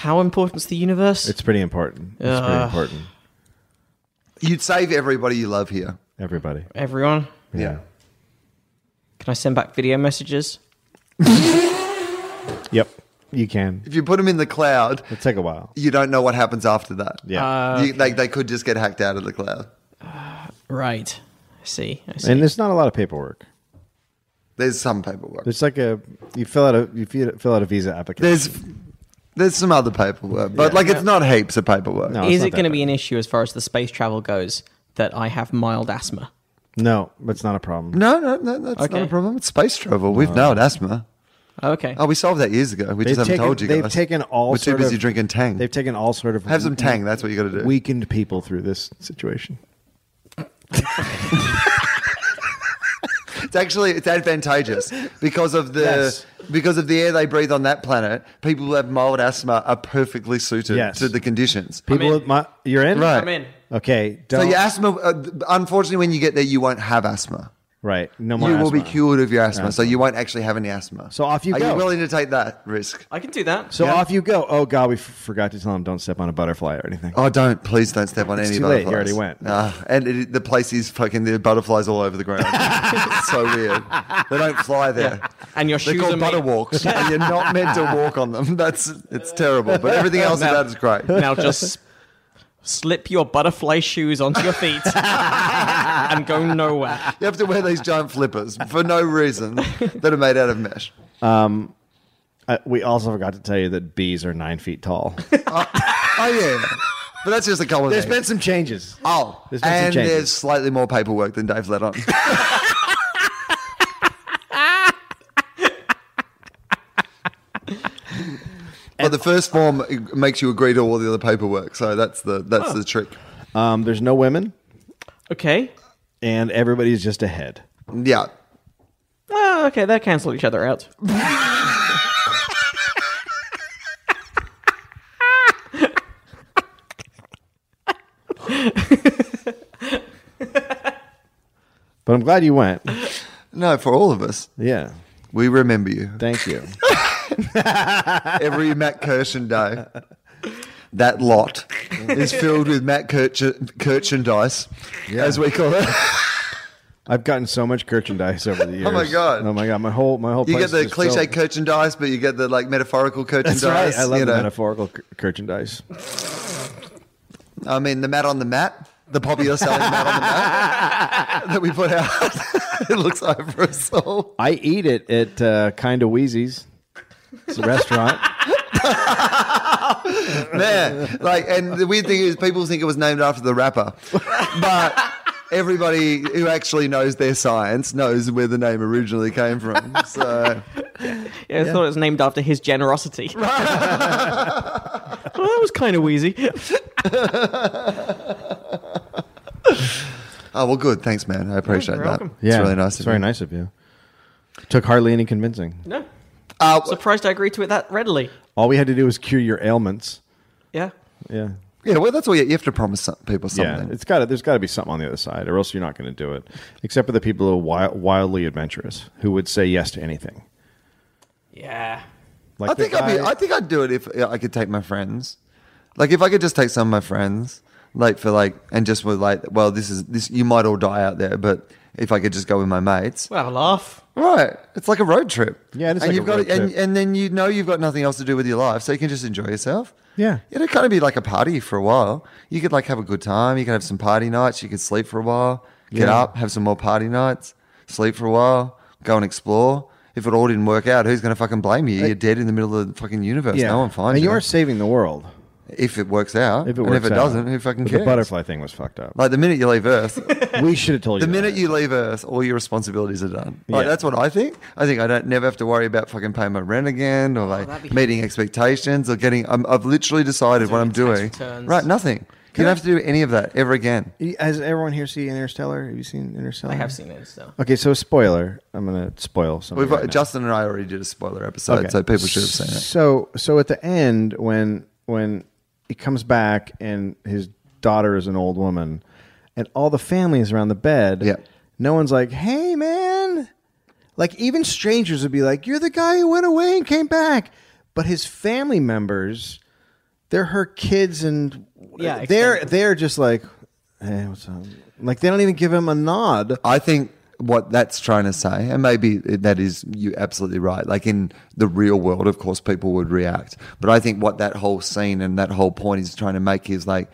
Speaker 4: How important's the universe?
Speaker 3: It's pretty important. It's pretty
Speaker 4: Ugh.
Speaker 3: important.
Speaker 2: You'd save everybody you love here.
Speaker 3: Everybody.
Speaker 4: Everyone,
Speaker 3: Yeah.
Speaker 4: can I send back video messages?
Speaker 3: Yep. You can.
Speaker 2: If you put them in the cloud,
Speaker 3: It'll take a while.
Speaker 2: you don't know what happens after that.
Speaker 3: Yeah.
Speaker 4: Uh,
Speaker 2: you, like they could just get hacked out of the cloud.
Speaker 4: Right. I see. I see.
Speaker 3: and there's not a lot of paperwork.
Speaker 2: There's some paperwork.
Speaker 3: There's like a you fill out a you fi- fill out a visa application.
Speaker 2: There's there's some other paperwork, but like it's not heaps of paperwork.
Speaker 3: No. Oh, it's
Speaker 4: Is
Speaker 3: not
Speaker 4: it
Speaker 3: that
Speaker 4: going to
Speaker 3: bad.
Speaker 4: be an issue as far as the space travel goes that I have mild asthma?
Speaker 3: no, that's not a problem.
Speaker 2: No, no, no, that's
Speaker 4: Okay.
Speaker 2: not a problem. It's space travel. We've nailed asthma.
Speaker 4: Okay.
Speaker 2: Oh, we solved that years ago. We just haven't
Speaker 3: taken,
Speaker 2: told you
Speaker 3: they've
Speaker 2: guys.
Speaker 3: taken all.
Speaker 2: We're too
Speaker 3: sort
Speaker 2: busy
Speaker 3: of-
Speaker 2: drinking Tang.
Speaker 3: They've taken all sort of
Speaker 2: Have some Tang. That's what you got to do.
Speaker 3: weakened people through this situation.
Speaker 2: It's actually it's advantageous because of the
Speaker 3: Yes.
Speaker 2: because of the air they breathe on that planet, people who have mild asthma are perfectly suited
Speaker 3: Yes.
Speaker 2: to the conditions.
Speaker 3: People,
Speaker 4: in.
Speaker 3: my, you're in.
Speaker 2: Right.
Speaker 4: I'm in.
Speaker 3: Okay.
Speaker 2: So
Speaker 3: Don't,
Speaker 2: your asthma, uh, unfortunately, when you get there, you won't have asthma.
Speaker 3: Right. No
Speaker 2: You
Speaker 3: more.
Speaker 2: will be
Speaker 3: asthma.
Speaker 2: cured of your asthma, so you won't actually have any asthma.
Speaker 3: So off you
Speaker 2: are
Speaker 3: go.
Speaker 2: you willing to take that risk?
Speaker 4: I can do that.
Speaker 3: So
Speaker 2: Yeah.
Speaker 3: off you go. Oh God, we f- forgot to tell him don't step on a butterfly or anything.
Speaker 2: Oh, don't please don't step on any
Speaker 3: too
Speaker 2: butterflies.
Speaker 3: late. You already went.
Speaker 2: Nah, and it, the place is fucking there are butterflies all over the
Speaker 3: [laughs]
Speaker 2: ground. it's so weird. They don't fly there.
Speaker 4: And your
Speaker 2: They're
Speaker 4: shoes
Speaker 2: called
Speaker 4: are
Speaker 2: butter
Speaker 4: made-
Speaker 2: walks, and you're
Speaker 3: [laughs]
Speaker 2: not meant to walk on them. That's it's terrible. But everything else about it's great.
Speaker 4: [laughs] now just slip your butterfly shoes onto
Speaker 3: [laughs]
Speaker 4: your feet and go nowhere.
Speaker 2: You have to wear these giant flippers for no reason that are made out of mesh.
Speaker 3: Uh, we also forgot to tell you that bees are nine
Speaker 2: [laughs]
Speaker 3: feet tall.
Speaker 2: Oh yeah, but that's just a common.
Speaker 3: There's
Speaker 2: thing.
Speaker 3: been some changes.
Speaker 2: oh,
Speaker 3: there's been some
Speaker 2: and
Speaker 3: changes.
Speaker 2: there's slightly more paperwork than Dave let on. But the first form makes you agree to all the other paperwork, so that's the that's the trick.
Speaker 3: Um, there's no women,
Speaker 4: Okay.
Speaker 3: and everybody's just ahead.
Speaker 2: Yeah,
Speaker 4: Well, okay, they cancel each other
Speaker 3: [laughs]
Speaker 4: out.
Speaker 3: But I'm glad you went.
Speaker 2: no, for all of us,
Speaker 3: Yeah.
Speaker 2: we remember you
Speaker 3: Thank you.
Speaker 2: every Matt Kirshen day. That lot is filled with Matt Kirchen, Kirchendice, as we call it.
Speaker 3: [laughs] I've gotten so much merchandise over the years.
Speaker 2: my God.
Speaker 3: Oh my god. My whole my whole.
Speaker 2: You
Speaker 3: place
Speaker 2: get the
Speaker 3: is filled-
Speaker 2: cliche Kirchendice, but you get the like metaphorical Kirchendice.
Speaker 3: That's right. I love
Speaker 2: you
Speaker 3: the
Speaker 2: know.
Speaker 3: metaphorical merchandise.
Speaker 2: I mean, the mat on the mat, the popular selling mat on the mat
Speaker 3: [laughs]
Speaker 2: that we put out. [laughs] it looks over us all.
Speaker 3: I eat it at uh, Kinda Wheezy's. It's a restaurant.
Speaker 2: Man, like, and the weird thing is, people think it was named after the rapper, but everybody who actually knows their science knows where the name originally came from. So,
Speaker 4: Yeah, I thought it was named after
Speaker 3: [laughs]
Speaker 4: his generosity. well, that was kind of wheezy.
Speaker 2: oh well, good. Thanks, man. I appreciate that.
Speaker 3: Yeah.
Speaker 2: [laughs] it's really nice.
Speaker 3: It's
Speaker 2: of
Speaker 3: very
Speaker 2: you.
Speaker 3: nice of you. Took hardly any convincing.
Speaker 4: No,
Speaker 2: Uh,
Speaker 4: surprised I agreed to it that readily.
Speaker 3: All we had to do was cure your ailments.
Speaker 4: Yeah.
Speaker 3: Yeah.
Speaker 2: yeah, well, that's all you, you have to promise some- people
Speaker 3: Yeah.
Speaker 2: something.
Speaker 3: It's got to, there's got to be something on the other side or else you're not going to do it. Except for the people who are wild, wildly adventurous who would say yes to anything.
Speaker 4: Yeah.
Speaker 3: Like
Speaker 2: I
Speaker 3: the
Speaker 2: think I'd be,
Speaker 3: guy-
Speaker 2: I think I'd do it if yeah, I could take my friends. Like if I could just take some of my friends, like for like, and just were like, well, this is this. You might all die out there, but if I could just go with my mates,
Speaker 4: Well, have a laugh.
Speaker 2: right? It's like a road trip.
Speaker 3: Yeah, it
Speaker 2: and
Speaker 3: is like a
Speaker 2: you've got
Speaker 3: road
Speaker 2: and,
Speaker 3: trip.
Speaker 2: and then you know you've got nothing else to do with your life, so you can just enjoy yourself.
Speaker 3: Yeah.
Speaker 2: it'd kind of be like a party for a while. You could like have a good time. You could have some party nights. You could sleep for a while. Get
Speaker 3: Yeah.
Speaker 2: up, have some more party nights. Sleep for a while. Go and explore. If it all didn't work out, who's going to fucking blame you? You're dead in the middle of the fucking universe.
Speaker 3: yeah.
Speaker 2: No one finds
Speaker 3: And
Speaker 2: you.
Speaker 3: you are saving the world.
Speaker 2: If it works out,
Speaker 3: If it
Speaker 2: and
Speaker 3: works
Speaker 2: if it
Speaker 3: out.
Speaker 2: doesn't, who fucking
Speaker 3: But
Speaker 2: cares?
Speaker 3: The butterfly thing was fucked up.
Speaker 2: Like the minute you leave Earth,
Speaker 3: [laughs] we should have told you.
Speaker 2: the
Speaker 3: that.
Speaker 2: minute you leave Earth, all your responsibilities are done. Like
Speaker 3: Yeah.
Speaker 2: that's what I think. I think I don't never have to worry about fucking paying my rent again, or like
Speaker 4: Oh, that'd be-
Speaker 2: meeting expectations, or getting. I'm, I've literally decided what
Speaker 4: Doing
Speaker 2: I'm
Speaker 4: tax
Speaker 2: doing.
Speaker 4: returns.
Speaker 2: Right, nothing. you don't have to do any of that ever again.
Speaker 3: Has everyone here seen Interstellar? Have you seen Interstellar?
Speaker 4: I have seen it still.
Speaker 3: Okay, so spoiler. I'm gonna spoil something.
Speaker 2: We've
Speaker 3: right now.
Speaker 2: Justin and I already did a spoiler episode,
Speaker 3: Okay.
Speaker 2: so people should have seen it.
Speaker 3: So so at the end when when he comes back and his daughter is an old woman and all the family is around the bed,
Speaker 2: Yeah.
Speaker 3: no one's like, Hey man. Like even strangers would be like, You're the guy who went away and came back. But his family members, they're her kids and
Speaker 4: Yeah,
Speaker 3: they're
Speaker 4: extended.
Speaker 3: they're just like, Hey, what's up? Like they don't even give him a nod.
Speaker 2: I think what that's trying to say, and maybe that is you absolutely right. Like in the real world, of course, people would react. But I think what that whole scene and that whole point is trying to make is like,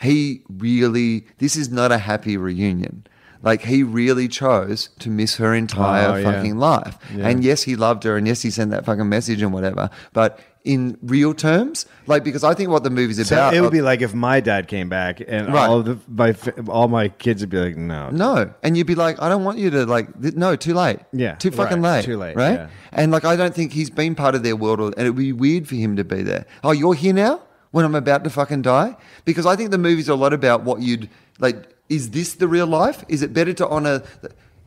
Speaker 2: he really, this is not a happy reunion. Like he really chose to miss her entire
Speaker 3: Oh, yeah.
Speaker 2: fucking life.
Speaker 3: Yeah.
Speaker 2: And yes, he loved her, and yes, he sent that fucking message and whatever. But in real terms, like because I think what the movie's
Speaker 3: So
Speaker 2: about,
Speaker 3: it would be like if my dad came back and
Speaker 2: uh, Right.
Speaker 3: all of the, my fa- all my kids would be like, no,
Speaker 2: No, and you'd be like, I don't want you to like. Th- no, too late.
Speaker 3: Yeah,
Speaker 2: too fucking
Speaker 3: right,
Speaker 2: late.
Speaker 3: too late,
Speaker 2: Right.
Speaker 3: yeah.
Speaker 2: And like, I don't think he's been part of their world, or, and it'd be weird for him to be there. Oh, you're here now when I'm about to fucking die, because I think the movies are a lot about what you'd like. Is this the real life? Is it better to honor?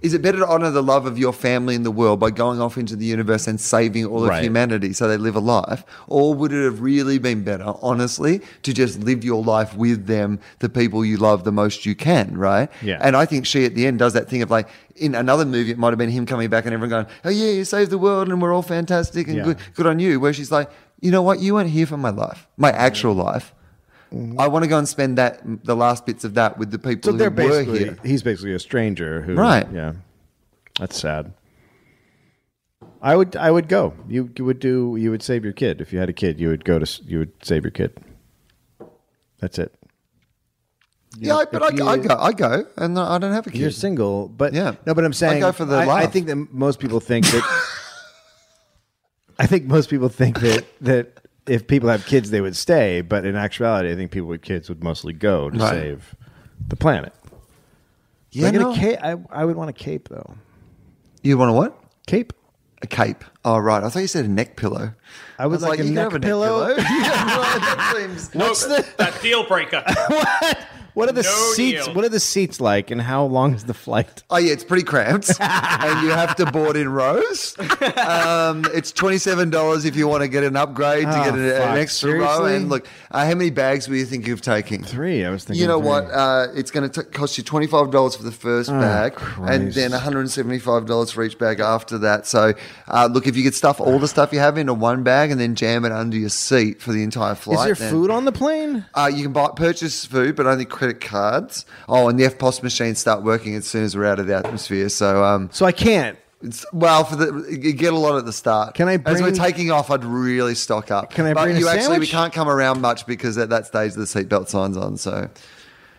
Speaker 2: Is it better to honor the love of your family and the world by going off into the universe and saving all of
Speaker 3: Right.
Speaker 2: humanity so they live a life? Or would it have really been better, honestly, to just live your life with them, the people you love the most you can, right?
Speaker 3: Yeah.
Speaker 2: And I think she at the end does that thing of like, in another movie, it might have been him coming back and everyone going, oh, yeah, you saved the world and we're all fantastic and
Speaker 3: Yeah.
Speaker 2: good, good on you. Where she's like, you know what? You weren't here for my life, my actual life. I want to go and spend that the last bits of that with the people
Speaker 3: Mm-hmm. So
Speaker 2: who
Speaker 3: they're
Speaker 2: were
Speaker 3: basically
Speaker 2: here.
Speaker 3: he's basically a stranger who
Speaker 2: Right.
Speaker 3: Yeah, that's sad. I would I would go. You you would do you would save your kid if you had a kid. You would go to s- you would save your kid. That's it.
Speaker 2: Yeah, I- but
Speaker 3: if
Speaker 2: I, I
Speaker 3: you-
Speaker 2: go, I go, and I don't have a
Speaker 3: You're
Speaker 2: kid.
Speaker 3: single, but
Speaker 2: Yeah.
Speaker 3: no. But I'm saying
Speaker 2: go for the
Speaker 3: I, I
Speaker 2: laugh.
Speaker 3: think that most people
Speaker 2: [laughs]
Speaker 3: think that. I think most people think that that if people have kids, they would stay. But in actuality, I think people with kids would mostly go to
Speaker 2: Right.
Speaker 3: save the planet.
Speaker 2: Yeah,
Speaker 3: I, get
Speaker 2: no.
Speaker 3: a cape, I, I would want a cape though.
Speaker 2: You want a what?
Speaker 3: Cape.
Speaker 2: A cape. Oh right, I thought you said a neck pillow.
Speaker 3: I would
Speaker 2: was
Speaker 3: like a
Speaker 2: you can
Speaker 3: neck
Speaker 2: have a
Speaker 3: [laughs] pillow.
Speaker 2: neck pillow. [laughs] Yeah, right, that seems-
Speaker 3: What's the
Speaker 5: That deal breaker.
Speaker 3: [laughs] what? What are the
Speaker 5: No
Speaker 3: seats?
Speaker 5: deal.
Speaker 3: What are the seats like, and how long is the flight?
Speaker 2: Oh yeah, it's pretty
Speaker 3: [laughs]
Speaker 2: cramped, and you have to board in rows. Um, it's twenty seven dollars if you want to get an upgrade to
Speaker 3: Oh,
Speaker 2: get an, an
Speaker 3: fuck.
Speaker 2: extra row.
Speaker 3: Seriously?
Speaker 2: And look, uh, how many bags were you thinking of taking?
Speaker 3: Three. I was thinking.
Speaker 2: You know
Speaker 3: three.
Speaker 2: what?
Speaker 3: Oh,
Speaker 2: Uh, it's going to cost you twenty five dollars for the first bag, and
Speaker 3: Christ.
Speaker 2: then one hundred and seventy five dollars for each bag after that. So, uh, look, if you could stuff all the stuff you have into one bag and then jam it under your seat for the entire flight,
Speaker 3: Is there
Speaker 2: then-
Speaker 3: food on the plane?
Speaker 2: Uh, you can buy purchase food, but only credit cards. Oh, and the FPOS machines start working as soon as we're out of the atmosphere. So, um,
Speaker 3: So I can't.
Speaker 2: it's, well, for the you get a lot at the start.
Speaker 3: Can I
Speaker 2: As we're
Speaker 3: bring-
Speaker 2: taking off, I'd really stock up.
Speaker 3: Can I
Speaker 2: but
Speaker 3: bring a
Speaker 2: you actually we
Speaker 3: sandwich?
Speaker 2: can't come around much because at that stage the seatbelt signs on. So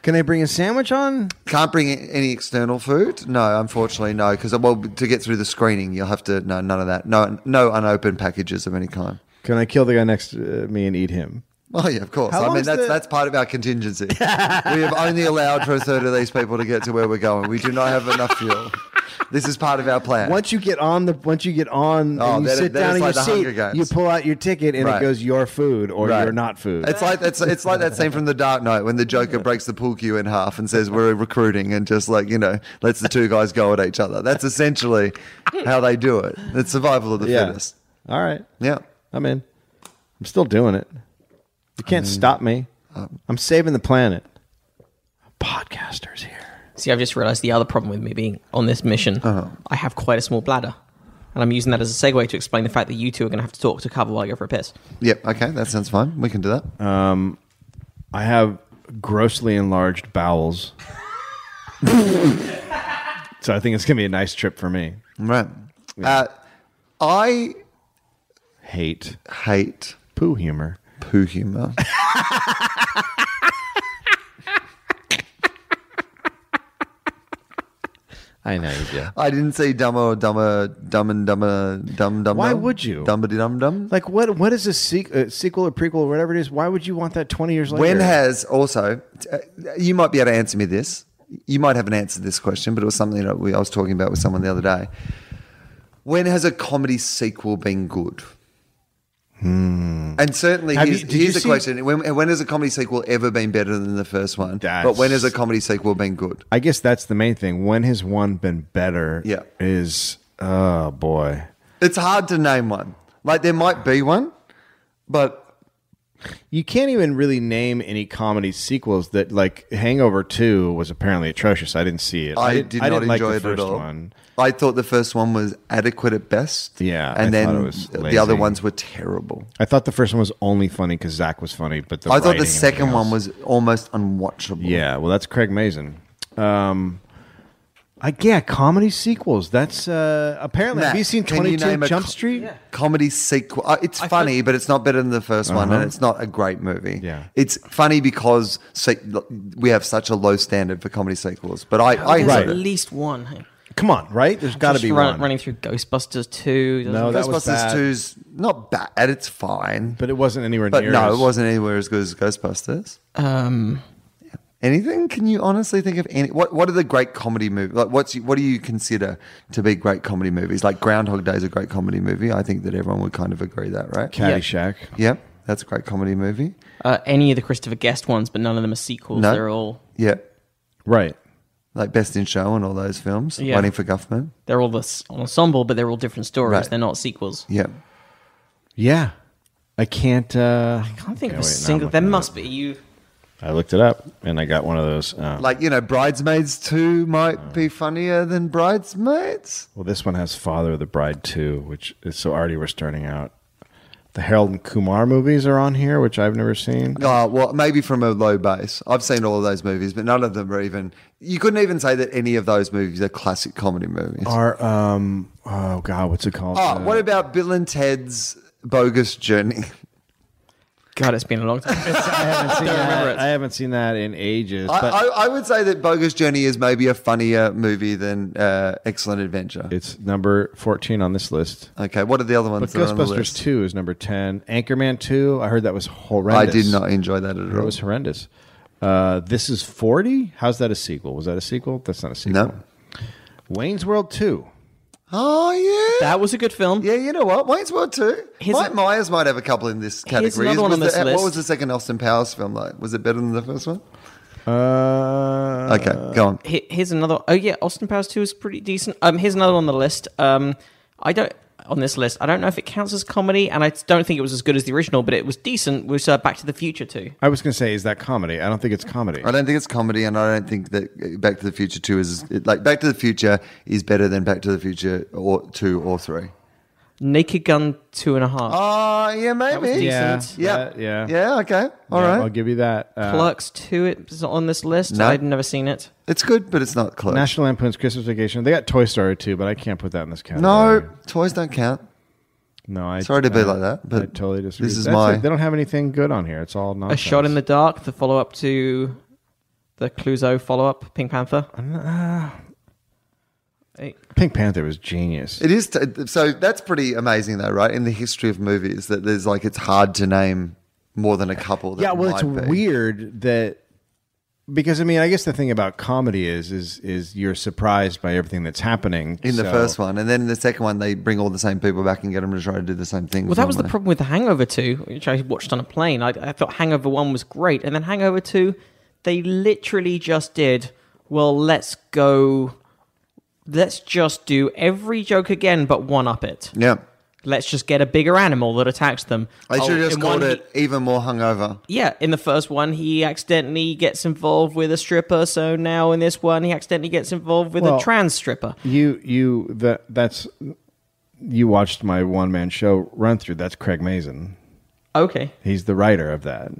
Speaker 3: Can I bring a sandwich on?
Speaker 2: can't bring in any external food. No, unfortunately, no. Because well, to get through the screening, you'll have to no none of that. No, no unopened packages of any kind.
Speaker 3: Can I kill the guy next to uh, me and eat him?
Speaker 2: Oh yeah, of course. I
Speaker 3: How
Speaker 2: mean,
Speaker 3: long's
Speaker 2: that's
Speaker 3: the-
Speaker 2: that's part of our contingency. we have only allowed for a third of these people to get to where we're going. We do not have enough fuel. This is part of our plan.
Speaker 3: Once you get on the, once you get on,
Speaker 2: Oh,
Speaker 3: and you
Speaker 2: that-
Speaker 3: sit
Speaker 2: that
Speaker 3: down
Speaker 2: is
Speaker 3: in
Speaker 2: like the
Speaker 3: your
Speaker 2: Hunger
Speaker 3: seat,
Speaker 2: Games.
Speaker 3: you pull out your ticket, and it
Speaker 2: Right.
Speaker 3: goes your food or
Speaker 2: Right.
Speaker 3: your not food.
Speaker 2: It's like that's it's like that scene from The Dark Knight when the Joker breaks the pool cue in half and says we're recruiting and just like you know lets the two guys go at each other. That's essentially how they do it. It's survival of the
Speaker 3: yeah.
Speaker 2: fittest.
Speaker 3: All right,
Speaker 2: Yeah.
Speaker 3: I'm in. I'm still doing it. You can't
Speaker 2: Mm.
Speaker 3: stop me.
Speaker 2: Um,
Speaker 3: I'm saving the planet. Podcasters here.
Speaker 4: See, I've just realized the other problem with me being on this mission.
Speaker 3: Uh-huh.
Speaker 4: I have quite a small bladder. And I'm using that as a segue to explain the fact that you two are going to have to talk to cover while I go for a piss.
Speaker 2: Yep. Okay. That sounds fine. We can do that.
Speaker 3: Uh, I have grossly
Speaker 2: [laughs]
Speaker 3: enlarged bowels. so I think it's going to be a nice trip for me.
Speaker 2: right. Uh, I
Speaker 3: Hate
Speaker 2: hate
Speaker 3: poo humor.
Speaker 2: poo humor.
Speaker 3: I know you do.
Speaker 2: I didn't say dumber, dumber, dumb and dumber, dumb dumb.
Speaker 3: Why
Speaker 2: dumb.
Speaker 3: would you?
Speaker 2: Dumbity dum dum.
Speaker 3: Like what? What is a sequ- uh, sequel or prequel or whatever it is? Why would you want that twenty years later?
Speaker 2: When has also? uh, You might be able to answer me this. You might haven't answered this question, but it was something that we, I was talking about with someone the other day. When has a comedy sequel been good? And certainly,
Speaker 3: Hmm. Have
Speaker 2: here's,
Speaker 3: you- did you
Speaker 2: here's the
Speaker 3: see-
Speaker 2: question: when, when has a comedy sequel ever been better than the first one? But
Speaker 3: That's-
Speaker 2: when has a comedy sequel been good?
Speaker 3: I guess that's the main thing. When has one been better?
Speaker 2: Yeah.
Speaker 3: Is oh boy.
Speaker 2: It's hard to name one. Like there might be one, but
Speaker 3: You can't even really name any comedy sequels that like Hangover Two was apparently atrocious. I didn't see it.
Speaker 2: I,
Speaker 3: didn't-
Speaker 2: did
Speaker 3: I
Speaker 2: not
Speaker 3: didn't like
Speaker 2: enjoy
Speaker 3: the
Speaker 2: it
Speaker 3: first
Speaker 2: at all.
Speaker 3: One.
Speaker 2: I thought the first one was adequate at best.
Speaker 3: Yeah, I
Speaker 2: and
Speaker 3: thought
Speaker 2: then
Speaker 3: it was
Speaker 2: the
Speaker 3: lazy.
Speaker 2: other ones were terrible.
Speaker 3: I thought the first one was only funny because Zach was funny, but the
Speaker 2: I thought
Speaker 3: writing
Speaker 2: the
Speaker 3: and
Speaker 2: second
Speaker 3: everything
Speaker 2: one
Speaker 3: else-
Speaker 2: was almost unwatchable.
Speaker 3: Yeah, well, that's Craig Mazin. Um, I yeah, comedy sequels. That's uh, apparently.
Speaker 2: Matt,
Speaker 3: have you seen
Speaker 2: can
Speaker 3: Twenty Two
Speaker 2: name a
Speaker 3: Jump
Speaker 2: co-
Speaker 3: Street?
Speaker 2: Comedy sequel. Uh, it's funny, but it's not better than the 1st one, and it's not a great movie.
Speaker 3: Uh-huh. Yeah.
Speaker 2: it's funny because se- we have such a low standard for comedy sequels. But I, I
Speaker 4: There's
Speaker 2: enjoyed
Speaker 4: at
Speaker 2: it.
Speaker 4: least one.
Speaker 3: Come on, right? There's got to
Speaker 4: Just
Speaker 3: be
Speaker 4: run-
Speaker 3: one.
Speaker 4: running through Ghostbusters 2.
Speaker 3: No, that was
Speaker 2: Ghostbusters
Speaker 3: bad.
Speaker 2: 2's not bad. It's fine,
Speaker 3: but it wasn't anywhere
Speaker 2: but
Speaker 3: near.
Speaker 2: no,
Speaker 3: as-
Speaker 2: it wasn't anywhere as good as Ghostbusters.
Speaker 4: Um,
Speaker 2: Anything? Can you honestly think of any? What What are the great comedy movies? Like, what's what do you consider to be great comedy movies? Like Groundhog Day is a great comedy movie. I think that everyone would kind of agree that, right?
Speaker 3: Caddyshack.
Speaker 2: Yep, that's a great comedy movie.
Speaker 4: uh, any of the Christopher Guest ones, but none of them are sequels.
Speaker 2: No.
Speaker 4: They're all.
Speaker 2: Yep.
Speaker 3: Right.
Speaker 2: like Best in Show and all those films.
Speaker 4: Yeah.
Speaker 2: Waiting for Guffman.
Speaker 4: They're all this ensemble, but they're all different stories.
Speaker 2: Right.
Speaker 4: They're not sequels.
Speaker 2: Yeah.
Speaker 3: Yeah. I can't. Uh,
Speaker 4: I can't think
Speaker 3: Yeah, wait, no, I'm
Speaker 4: of a single. There
Speaker 3: looking it
Speaker 4: must be you.
Speaker 3: I looked it up and I got one of those. Uh,
Speaker 2: Like, you know, Bridesmaids 2 might be funnier than Bridesmaids.
Speaker 3: well, this one has Father of the Bride 2, which is so already we're starting out. The Harold and Kumar movies are on here, which I've never seen.
Speaker 2: Oh, well, maybe from a low base. I've seen all of those movies, but none of them are even. You couldn't even say that any of those movies are classic comedy movies.
Speaker 3: Are, um, oh, God, what's it called?
Speaker 2: Oh,
Speaker 3: Uh,
Speaker 2: what about Bill and Ted's Bogus Journey? [laughs]
Speaker 4: God, it's been a [laughs] long time.
Speaker 3: I haven't seen
Speaker 4: remember
Speaker 3: that.
Speaker 4: it.
Speaker 3: I haven't seen that in ages.
Speaker 2: I,
Speaker 3: but
Speaker 2: I, I would say that Bogus Journey is maybe a funnier movie than uh, Excellent Adventure.
Speaker 3: it's number 14 on this list.
Speaker 2: Okay, what are the other
Speaker 3: But
Speaker 2: ones? that are on the
Speaker 3: Ghostbusters
Speaker 2: list?
Speaker 3: 2 is number 10. Anchorman 2, I heard that was
Speaker 2: I
Speaker 3: horrendous.
Speaker 2: did not enjoy that at
Speaker 3: It
Speaker 2: all.
Speaker 3: was horrendous. Uh, this is 40? How's that a sequel? Was that a sequel? That's not a sequel.
Speaker 2: No.
Speaker 3: Wayne's World 2.
Speaker 2: Oh yeah.
Speaker 4: that was a good film.
Speaker 2: yeah, you know what? Wayne's World too.
Speaker 4: Here's
Speaker 2: Mike
Speaker 4: a-
Speaker 2: Myers might have a couple in this category.
Speaker 4: another one
Speaker 2: Was
Speaker 4: on this
Speaker 2: the-
Speaker 4: list.
Speaker 2: What was the second Austin Powers film like? Was it better than the first one?
Speaker 3: Uh,
Speaker 2: Okay, go on.
Speaker 4: Here- Here's another. Oh yeah, Austin Powers Two is pretty decent. Um, here's another on the list. Um, I don't on this list. I don't know if it counts as comedy, and I don't think it was as good as the original, but it was decent. Was uh, Back to the Future Two?
Speaker 3: I was going to say, is that comedy? I don't think it's comedy.
Speaker 2: I don't think it's comedy, and I don't think that uh, Back to the Future Two is like Back to the Future is better than Back to the Future or two or three.
Speaker 4: Naked Gun Two and a Half,
Speaker 2: Oh, yeah, maybe.
Speaker 3: yeah,
Speaker 4: decent.
Speaker 2: Yeah.
Speaker 3: that- yeah,
Speaker 2: Yeah, okay. all
Speaker 3: Yeah,
Speaker 2: right.
Speaker 3: I'll give you that. Uh,
Speaker 4: Clerks Two is on this list.
Speaker 2: Oh. No.
Speaker 4: I'd never seen it.
Speaker 2: It's good, but it's not close.
Speaker 3: National Lampoon's Christmas Vacation. They got Toy Story too, but I can't put that in this category.
Speaker 2: no, toys don't count.
Speaker 3: no. I,
Speaker 2: Sorry to be
Speaker 3: I-
Speaker 2: like that, but
Speaker 3: I totally disagree.
Speaker 2: this is
Speaker 3: That's
Speaker 2: my-
Speaker 3: it. They don't have anything good on here. It's all
Speaker 4: A
Speaker 3: nonsense.
Speaker 4: Shot in the Dark, the follow up to the Clouseau follow up, Pink Panther.
Speaker 2: Um, uh,
Speaker 4: Eh,
Speaker 3: Pink Panther was genius.
Speaker 2: It is. T- so that's pretty amazing, though, right? In the history of movies, that there's like it's hard to name more than a couple. That
Speaker 3: yeah well it's
Speaker 2: might be.
Speaker 3: weird that because i mean i guess the thing about comedy is is is you're surprised by everything that's happening
Speaker 2: In the
Speaker 3: so-
Speaker 2: first one, and then in the second one, they bring all the same people back and get them to try to do the same thing.
Speaker 4: Well, that was the problem with The Hangover 2, which I watched on a plane. I, I thought Hangover 1 was great. And then Hangover 2, they literally just did, well, let's go, let's just do every joke again, but one up it.
Speaker 2: Yeah,
Speaker 4: Let's just get a bigger animal that attacks them.
Speaker 2: they should
Speaker 4: Oh,
Speaker 2: have just
Speaker 4: in
Speaker 2: called
Speaker 4: one he-
Speaker 2: it even more hungover.
Speaker 4: yeah, in the first one, he accidentally gets involved with a stripper. So now in this one, he accidentally gets involved with
Speaker 3: Well-
Speaker 4: a trans stripper.
Speaker 3: you you that that's you watched my one man show run through that's craig mason
Speaker 4: Okay.
Speaker 3: he's the writer of that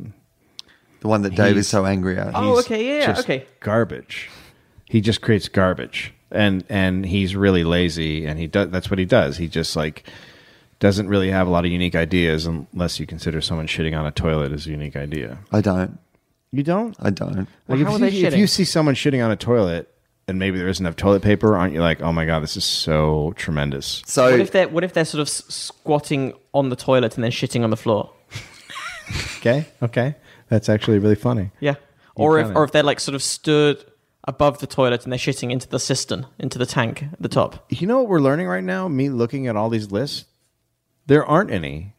Speaker 2: The one that Dave is so angry at.
Speaker 4: Oh,
Speaker 3: He's
Speaker 4: okay, yeah,
Speaker 3: just
Speaker 4: okay.
Speaker 3: garbage he just creates garbage and and he's really lazy and he does that's what he does he just like doesn't really have a lot of unique ideas unless you consider someone shitting on a toilet as a unique idea
Speaker 2: I don't.
Speaker 3: you don't
Speaker 2: I don't.
Speaker 4: Well,
Speaker 3: Like,
Speaker 4: how
Speaker 3: if,
Speaker 4: are
Speaker 3: you,
Speaker 4: they
Speaker 3: if you
Speaker 4: shitting?
Speaker 3: see someone shitting on a toilet and maybe there isn't enough toilet paper, aren't you like, oh my god, this is so tremendous?
Speaker 2: So
Speaker 4: What if they're what if they're sort of s- squatting on the toilet and then shitting on the floor?
Speaker 3: Okay, okay, that's actually really funny.
Speaker 4: Yeah. Or if
Speaker 3: can.
Speaker 4: or if they're like sort of stood above the toilet and they're shitting into the cistern, into the tank at the top.
Speaker 3: You know what we're learning right now? Me looking at all these lists, there aren't any.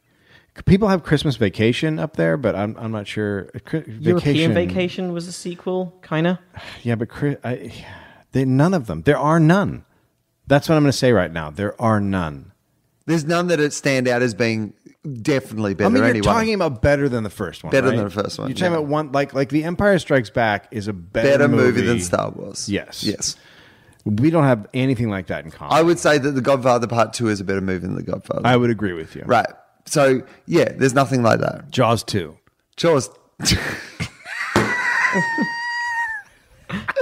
Speaker 3: People have Christmas vacation up there, but I'm I'm not sure. Cri-
Speaker 4: European Vacation was a sequel, kinda.
Speaker 3: yeah, but Chri- I, they, none of them. There are none. That's what I'm going to say right now. There are none.
Speaker 2: there's none that stand out as being definitely better.
Speaker 3: I mean, you're
Speaker 2: anyway.
Speaker 3: talking about better than the first one.
Speaker 2: Better
Speaker 3: right?
Speaker 2: than the first one,
Speaker 3: You're talking
Speaker 2: yeah.
Speaker 3: about one like like The Empire Strikes Back is a better,
Speaker 2: better movie than Star Wars.
Speaker 3: Yes.
Speaker 2: Yes.
Speaker 3: We don't have anything like that in common.
Speaker 2: I would say that The Godfather Part Two is a better movie than The Godfather.
Speaker 3: I would agree with you.
Speaker 2: Right. So yeah, there's nothing like that.
Speaker 3: Jaws two.
Speaker 2: Jaws. [laughs]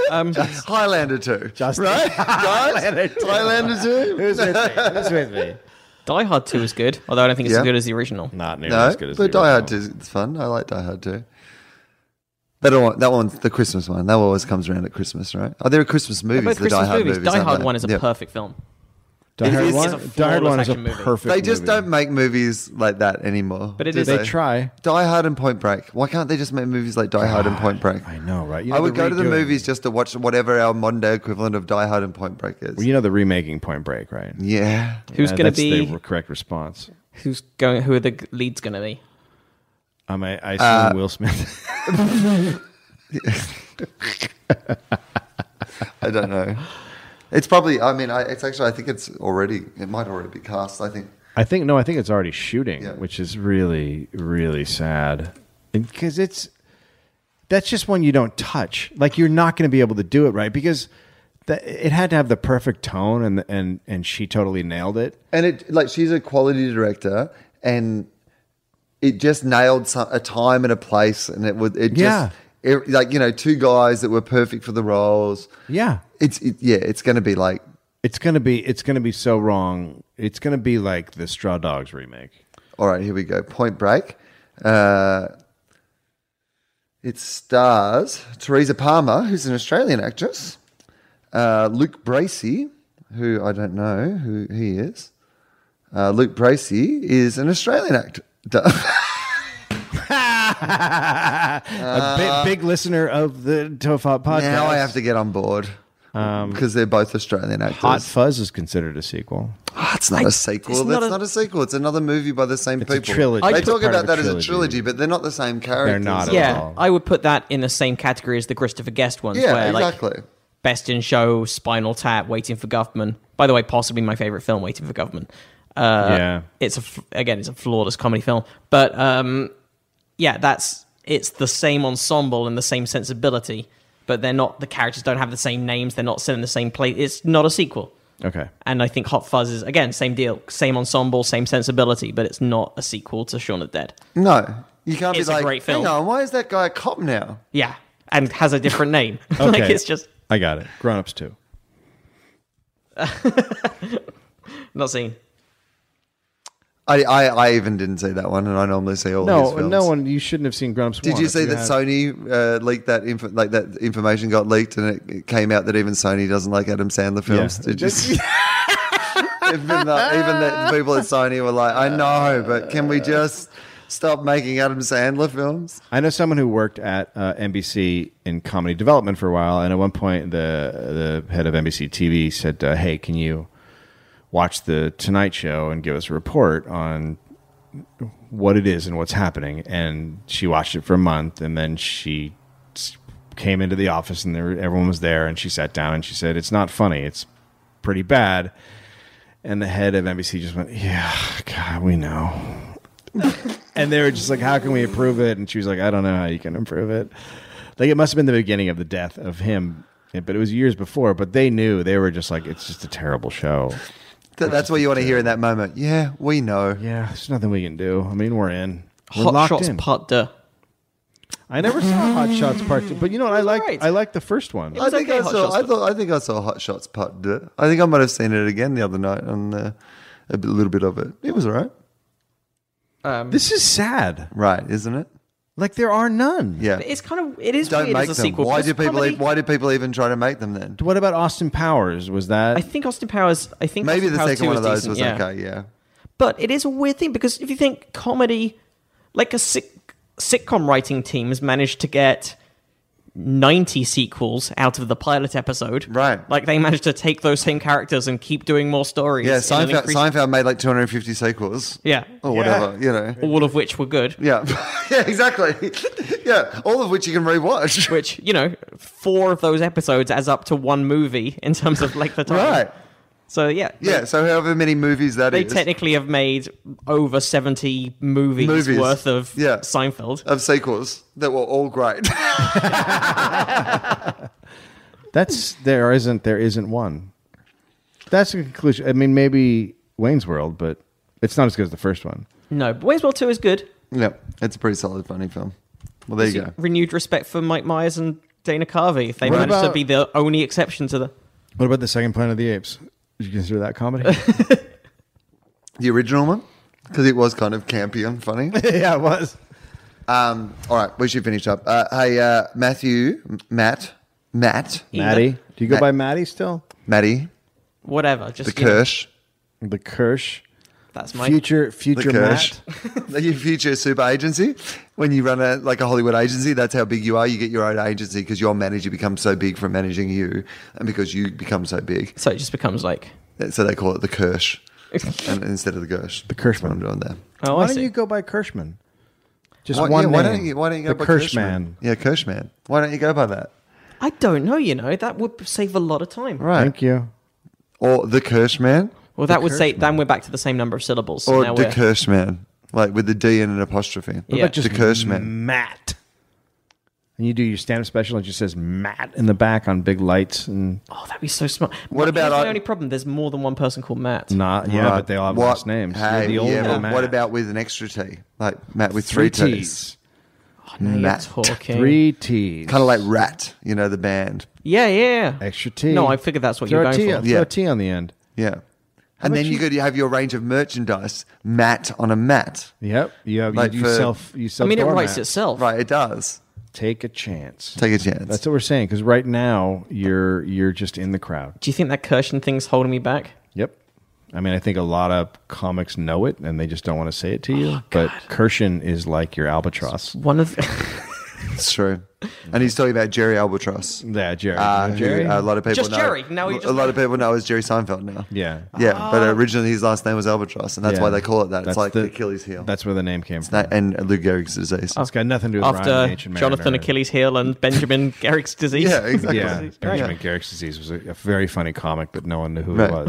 Speaker 2: Highlander two.
Speaker 3: Just-
Speaker 2: right.
Speaker 3: [laughs]
Speaker 2: Highlander two. [laughs] Highlander two.
Speaker 3: Who's with me? Who's with me?
Speaker 4: Die Hard two is good, although I don't think it's
Speaker 2: Yeah.
Speaker 4: as good as the original.
Speaker 3: Not nearly
Speaker 2: No,
Speaker 3: as good as
Speaker 2: but
Speaker 3: the
Speaker 2: Die Hard two
Speaker 3: original.
Speaker 2: is fun. I like Die Hard two. That one, that one's the Christmas one. That one always comes around at Christmas, right? Oh, there are Christmas movies.
Speaker 4: Both
Speaker 2: the
Speaker 4: Christmas
Speaker 2: Die Hard
Speaker 4: movies.
Speaker 2: movies.
Speaker 4: Die
Speaker 2: aren't
Speaker 4: Hard
Speaker 2: there?
Speaker 4: one is a
Speaker 2: Yeah.
Speaker 4: perfect film.
Speaker 3: Die Hard
Speaker 2: is-
Speaker 3: one.
Speaker 4: it's a
Speaker 3: Die Hard one is a
Speaker 4: flawless action
Speaker 3: perfect.
Speaker 2: They just
Speaker 3: movie.
Speaker 2: don't make movies like that anymore.
Speaker 4: But it
Speaker 2: do
Speaker 4: is-
Speaker 3: They
Speaker 4: so.
Speaker 3: try.
Speaker 2: Die Hard and Point Break. Why can't they just make movies like Die Hard
Speaker 4: Ah,
Speaker 2: and Point Break?
Speaker 3: I know, right? You
Speaker 2: I
Speaker 3: know
Speaker 2: would
Speaker 3: they're
Speaker 2: go to the
Speaker 3: redoing-
Speaker 2: movies just to watch whatever our modern day equivalent of Die Hard and Point Break is.
Speaker 3: You know the remaking Point Break, right?
Speaker 2: yeah.
Speaker 4: Who's
Speaker 3: Uh,
Speaker 4: gonna
Speaker 3: that's
Speaker 4: be
Speaker 3: the correct response?
Speaker 4: who's going who are the g- leads gonna be?
Speaker 3: Um, I, I assume
Speaker 2: Uh,
Speaker 3: Will Smith.
Speaker 2: I don't know. It's probably. I mean, I, it's actually. I think it's already. It might already be cast. I think.
Speaker 3: I think no, I think it's already shooting,
Speaker 2: Yeah.
Speaker 3: which is really really sad because it's that's just one you don't touch. Like you're not going to be able to do it right because that, it had to have the perfect tone and and and she totally nailed it.
Speaker 2: And it like she's a quality director, and it just nailed some, a time and a place, and it would. It just,
Speaker 3: Yeah.
Speaker 2: It, like you know, two guys that were perfect for the roles.
Speaker 3: Yeah.
Speaker 2: It's it, yeah. It's going to be like
Speaker 3: It's gonna be it's gonna be so wrong. It's gonna be like the Straw Dogs remake.
Speaker 2: All right, here we go. Point Break. Uh, it stars Teresa Palmer, who's an Australian actress, uh, Luke Bracey, who I don't know who he is. Uh, Luke Bracey is an Australian actor.
Speaker 3: a bi- big, listener of the Tofop podcast.
Speaker 2: Uh, now I have to get on board because they're both Australian actors.
Speaker 3: Um, Hot Fuzz is considered a sequel.
Speaker 2: Ah, it's not a sequel.
Speaker 4: it's
Speaker 2: That's
Speaker 4: not
Speaker 2: not
Speaker 4: a-
Speaker 2: a, sequel. It's another movie by the same
Speaker 3: It's a
Speaker 2: people.
Speaker 3: trilogy.
Speaker 2: They
Speaker 3: It's
Speaker 2: talk
Speaker 3: part
Speaker 2: about
Speaker 3: of a
Speaker 2: that as a
Speaker 3: trilogy.
Speaker 2: trilogy, but they're not the same characters.
Speaker 3: not at
Speaker 4: yeah,
Speaker 3: all.
Speaker 4: I would put that in the same category as the Christopher Guest ones.
Speaker 2: Yeah,
Speaker 4: where, like,
Speaker 2: exactly.
Speaker 4: Best in Show, Spinal Tap, Waiting for Government. By the way, possibly my favorite film, Waiting for Government. Uh,
Speaker 3: Yeah.
Speaker 4: it's a f- again, it's a flawless comedy film, but um, yeah, that's it's the same ensemble and the same sensibility, but they're not the characters don't have the same names, they're not set in the same place. It's not a sequel,
Speaker 3: Okay.
Speaker 4: and I think Hot Fuzz is again same deal, same ensemble, same sensibility, but it's not a sequel to Shaun of the Dead.
Speaker 2: No, you can't
Speaker 4: It's a
Speaker 2: be like,
Speaker 4: great film.
Speaker 2: hang on, why is that guy a cop now?
Speaker 4: Yeah, and has a
Speaker 3: [laughs]
Speaker 4: different name. [laughs]
Speaker 3: Okay.
Speaker 4: like it's just
Speaker 3: I got it. Grown ups too.
Speaker 4: not seen.
Speaker 2: I, I, I even didn't see that one, and I normally see all his
Speaker 3: No,
Speaker 2: films.
Speaker 3: no one. You shouldn't have seen Grown Ups.
Speaker 2: Did you see that Sony uh, leaked that info, like that information got leaked, and it, it came out that even Sony doesn't like Adam Sandler films?
Speaker 3: Yeah.
Speaker 2: Did you? see- even the, even
Speaker 4: [laughs]
Speaker 2: the people at Sony were like, I know, but can we just stop making Adam Sandler films?
Speaker 3: [laughs] I know someone who worked at uh, NBC in comedy development for a while, and at one point, the the head of NBC TV said, uh, "Hey, can you watch the Tonight Show and give us a report on what it is and what's happening?" And she watched it for a month, and then she s- came into the office, and there, everyone was there, and she sat down and she said, "It's not funny. It's pretty bad." And the head of NBC just went, "Yeah, God, we know." and they were just like, "How can we improve it?" And she was like, "I don't know how you can improve it." Like it must have been the beginning of the death of him, but it was years before. But they knew they were just like, "It's just a terrible show."
Speaker 2: That, that's what you want to hear in that moment. Yeah, we know.
Speaker 3: Yeah, there's nothing we can do. I mean, we're in. We're
Speaker 4: Hot
Speaker 3: locked
Speaker 4: Shots
Speaker 3: in.
Speaker 4: Part Deux.
Speaker 3: I never saw
Speaker 4: [laughs]
Speaker 3: Hot Shots Part Two, but you know what? I liked
Speaker 4: alright.
Speaker 3: I liked the first one.
Speaker 2: I
Speaker 4: was
Speaker 2: think
Speaker 4: okay,
Speaker 2: I
Speaker 4: Hot
Speaker 2: saw.
Speaker 4: Shots,
Speaker 2: I
Speaker 4: but-
Speaker 2: thought. I think I saw Hot Shots Part Deux. I think I might have seen it again the other night on uh, a bit- little bit of it. It was all right.
Speaker 3: This is sad.
Speaker 2: Right, isn't it?
Speaker 3: Like there are none.
Speaker 2: Yeah.
Speaker 4: But it's kind of it is
Speaker 2: Don't
Speaker 4: weird
Speaker 2: make
Speaker 4: as a
Speaker 2: them.
Speaker 4: sequel.
Speaker 2: Why
Speaker 4: because
Speaker 2: do people?
Speaker 4: comedy-
Speaker 2: e- Why do people even try to make them then?
Speaker 3: What about Austin Powers? Was that
Speaker 4: I think Austin Powers. I think
Speaker 2: Maybe
Speaker 4: Austin
Speaker 2: the
Speaker 4: Powers 2
Speaker 2: second one of those
Speaker 4: decent,
Speaker 2: was
Speaker 4: yeah.
Speaker 2: okay. Yeah.
Speaker 4: But it is a weird thing because if you think comedy, like a sic- sitcom writing team has managed to get ninety sequels out of the pilot episode,
Speaker 2: Right.
Speaker 4: Like they managed to take those same characters and keep doing more stories.
Speaker 2: Yeah.
Speaker 4: in an
Speaker 2: Seinfeld, Oh,
Speaker 4: increase-
Speaker 2: Seinfeld made like 250 sequels.
Speaker 4: yeah,
Speaker 2: Or whatever. You know.
Speaker 4: all of which were good.
Speaker 2: Yeah. [laughs] yeah. Exactly. [laughs] yeah. All of which you can rewatch.
Speaker 4: Which you know, four of those episodes adds up to one movie in terms of length of time.
Speaker 2: Right.
Speaker 4: So yeah,
Speaker 2: Yeah. So however many movies that
Speaker 4: they
Speaker 2: is
Speaker 4: technically have made over 70 movies,
Speaker 2: Movies.
Speaker 4: worth of
Speaker 2: Yeah.
Speaker 4: Seinfeld.
Speaker 2: of sequels that were all great. [laughs]
Speaker 3: that's there isn't there isn't one. That's the conclusion. I mean, maybe Wayne's World, but it's not as good as the first one.
Speaker 4: No, but Wayne's World 2 is good.
Speaker 2: yeah. It's a pretty solid, funny film. Well, there you go.
Speaker 4: Renewed respect for Mike Myers and Dana Carvey. If they
Speaker 3: What
Speaker 4: managed to
Speaker 3: about-
Speaker 4: be the only exception to the.
Speaker 3: What about the second Planet of the Apes? Did you consider that comedy?
Speaker 2: [laughs]
Speaker 3: [laughs]
Speaker 2: The original one. Because it was kind of campy and funny.
Speaker 3: yeah, it was.
Speaker 2: Um, all right, we should finish up. Uh, hey, uh, Matthew, M- Matt, Matt,
Speaker 3: Maddie.
Speaker 4: Either.
Speaker 3: Do you go
Speaker 2: Matt-
Speaker 3: by Maddie still?
Speaker 2: Maddie,
Speaker 4: Whatever. Just
Speaker 2: the
Speaker 4: you know,
Speaker 2: Kirsch,
Speaker 3: The Kirsch.
Speaker 4: that's my.
Speaker 3: Future future
Speaker 2: the Kirsch, Oh,
Speaker 3: Matt.
Speaker 2: your future super agency. When you run a like a Hollywood agency, that's how big you are. You get your own agency because your manager becomes so big from managing you, and because you become so big,
Speaker 4: So it just becomes like.
Speaker 2: so they call it the
Speaker 4: [laughs]
Speaker 2: Kirsch, and instead of the Gersh. The
Speaker 3: Kirsch
Speaker 2: what I'm
Speaker 3: one.
Speaker 2: doing there.
Speaker 4: Oh,
Speaker 3: why
Speaker 4: I
Speaker 3: don't
Speaker 4: see.
Speaker 3: you go by Kirschman? Just
Speaker 2: Why,
Speaker 3: one
Speaker 2: yeah, why
Speaker 3: name.
Speaker 2: don't you? Why don't you go
Speaker 3: the
Speaker 2: by
Speaker 3: Kirschman?
Speaker 2: Kirschman? Yeah, Kirschman. Why don't you go by that?
Speaker 4: I don't know. You know that would save a lot of time.
Speaker 2: Right.
Speaker 3: Thank you.
Speaker 2: Or the Kirsch man.
Speaker 4: Well, that would say then we're back to the same number of syllables. So
Speaker 2: Or
Speaker 4: now
Speaker 2: the
Speaker 4: we're,
Speaker 2: Kirsch man. Like with the D and an apostrophe.
Speaker 4: Yeah. about
Speaker 2: the Kirsch
Speaker 3: Mm,
Speaker 2: man.
Speaker 3: Matt. And you do your stand-up special, and it just says Matt in the back on big lights and
Speaker 4: oh, that'd be so smart.
Speaker 2: What about
Speaker 4: Here's
Speaker 2: I-
Speaker 4: the only problem? There's more than one person called Matt.
Speaker 3: not. Yeah,
Speaker 2: Right.
Speaker 3: but they all have
Speaker 2: What-
Speaker 3: last names. You're
Speaker 2: Hey,
Speaker 3: the old
Speaker 2: yeah, but
Speaker 3: Matt.
Speaker 2: what about with an extra T? Like Matt with three, T's.
Speaker 4: Oh, now you're
Speaker 2: Matt.
Speaker 4: talking.
Speaker 3: Three T's.
Speaker 2: Kind of like Rat, you know, the band.
Speaker 4: Yeah, yeah.
Speaker 3: extra T.
Speaker 4: No, I figured that's what
Speaker 3: Throw
Speaker 4: you're
Speaker 3: a
Speaker 4: going
Speaker 3: T-
Speaker 4: for.
Speaker 3: Throw
Speaker 2: Yeah.
Speaker 3: a T on the end.
Speaker 2: Yeah. And then you could have your range of merchandise, Matt on a mat.
Speaker 3: Yep. You have
Speaker 2: Like
Speaker 3: you,
Speaker 2: for-
Speaker 3: self. You
Speaker 4: I
Speaker 3: self.
Speaker 4: mean, it writes itself.
Speaker 2: Right, it does.
Speaker 3: Take a chance.
Speaker 2: Take a chance.
Speaker 3: That's what we're saying because right now you're you're just in the crowd.
Speaker 4: Do you think that Kirshen thing's holding me back?
Speaker 3: Yep. I mean, I think a lot of comics know it and they just don't want to say it to
Speaker 4: Oh,
Speaker 3: you. but Kirshen is like your albatross.
Speaker 4: One of [laughs]
Speaker 2: It's true. And he's talking about Jerry Albatross.
Speaker 3: Yeah, Jerry.
Speaker 2: Uh,
Speaker 3: Yeah,
Speaker 2: who
Speaker 3: Jerry.
Speaker 2: a lot of people
Speaker 4: Just
Speaker 2: know.
Speaker 4: Jerry. Now you
Speaker 2: a
Speaker 4: just- Ah.
Speaker 2: lot of people know as Jerry Seinfeld now.
Speaker 3: yeah.
Speaker 2: Yeah, but originally his last name was Albatross, and that's
Speaker 3: Yeah.
Speaker 2: why they call it that. It's
Speaker 3: That's
Speaker 2: like
Speaker 3: the-
Speaker 2: Achilles heel.
Speaker 3: That's where the name came from.
Speaker 2: That- and Lou Gehrig's disease.
Speaker 4: Oh.
Speaker 3: it's got nothing to do with Ryan, the
Speaker 4: after
Speaker 3: Ancient
Speaker 4: Jonathan
Speaker 3: Mariner.
Speaker 4: Achilles heel
Speaker 3: [laughs]
Speaker 4: and Benjamin Garrick's
Speaker 2: [laughs]
Speaker 4: disease.
Speaker 2: yeah, exactly.
Speaker 3: Yeah,
Speaker 2: Yeah.
Speaker 3: Benjamin Garrick's disease was a, a very funny comic, but no one knew who
Speaker 2: Right.
Speaker 3: it
Speaker 4: [laughs]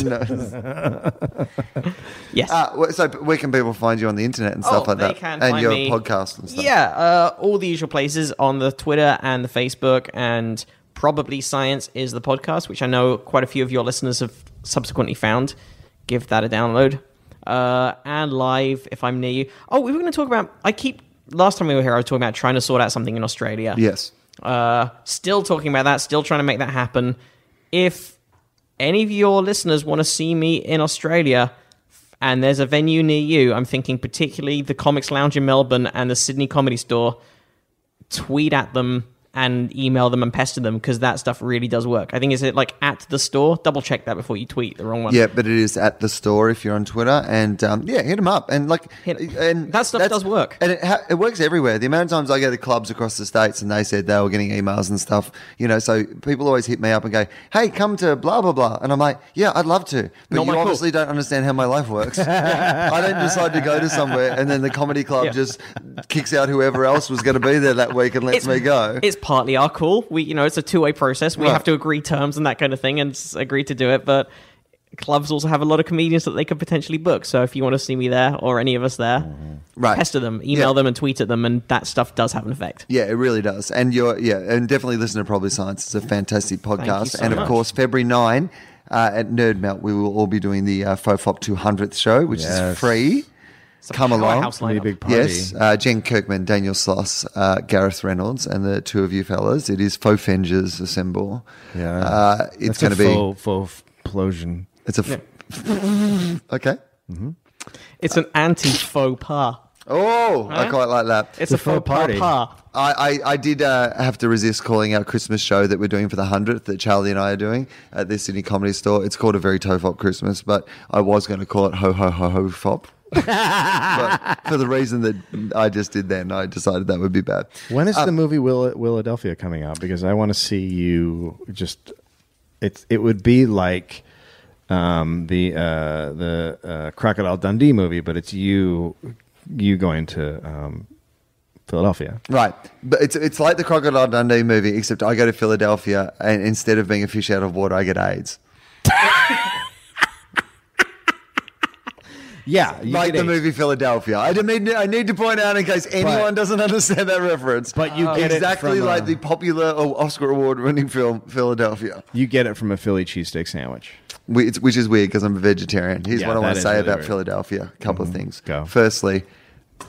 Speaker 3: was.
Speaker 2: Very nice.
Speaker 4: Yes.
Speaker 2: Ah, well, so where can people find you on the internet and stuff
Speaker 4: Oh,
Speaker 2: like
Speaker 4: they
Speaker 2: that?
Speaker 4: can
Speaker 2: and
Speaker 4: find
Speaker 2: your
Speaker 4: me.
Speaker 2: podcast and stuff.
Speaker 4: Yeah, uh, all the usual places on the Twitter and the Facebook, and probably Science is the podcast, which I know quite a few of your listeners have subsequently found. Give that a download. Uh, and live if I'm near you. Oh, we were going to talk about. I keep. Last time we were here, I was talking about trying to sort out something in Australia.
Speaker 2: Yes.
Speaker 4: Uh, still talking about that, still trying to make that happen. If any of your listeners want to see me in Australia f- and there's a venue near you, I'm thinking particularly the Comics Lounge in Melbourne and the Sydney Comedy Store, tweet at them and email them and pester them because that stuff really does work. I think is it like at the store? Double check that before you tweet the wrong one.
Speaker 2: Yeah, but it is at the store if you're on Twitter, and um, yeah, hit them up and like
Speaker 4: Hit 'em.
Speaker 2: and
Speaker 4: That stuff
Speaker 2: that's-
Speaker 4: does work.
Speaker 2: and it, ha- it works everywhere. The amount of times I go to clubs across the states and they said they were getting emails and stuff, you know, so people always hit me up and go, "Hey, come to blah blah blah," and I'm like, "Yeah, I'd love to," but
Speaker 4: Not
Speaker 2: you
Speaker 4: my call.
Speaker 2: obviously don't understand how my life works. [laughs] I don't decide to go to somewhere, and then the comedy club
Speaker 4: Yeah.
Speaker 2: just kicks out whoever else was going to be there that week and lets me go.
Speaker 4: It's partly our call. We, you know, it's a two-way process. We
Speaker 2: Right.
Speaker 4: have to agree terms and that kind of thing, and s- agree to do it. But clubs also have a lot of comedians that they could potentially book. So if you want to see me there or any of us there,
Speaker 2: Mm-hmm. Right.
Speaker 4: pester them, email
Speaker 2: Yeah.
Speaker 4: them, and tweet at them, and that stuff does have an effect.
Speaker 2: Yeah, it really does. And you're yeah, and definitely listen to Probably Science. It's a fantastic podcast.
Speaker 4: so
Speaker 2: and of
Speaker 4: much.
Speaker 2: course, February nine uh, at Nerd Melt, we will all be doing the uh, Fofop 200th show, which is
Speaker 3: Yes.
Speaker 2: free.
Speaker 4: a
Speaker 2: Come along.
Speaker 4: powerhouse lineup.
Speaker 3: big party.
Speaker 2: Yes, uh, Jen Kirkman, Daniel Sloss, uh, Gareth Reynolds, and the two of you fellas. It is Fofengers Assemble.
Speaker 3: Yeah.
Speaker 2: Uh, it's going to be.
Speaker 3: faux, faux explosion.
Speaker 2: It's a. F- [laughs] okay.
Speaker 4: It's an anti faux pas.
Speaker 2: Oh, I quite like that.
Speaker 4: It's a faux
Speaker 3: faux
Speaker 4: pas.
Speaker 3: party.
Speaker 4: pas.
Speaker 2: I, I, I did uh, have to resist calling our Christmas show that we're doing for the 100th that Charlie and I are doing at the Sydney Comedy Store. It's called A Very Tofop Christmas, but I was going to call it Ho Ho Ho Ho Fop. [laughs] but for the reason that I just did then, I decided that would be bad.
Speaker 3: When
Speaker 2: Uh,
Speaker 3: is the movie Will Philadelphia coming out? Because I want to see you just it's it would be like um, the uh, the uh, Crocodile Dundee movie, but it's you you going to um, Philadelphia.
Speaker 2: Right. But it's, it's like the Crocodile Dundee movie, except I go to Philadelphia and instead of being a fish out of water, I get AIDS.
Speaker 3: Yeah,
Speaker 2: like the movie Philadelphia. I did- need, I need to point out in case anyone doesn't understand that reference.
Speaker 3: But you get it
Speaker 2: exactly
Speaker 3: from,
Speaker 2: like
Speaker 3: uh,
Speaker 2: the popular oh, Oscar award winning film Philadelphia,
Speaker 3: You get it from a Philly cheesesteak sandwich.
Speaker 2: Wh- it's- which is weird because I'm a vegetarian. Here's
Speaker 3: Yeah,
Speaker 2: what I want
Speaker 3: that
Speaker 2: to
Speaker 3: is
Speaker 2: say
Speaker 3: really
Speaker 2: about
Speaker 3: weird. Mm-hmm.
Speaker 2: Philadelphia. A couple of things.
Speaker 3: go.
Speaker 2: Firstly,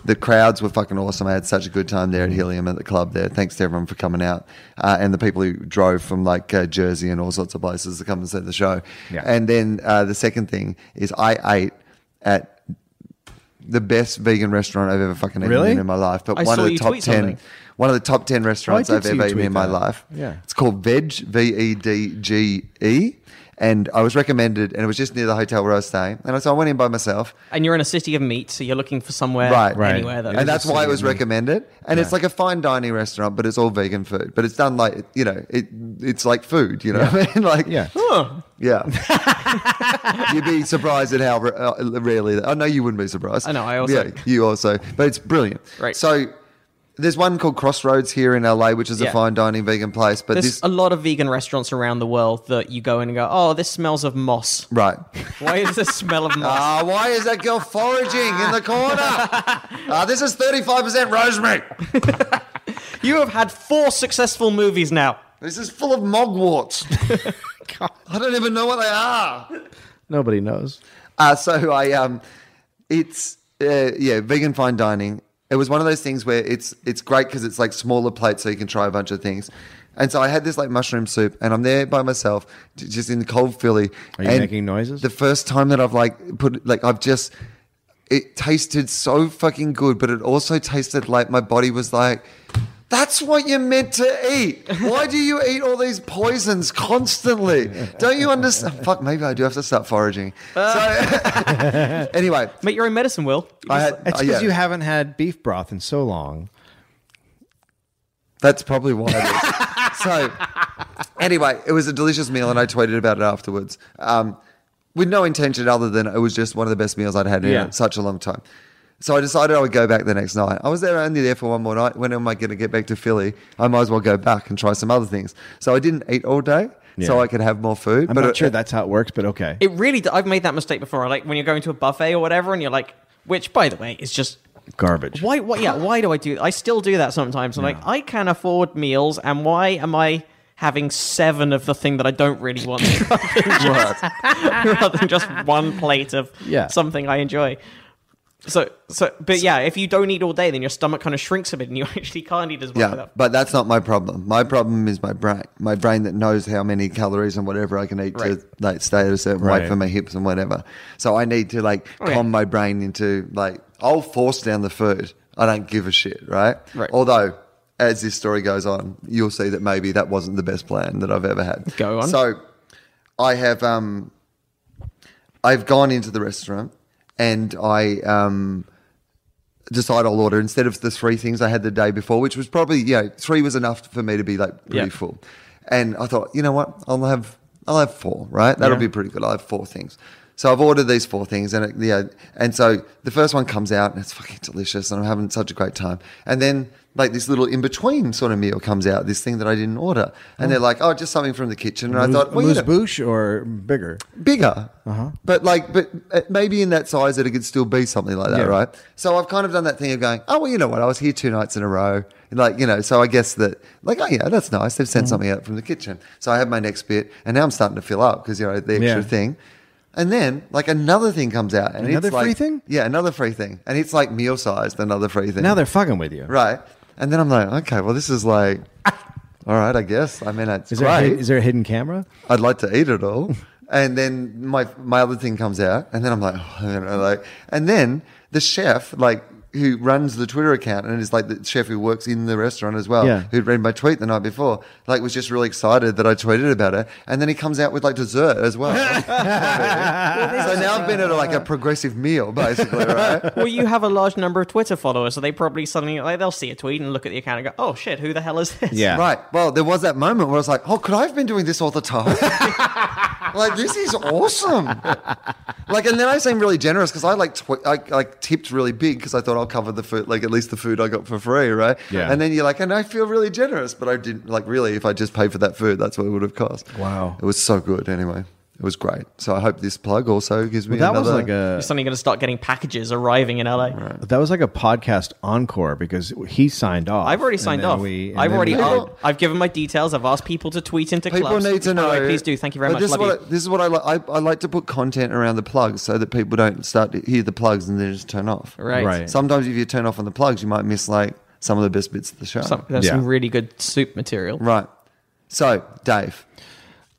Speaker 2: the crowds were fucking awesome. I had such a good time there at Helium at the club there. Thanks to everyone for coming out uh, and the people who drove from like uh, Jersey and all sorts of places to come and see the show.
Speaker 3: Yeah.
Speaker 2: And then uh, the second thing is I ate at the best vegan restaurant I've ever fucking eaten
Speaker 3: Really?
Speaker 2: in in my life, but
Speaker 4: I
Speaker 2: one
Speaker 4: saw
Speaker 2: of the
Speaker 4: you
Speaker 2: top
Speaker 4: tweet
Speaker 2: ten,
Speaker 4: something.
Speaker 2: one of the top ten restaurants
Speaker 3: Oh, I did
Speaker 2: I've
Speaker 3: see
Speaker 2: ever
Speaker 3: you
Speaker 2: eaten in
Speaker 3: tweet
Speaker 2: my
Speaker 3: that.
Speaker 2: life.
Speaker 3: Yeah.
Speaker 2: it's called Veg V E D G E, and I was recommended, and it was just near the hotel where I was staying, and so I went in by myself.
Speaker 4: And you're in a city of meat, so you're looking for somewhere
Speaker 2: Right. Right.
Speaker 4: anywhere that.
Speaker 2: and that's
Speaker 3: Oh, just
Speaker 2: why it
Speaker 3: sitting
Speaker 2: was
Speaker 3: in the-
Speaker 2: recommended. And it's like a fine dining restaurant, but it's all vegan food. But it's done like you know, it it's like food. You know what I mean? [laughs] Like
Speaker 3: Yeah.
Speaker 4: Oh,
Speaker 2: yeah.
Speaker 3: [laughs]
Speaker 2: You'd be surprised at how ra- uh, rarely. I know you wouldn't be surprised.
Speaker 4: I know, I also-
Speaker 2: Yeah, you also. But it's brilliant.
Speaker 4: Right.
Speaker 2: So There's one called Crossroads here in LA, which is a
Speaker 4: Yeah.
Speaker 2: fine dining vegan place. But
Speaker 4: There's
Speaker 2: this,
Speaker 4: a lot of vegan restaurants around the world that you go in and go, oh, this smells of moss.
Speaker 2: right?
Speaker 4: Why is the smell of moss?
Speaker 2: Ah, why is that girl foraging in the corner? Ah, this is 35% rosemary.
Speaker 4: You have had four successful movies now.
Speaker 2: This is full of mogwarts. I don't even know what they are.
Speaker 3: Nobody knows.
Speaker 2: Uh, so I um, it's uh, yeah, vegan fine dining. It was one of those things where it's it's great because it's like smaller plates, so you can try a bunch of things. And so I had this like mushroom soup, and I'm there by myself, j- just in the cold Philly.
Speaker 3: Are you
Speaker 2: and
Speaker 3: making noises?
Speaker 2: The first time that I've like put like I've just it tasted so fucking good, but it also tasted like my body was like. That's what you're meant to eat. Why do you eat all these poisons constantly? Don't you understand? [laughs] Fuck, maybe I do have to start foraging. So, anyway,
Speaker 4: Make your own medicine, Will.
Speaker 2: I had,
Speaker 3: It's
Speaker 2: uh,
Speaker 3: because
Speaker 2: yeah,
Speaker 3: you haven't had beef broth in so long.
Speaker 2: that's probably why. It is. so,
Speaker 3: [laughs]
Speaker 2: anyway, it was a delicious meal, and I tweeted about it afterwards um, with no intention other than it was just one of the best meals I'd had
Speaker 3: Yeah.
Speaker 2: in such a long time. So I decided I would go back the next night. I was there only there for one more night. When am I going to get back to Philly? I might as well go back and try some other things. So I didn't eat all day, so
Speaker 3: Yeah.
Speaker 2: I could have more food.
Speaker 3: I'm not
Speaker 2: it-
Speaker 3: sure that's how it works, but okay.
Speaker 4: It really, d- I've made that mistake before. Like when you're going to a buffet or whatever, and you're like, which, by the way, is just
Speaker 3: Garbage.
Speaker 4: why? Why? Yeah, why do I do? I still do that sometimes. I'm like, I can afford meals, and why am I having seven of the thing that I don't really want [laughs] rather than just, rather than just one plate of
Speaker 3: Yeah.
Speaker 4: something I enjoy? So, so, but yeah, if you don't eat all day, then your stomach kind of shrinks a bit, and you [laughs] actually can't eat as much.
Speaker 2: Yeah,
Speaker 4: without-
Speaker 2: but that's not my problem. My problem is my brain, my brain that knows how many calories and whatever I can eat
Speaker 4: Right.
Speaker 2: to like stay at a certain
Speaker 3: Right.
Speaker 2: weight for my hips and whatever. So I need to like
Speaker 4: Okay.
Speaker 2: calm my brain into like I'll force down the food. I don't give a shit, right?
Speaker 4: Right.
Speaker 2: Although, as this story goes on, you'll see that maybe that wasn't the best plan that I've ever had.
Speaker 4: Go on.
Speaker 2: So I have um, I've gone into the restaurant and I um decide I'll order instead of the three things I had the day before, which was probably you know three was enough for me to be like pretty
Speaker 4: Yeah.
Speaker 2: full, and I thought you know what I'll have I'll have four right that'll
Speaker 4: Yeah.
Speaker 2: be pretty good I'll have four things. So I've ordered these four things, and it, yeah, and so the first one comes out, and it's fucking delicious, and I'm having such a great time. And then like this little in between sort of meal comes out, this thing that I didn't order, and they're like, oh, just something from the kitchen, and I thought, well, you
Speaker 3: Moose
Speaker 2: know-
Speaker 3: Boosh or bigger?
Speaker 2: bigger,
Speaker 3: Uh-huh.
Speaker 2: but like, but uh, maybe in that size that it could still be something like that,
Speaker 3: Yeah.
Speaker 2: right? So I've kind of done that thing of going, oh well, you know what? I was here two nights in a row, like you know. So I guess that, like, oh yeah, that's nice. They've
Speaker 3: Mm-hmm.
Speaker 2: sent something out from the kitchen. So I have my next bit, and now I'm starting to fill up because you know the extra
Speaker 3: Yeah.
Speaker 2: thing. And then like another thing comes out, and
Speaker 3: Another
Speaker 2: it's like,
Speaker 3: free thing?
Speaker 2: yeah, another free thing, and it's like meal sized, another free thing.
Speaker 3: Now they're fucking with you.
Speaker 2: right, and then I'm like, okay, well, this is like. [laughs] All right, I guess. I mean, it's
Speaker 3: Is there, a
Speaker 2: great.
Speaker 3: hid- is there a hidden camera?
Speaker 2: I'd like to eat it all. And then my my other thing comes out, and then I'm like, [laughs] you know, like, and then the chef, like, who runs the Twitter account, and is like the chef who works in the restaurant as well,
Speaker 3: Yeah.
Speaker 2: who'd read my tweet the night before, like, was just really excited that I tweeted about it, and then he comes out with like dessert as well. [laughs] so now I've been at like a progressive meal, basically, right?
Speaker 4: well, you have a large number of Twitter followers, so they probably suddenly like they'll see a tweet and look at the account and go, "Oh shit, who the hell is this?"
Speaker 3: Yeah.
Speaker 2: Right. Well, there was that moment where I was like, oh, could I have been doing this all the time? [laughs] like, this is awesome. Like, and then I seemed really generous because I like, tw- I like tipped really big because I thought I'll cover the food, like at least the food I got for free, right?
Speaker 3: Yeah.
Speaker 2: And then you're like, and I feel really generous, but I didn't, like, really, if I just paid for that food, that's what it would have cost.
Speaker 3: Wow.
Speaker 2: It was so good anyway. It was great. So I hope this plug also gives me
Speaker 3: That
Speaker 2: another.
Speaker 3: was like
Speaker 4: [laughs] You're
Speaker 3: a
Speaker 4: suddenly going to start getting packages arriving in LA.
Speaker 3: that was like a podcast encore because he signed off.
Speaker 4: I've already
Speaker 3: and
Speaker 4: signed
Speaker 3: then
Speaker 4: off.
Speaker 3: we- and
Speaker 4: I've
Speaker 3: then
Speaker 4: already.
Speaker 3: we-
Speaker 4: I've, I've given my details. I've asked people to tweet into
Speaker 2: People
Speaker 4: clubs.
Speaker 2: need to
Speaker 4: By
Speaker 2: know.
Speaker 4: the way, please do. Thank you very
Speaker 2: But
Speaker 4: much.
Speaker 2: This is,
Speaker 4: Love
Speaker 2: what
Speaker 4: you.
Speaker 2: I, this is what I like. I, I like to put content around the plugs so that people don't start to hear the plugs and then just turn off.
Speaker 4: Right.
Speaker 3: Right.
Speaker 2: Sometimes if you turn off on the plugs, you might miss like some of the best bits of the show.
Speaker 4: Some, there's
Speaker 3: Yeah.
Speaker 4: some really good soup material.
Speaker 2: Right. So Dave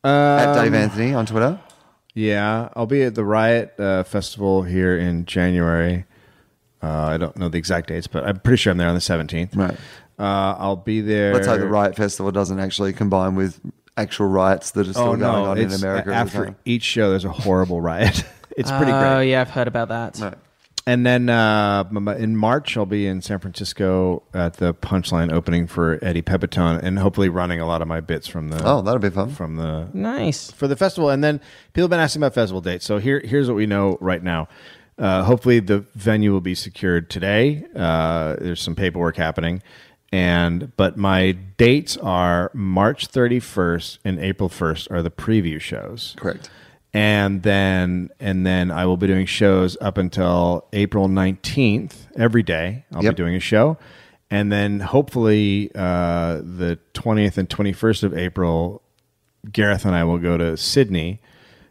Speaker 2: at
Speaker 4: Um,
Speaker 2: Dave Anthony on Twitter.
Speaker 3: Yeah, I'll be at the Riot uh, Festival here in January. Uh, I don't know the exact dates, but I'm pretty sure I'm there on the 17th.
Speaker 2: Right.
Speaker 3: Uh, I'll be there.
Speaker 2: Let's hope the Riot Festival doesn't actually combine with actual riots that are still
Speaker 3: Oh
Speaker 2: going
Speaker 3: no!
Speaker 2: on in
Speaker 3: it's-
Speaker 2: America. at the
Speaker 3: after
Speaker 2: time.
Speaker 3: each show, there's a horrible riot. [laughs] it's pretty
Speaker 4: Oh
Speaker 3: great.
Speaker 4: yeah, I've heard about that.
Speaker 2: Right.
Speaker 3: And then uh, m- m- in March, I'll be in San Francisco at the Punchline opening for Eddie Pepitone, and hopefully running a lot of my bits from the
Speaker 2: Oh, that'll be fun.
Speaker 3: from the
Speaker 4: Nice.
Speaker 3: for the festival. And then people have been asking about festival dates. So here, here's what we know right now. Uh, hopefully, the venue will be secured today. Uh, there's some paperwork happening, and but my dates are March 31st and April 1st are the preview shows.
Speaker 2: Correct.
Speaker 3: And then and then I will be doing shows up until April 19th every day. I'll
Speaker 2: Yep.
Speaker 3: be doing a show. And then hopefully uh, the 20th and 21st of April, Gareth and I will go to Sydney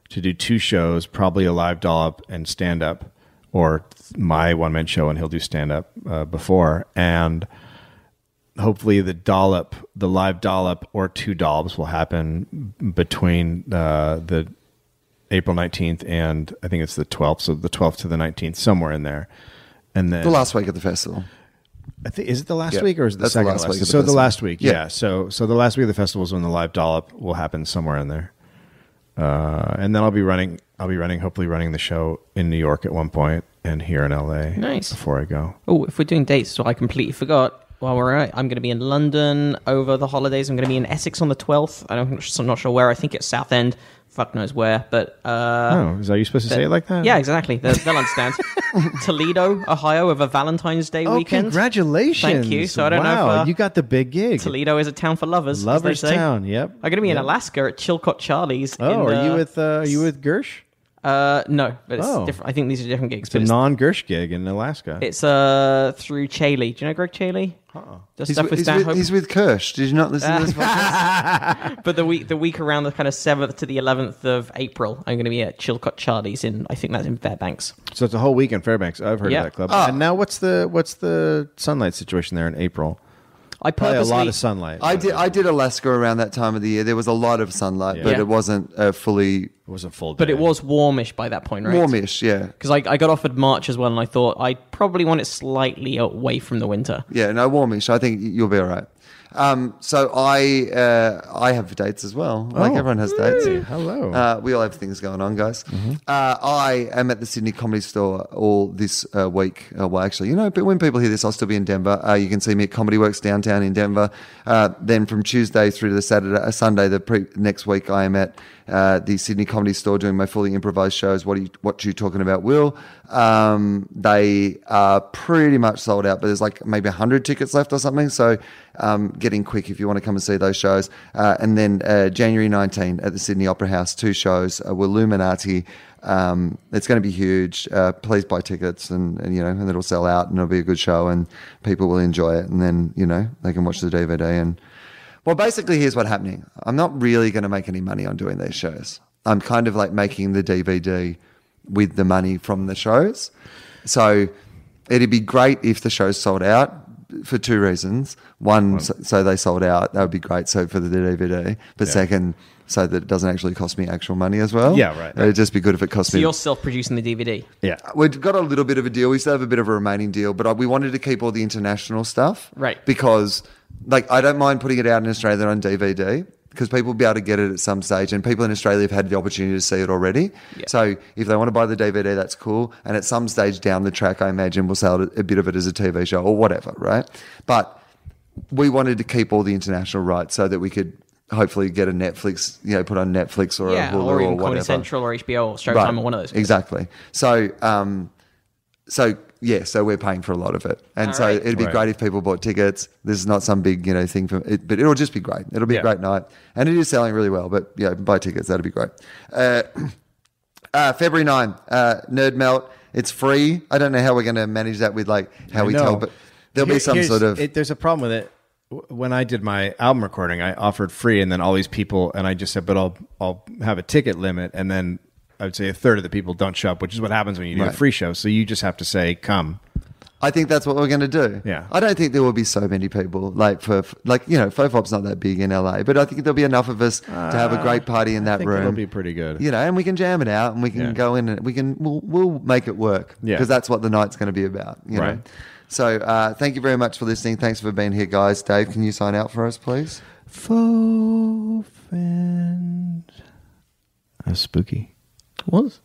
Speaker 3: to do two shows, probably a live dollop and stand up, or my one man show, and he'll do stand up uh, before. And hopefully the dollop, the live dollop or two dollops will happen between uh, the April 19th and I think it's the 12th, so the 12th to the 19th, somewhere in there. And then
Speaker 2: The last week of the festival.
Speaker 3: I think is it the last
Speaker 2: Yeah,
Speaker 3: week or is it the
Speaker 2: that's the
Speaker 3: second
Speaker 2: last
Speaker 3: last
Speaker 2: week of the
Speaker 3: so the
Speaker 2: festival.
Speaker 3: last week, yeah.
Speaker 2: Yeah.
Speaker 3: So so the last week of the festival is when the live dollop will happen somewhere in there. Uh, and then I'll be running. I'll be running. Hopefully, running the show in New York at one point and here in LA.
Speaker 4: Nice.
Speaker 3: Before I go,
Speaker 4: Oh, if we're doing dates, so I completely forgot. While we're at it, I'm going to be in London over the holidays. I'm going to be in Essex on the 12th. I don't, I'm not sure where. I think it's Southend. Fuck knows where. But uh,
Speaker 3: oh, is that you supposed to say it like that?
Speaker 4: yeah, exactly. They'll,
Speaker 3: [laughs]
Speaker 4: they'll understand. Toledo, Ohio, over Valentine's Day
Speaker 3: Oh,
Speaker 4: weekend.
Speaker 3: congratulations!
Speaker 4: Thank you. So I don't know
Speaker 3: wow,
Speaker 4: if, uh,
Speaker 3: you got the big gig.
Speaker 4: Toledo is a town for lovers. as they
Speaker 3: Lovers
Speaker 4: say.
Speaker 3: Town. Yep.
Speaker 4: I'm going to be in
Speaker 3: Yep.
Speaker 4: Alaska at Chilcot Charlie's.
Speaker 3: Oh,
Speaker 4: in,
Speaker 3: are you
Speaker 4: uh,
Speaker 3: with? Uh, are you with Gersh?
Speaker 4: Uh, no, but it's
Speaker 3: Oh.
Speaker 4: different. I think these are different gigs.
Speaker 3: It's a
Speaker 4: but it's,
Speaker 3: non-Gersh gig in Alaska.
Speaker 4: it's uh through Chaley. Do you know Greg Chaley? Uh-uh. Does
Speaker 2: He's,
Speaker 4: stuff with
Speaker 2: he's, with,
Speaker 4: Stanhope.
Speaker 2: he's with Kirsch. Did you not listen
Speaker 4: [laughs]
Speaker 2: to this podcast?
Speaker 4: But the week the week around the kind of seventh to the eleventh of April, I'm going to be at Chilcot Charlie's in I think that's in Fairbanks.
Speaker 3: So it's a whole week in Fairbanks. I've heard
Speaker 4: Yeah.
Speaker 3: of that club.
Speaker 2: Ah.
Speaker 3: And now what's the what's the sunlight situation there in April?
Speaker 4: I
Speaker 3: Probably a
Speaker 4: purposely
Speaker 3: lot of sunlight.
Speaker 2: I did. I did Alaska around that time of the year. There was a lot of sunlight, but
Speaker 4: Yeah.
Speaker 2: it wasn't uh, fully
Speaker 3: It wasn't full,
Speaker 4: but it was warmish by that point, right?
Speaker 2: warmish. Yeah,
Speaker 4: Because I, I got offered March as well, and I thought I probably want it slightly away from the winter.
Speaker 2: yeah. No warmish. I think you'll be all right. Um, so I uh, I have dates as well. Like
Speaker 3: Oh.
Speaker 2: everyone has dates.
Speaker 3: Hello.
Speaker 2: Uh, we all have things going on, guys. Uh, I am at the Sydney Comedy Store all this uh, week. Uh, well, actually, you know, but when people hear this, I'll still be in Denver. Uh, you can see me at Comedy Works downtown in Denver. Uh, then from Tuesday through to the Saturday, uh, Sunday, the pre- next week, I am at uh, the Sydney Comedy Store doing my fully improvised shows. What are you, what you talking about, Will? Um, they are pretty much sold out, but there's like maybe hundred tickets left or something. So um, get in quick if you want to come and see those shows. Uh, and then uh, January 19 at the Sydney Opera House, two shows, uh, with Illuminati. Um, it's going to be huge. Uh, please buy tickets, and, and you know, and it'll sell out, and it'll be a good show, and people will enjoy it. And then you know, they can watch the DVD. And well, basically, here's what's happening. I'm not really going to make any money on doing these shows. I'm kind of like making the DVD with the money from the shows. So it'd be great if the shows sold out for two reasons. One, so, so they sold out, that would be great. So for the DVD, but second, so that it doesn't actually cost me actual money as well.
Speaker 3: Yeah, right.
Speaker 2: It'd just be good if it cost
Speaker 4: So
Speaker 2: me.
Speaker 4: you're self producing the DVD.
Speaker 3: yeah.
Speaker 2: We've got a little bit of a deal. We still have a bit of a remaining deal, but I- we wanted to keep all the international stuff.
Speaker 4: Right.
Speaker 2: Because, like, I don't mind putting it out in Australia on DVD because people will be able to get it at some stage and people in Australia have had the opportunity to see it already.
Speaker 4: Yeah.
Speaker 2: So if they want to buy the DVD, that's cool. And at some stage down the track, I imagine we'll sell it- a bit of it as a TV show or whatever, right? But we wanted to keep all the international rights so that we could hopefully get a Netflix, you know, put on Netflix or
Speaker 4: yeah,
Speaker 2: a Hulu
Speaker 4: or
Speaker 2: or,
Speaker 4: even Comedy
Speaker 2: whatever.
Speaker 4: Central or HBO or Showtime
Speaker 2: Right.
Speaker 4: or one of those.
Speaker 2: Exactly. So, um, so yeah, so we're paying for a lot of it, and so
Speaker 4: right.
Speaker 2: it'd be
Speaker 3: Right.
Speaker 2: great if people bought tickets. This is not some big you know thing for it, but it'll just be great. It'll be
Speaker 3: Yeah.
Speaker 2: a great night, and it is selling really well. But yeah, buy tickets. That'd be great. Uh, [clears throat] uh, February 9, uh, Nerd Melt. It's free. I don't know how we're going to manage that with like how we
Speaker 3: No.
Speaker 2: tell, but there'll
Speaker 3: Here-
Speaker 2: be some
Speaker 3: here's-
Speaker 2: sort of
Speaker 3: it- there's a problem with it. W- When I did my album recording, I offered free, and then all these people, and I just said, "But I'll I'll have a ticket limit," and then I would say a third of the people don't show up, which is what happens when you do a
Speaker 2: Right.
Speaker 3: free show. So you just have to say, "Come."
Speaker 2: I think that's what we're going to do.
Speaker 3: Yeah.
Speaker 2: I don't think there will be so many people like for like you know, Fofop's not that big in LA, but I think there'll be enough of us to have a great party in that
Speaker 3: Uh, think
Speaker 2: room.
Speaker 3: it'll be pretty good.
Speaker 2: You know, and we can jam it out, and we can
Speaker 3: Yeah.
Speaker 2: go in, and we can we'll, we'll make it work.
Speaker 3: Yeah.
Speaker 2: because that's what the night's going to be about. You
Speaker 3: Right.
Speaker 2: know. So uh, thank you very much for listening. Thanks for being here, guys. Dave, can you sign out for us, please?
Speaker 3: Faux friend. That's spooky.
Speaker 4: What?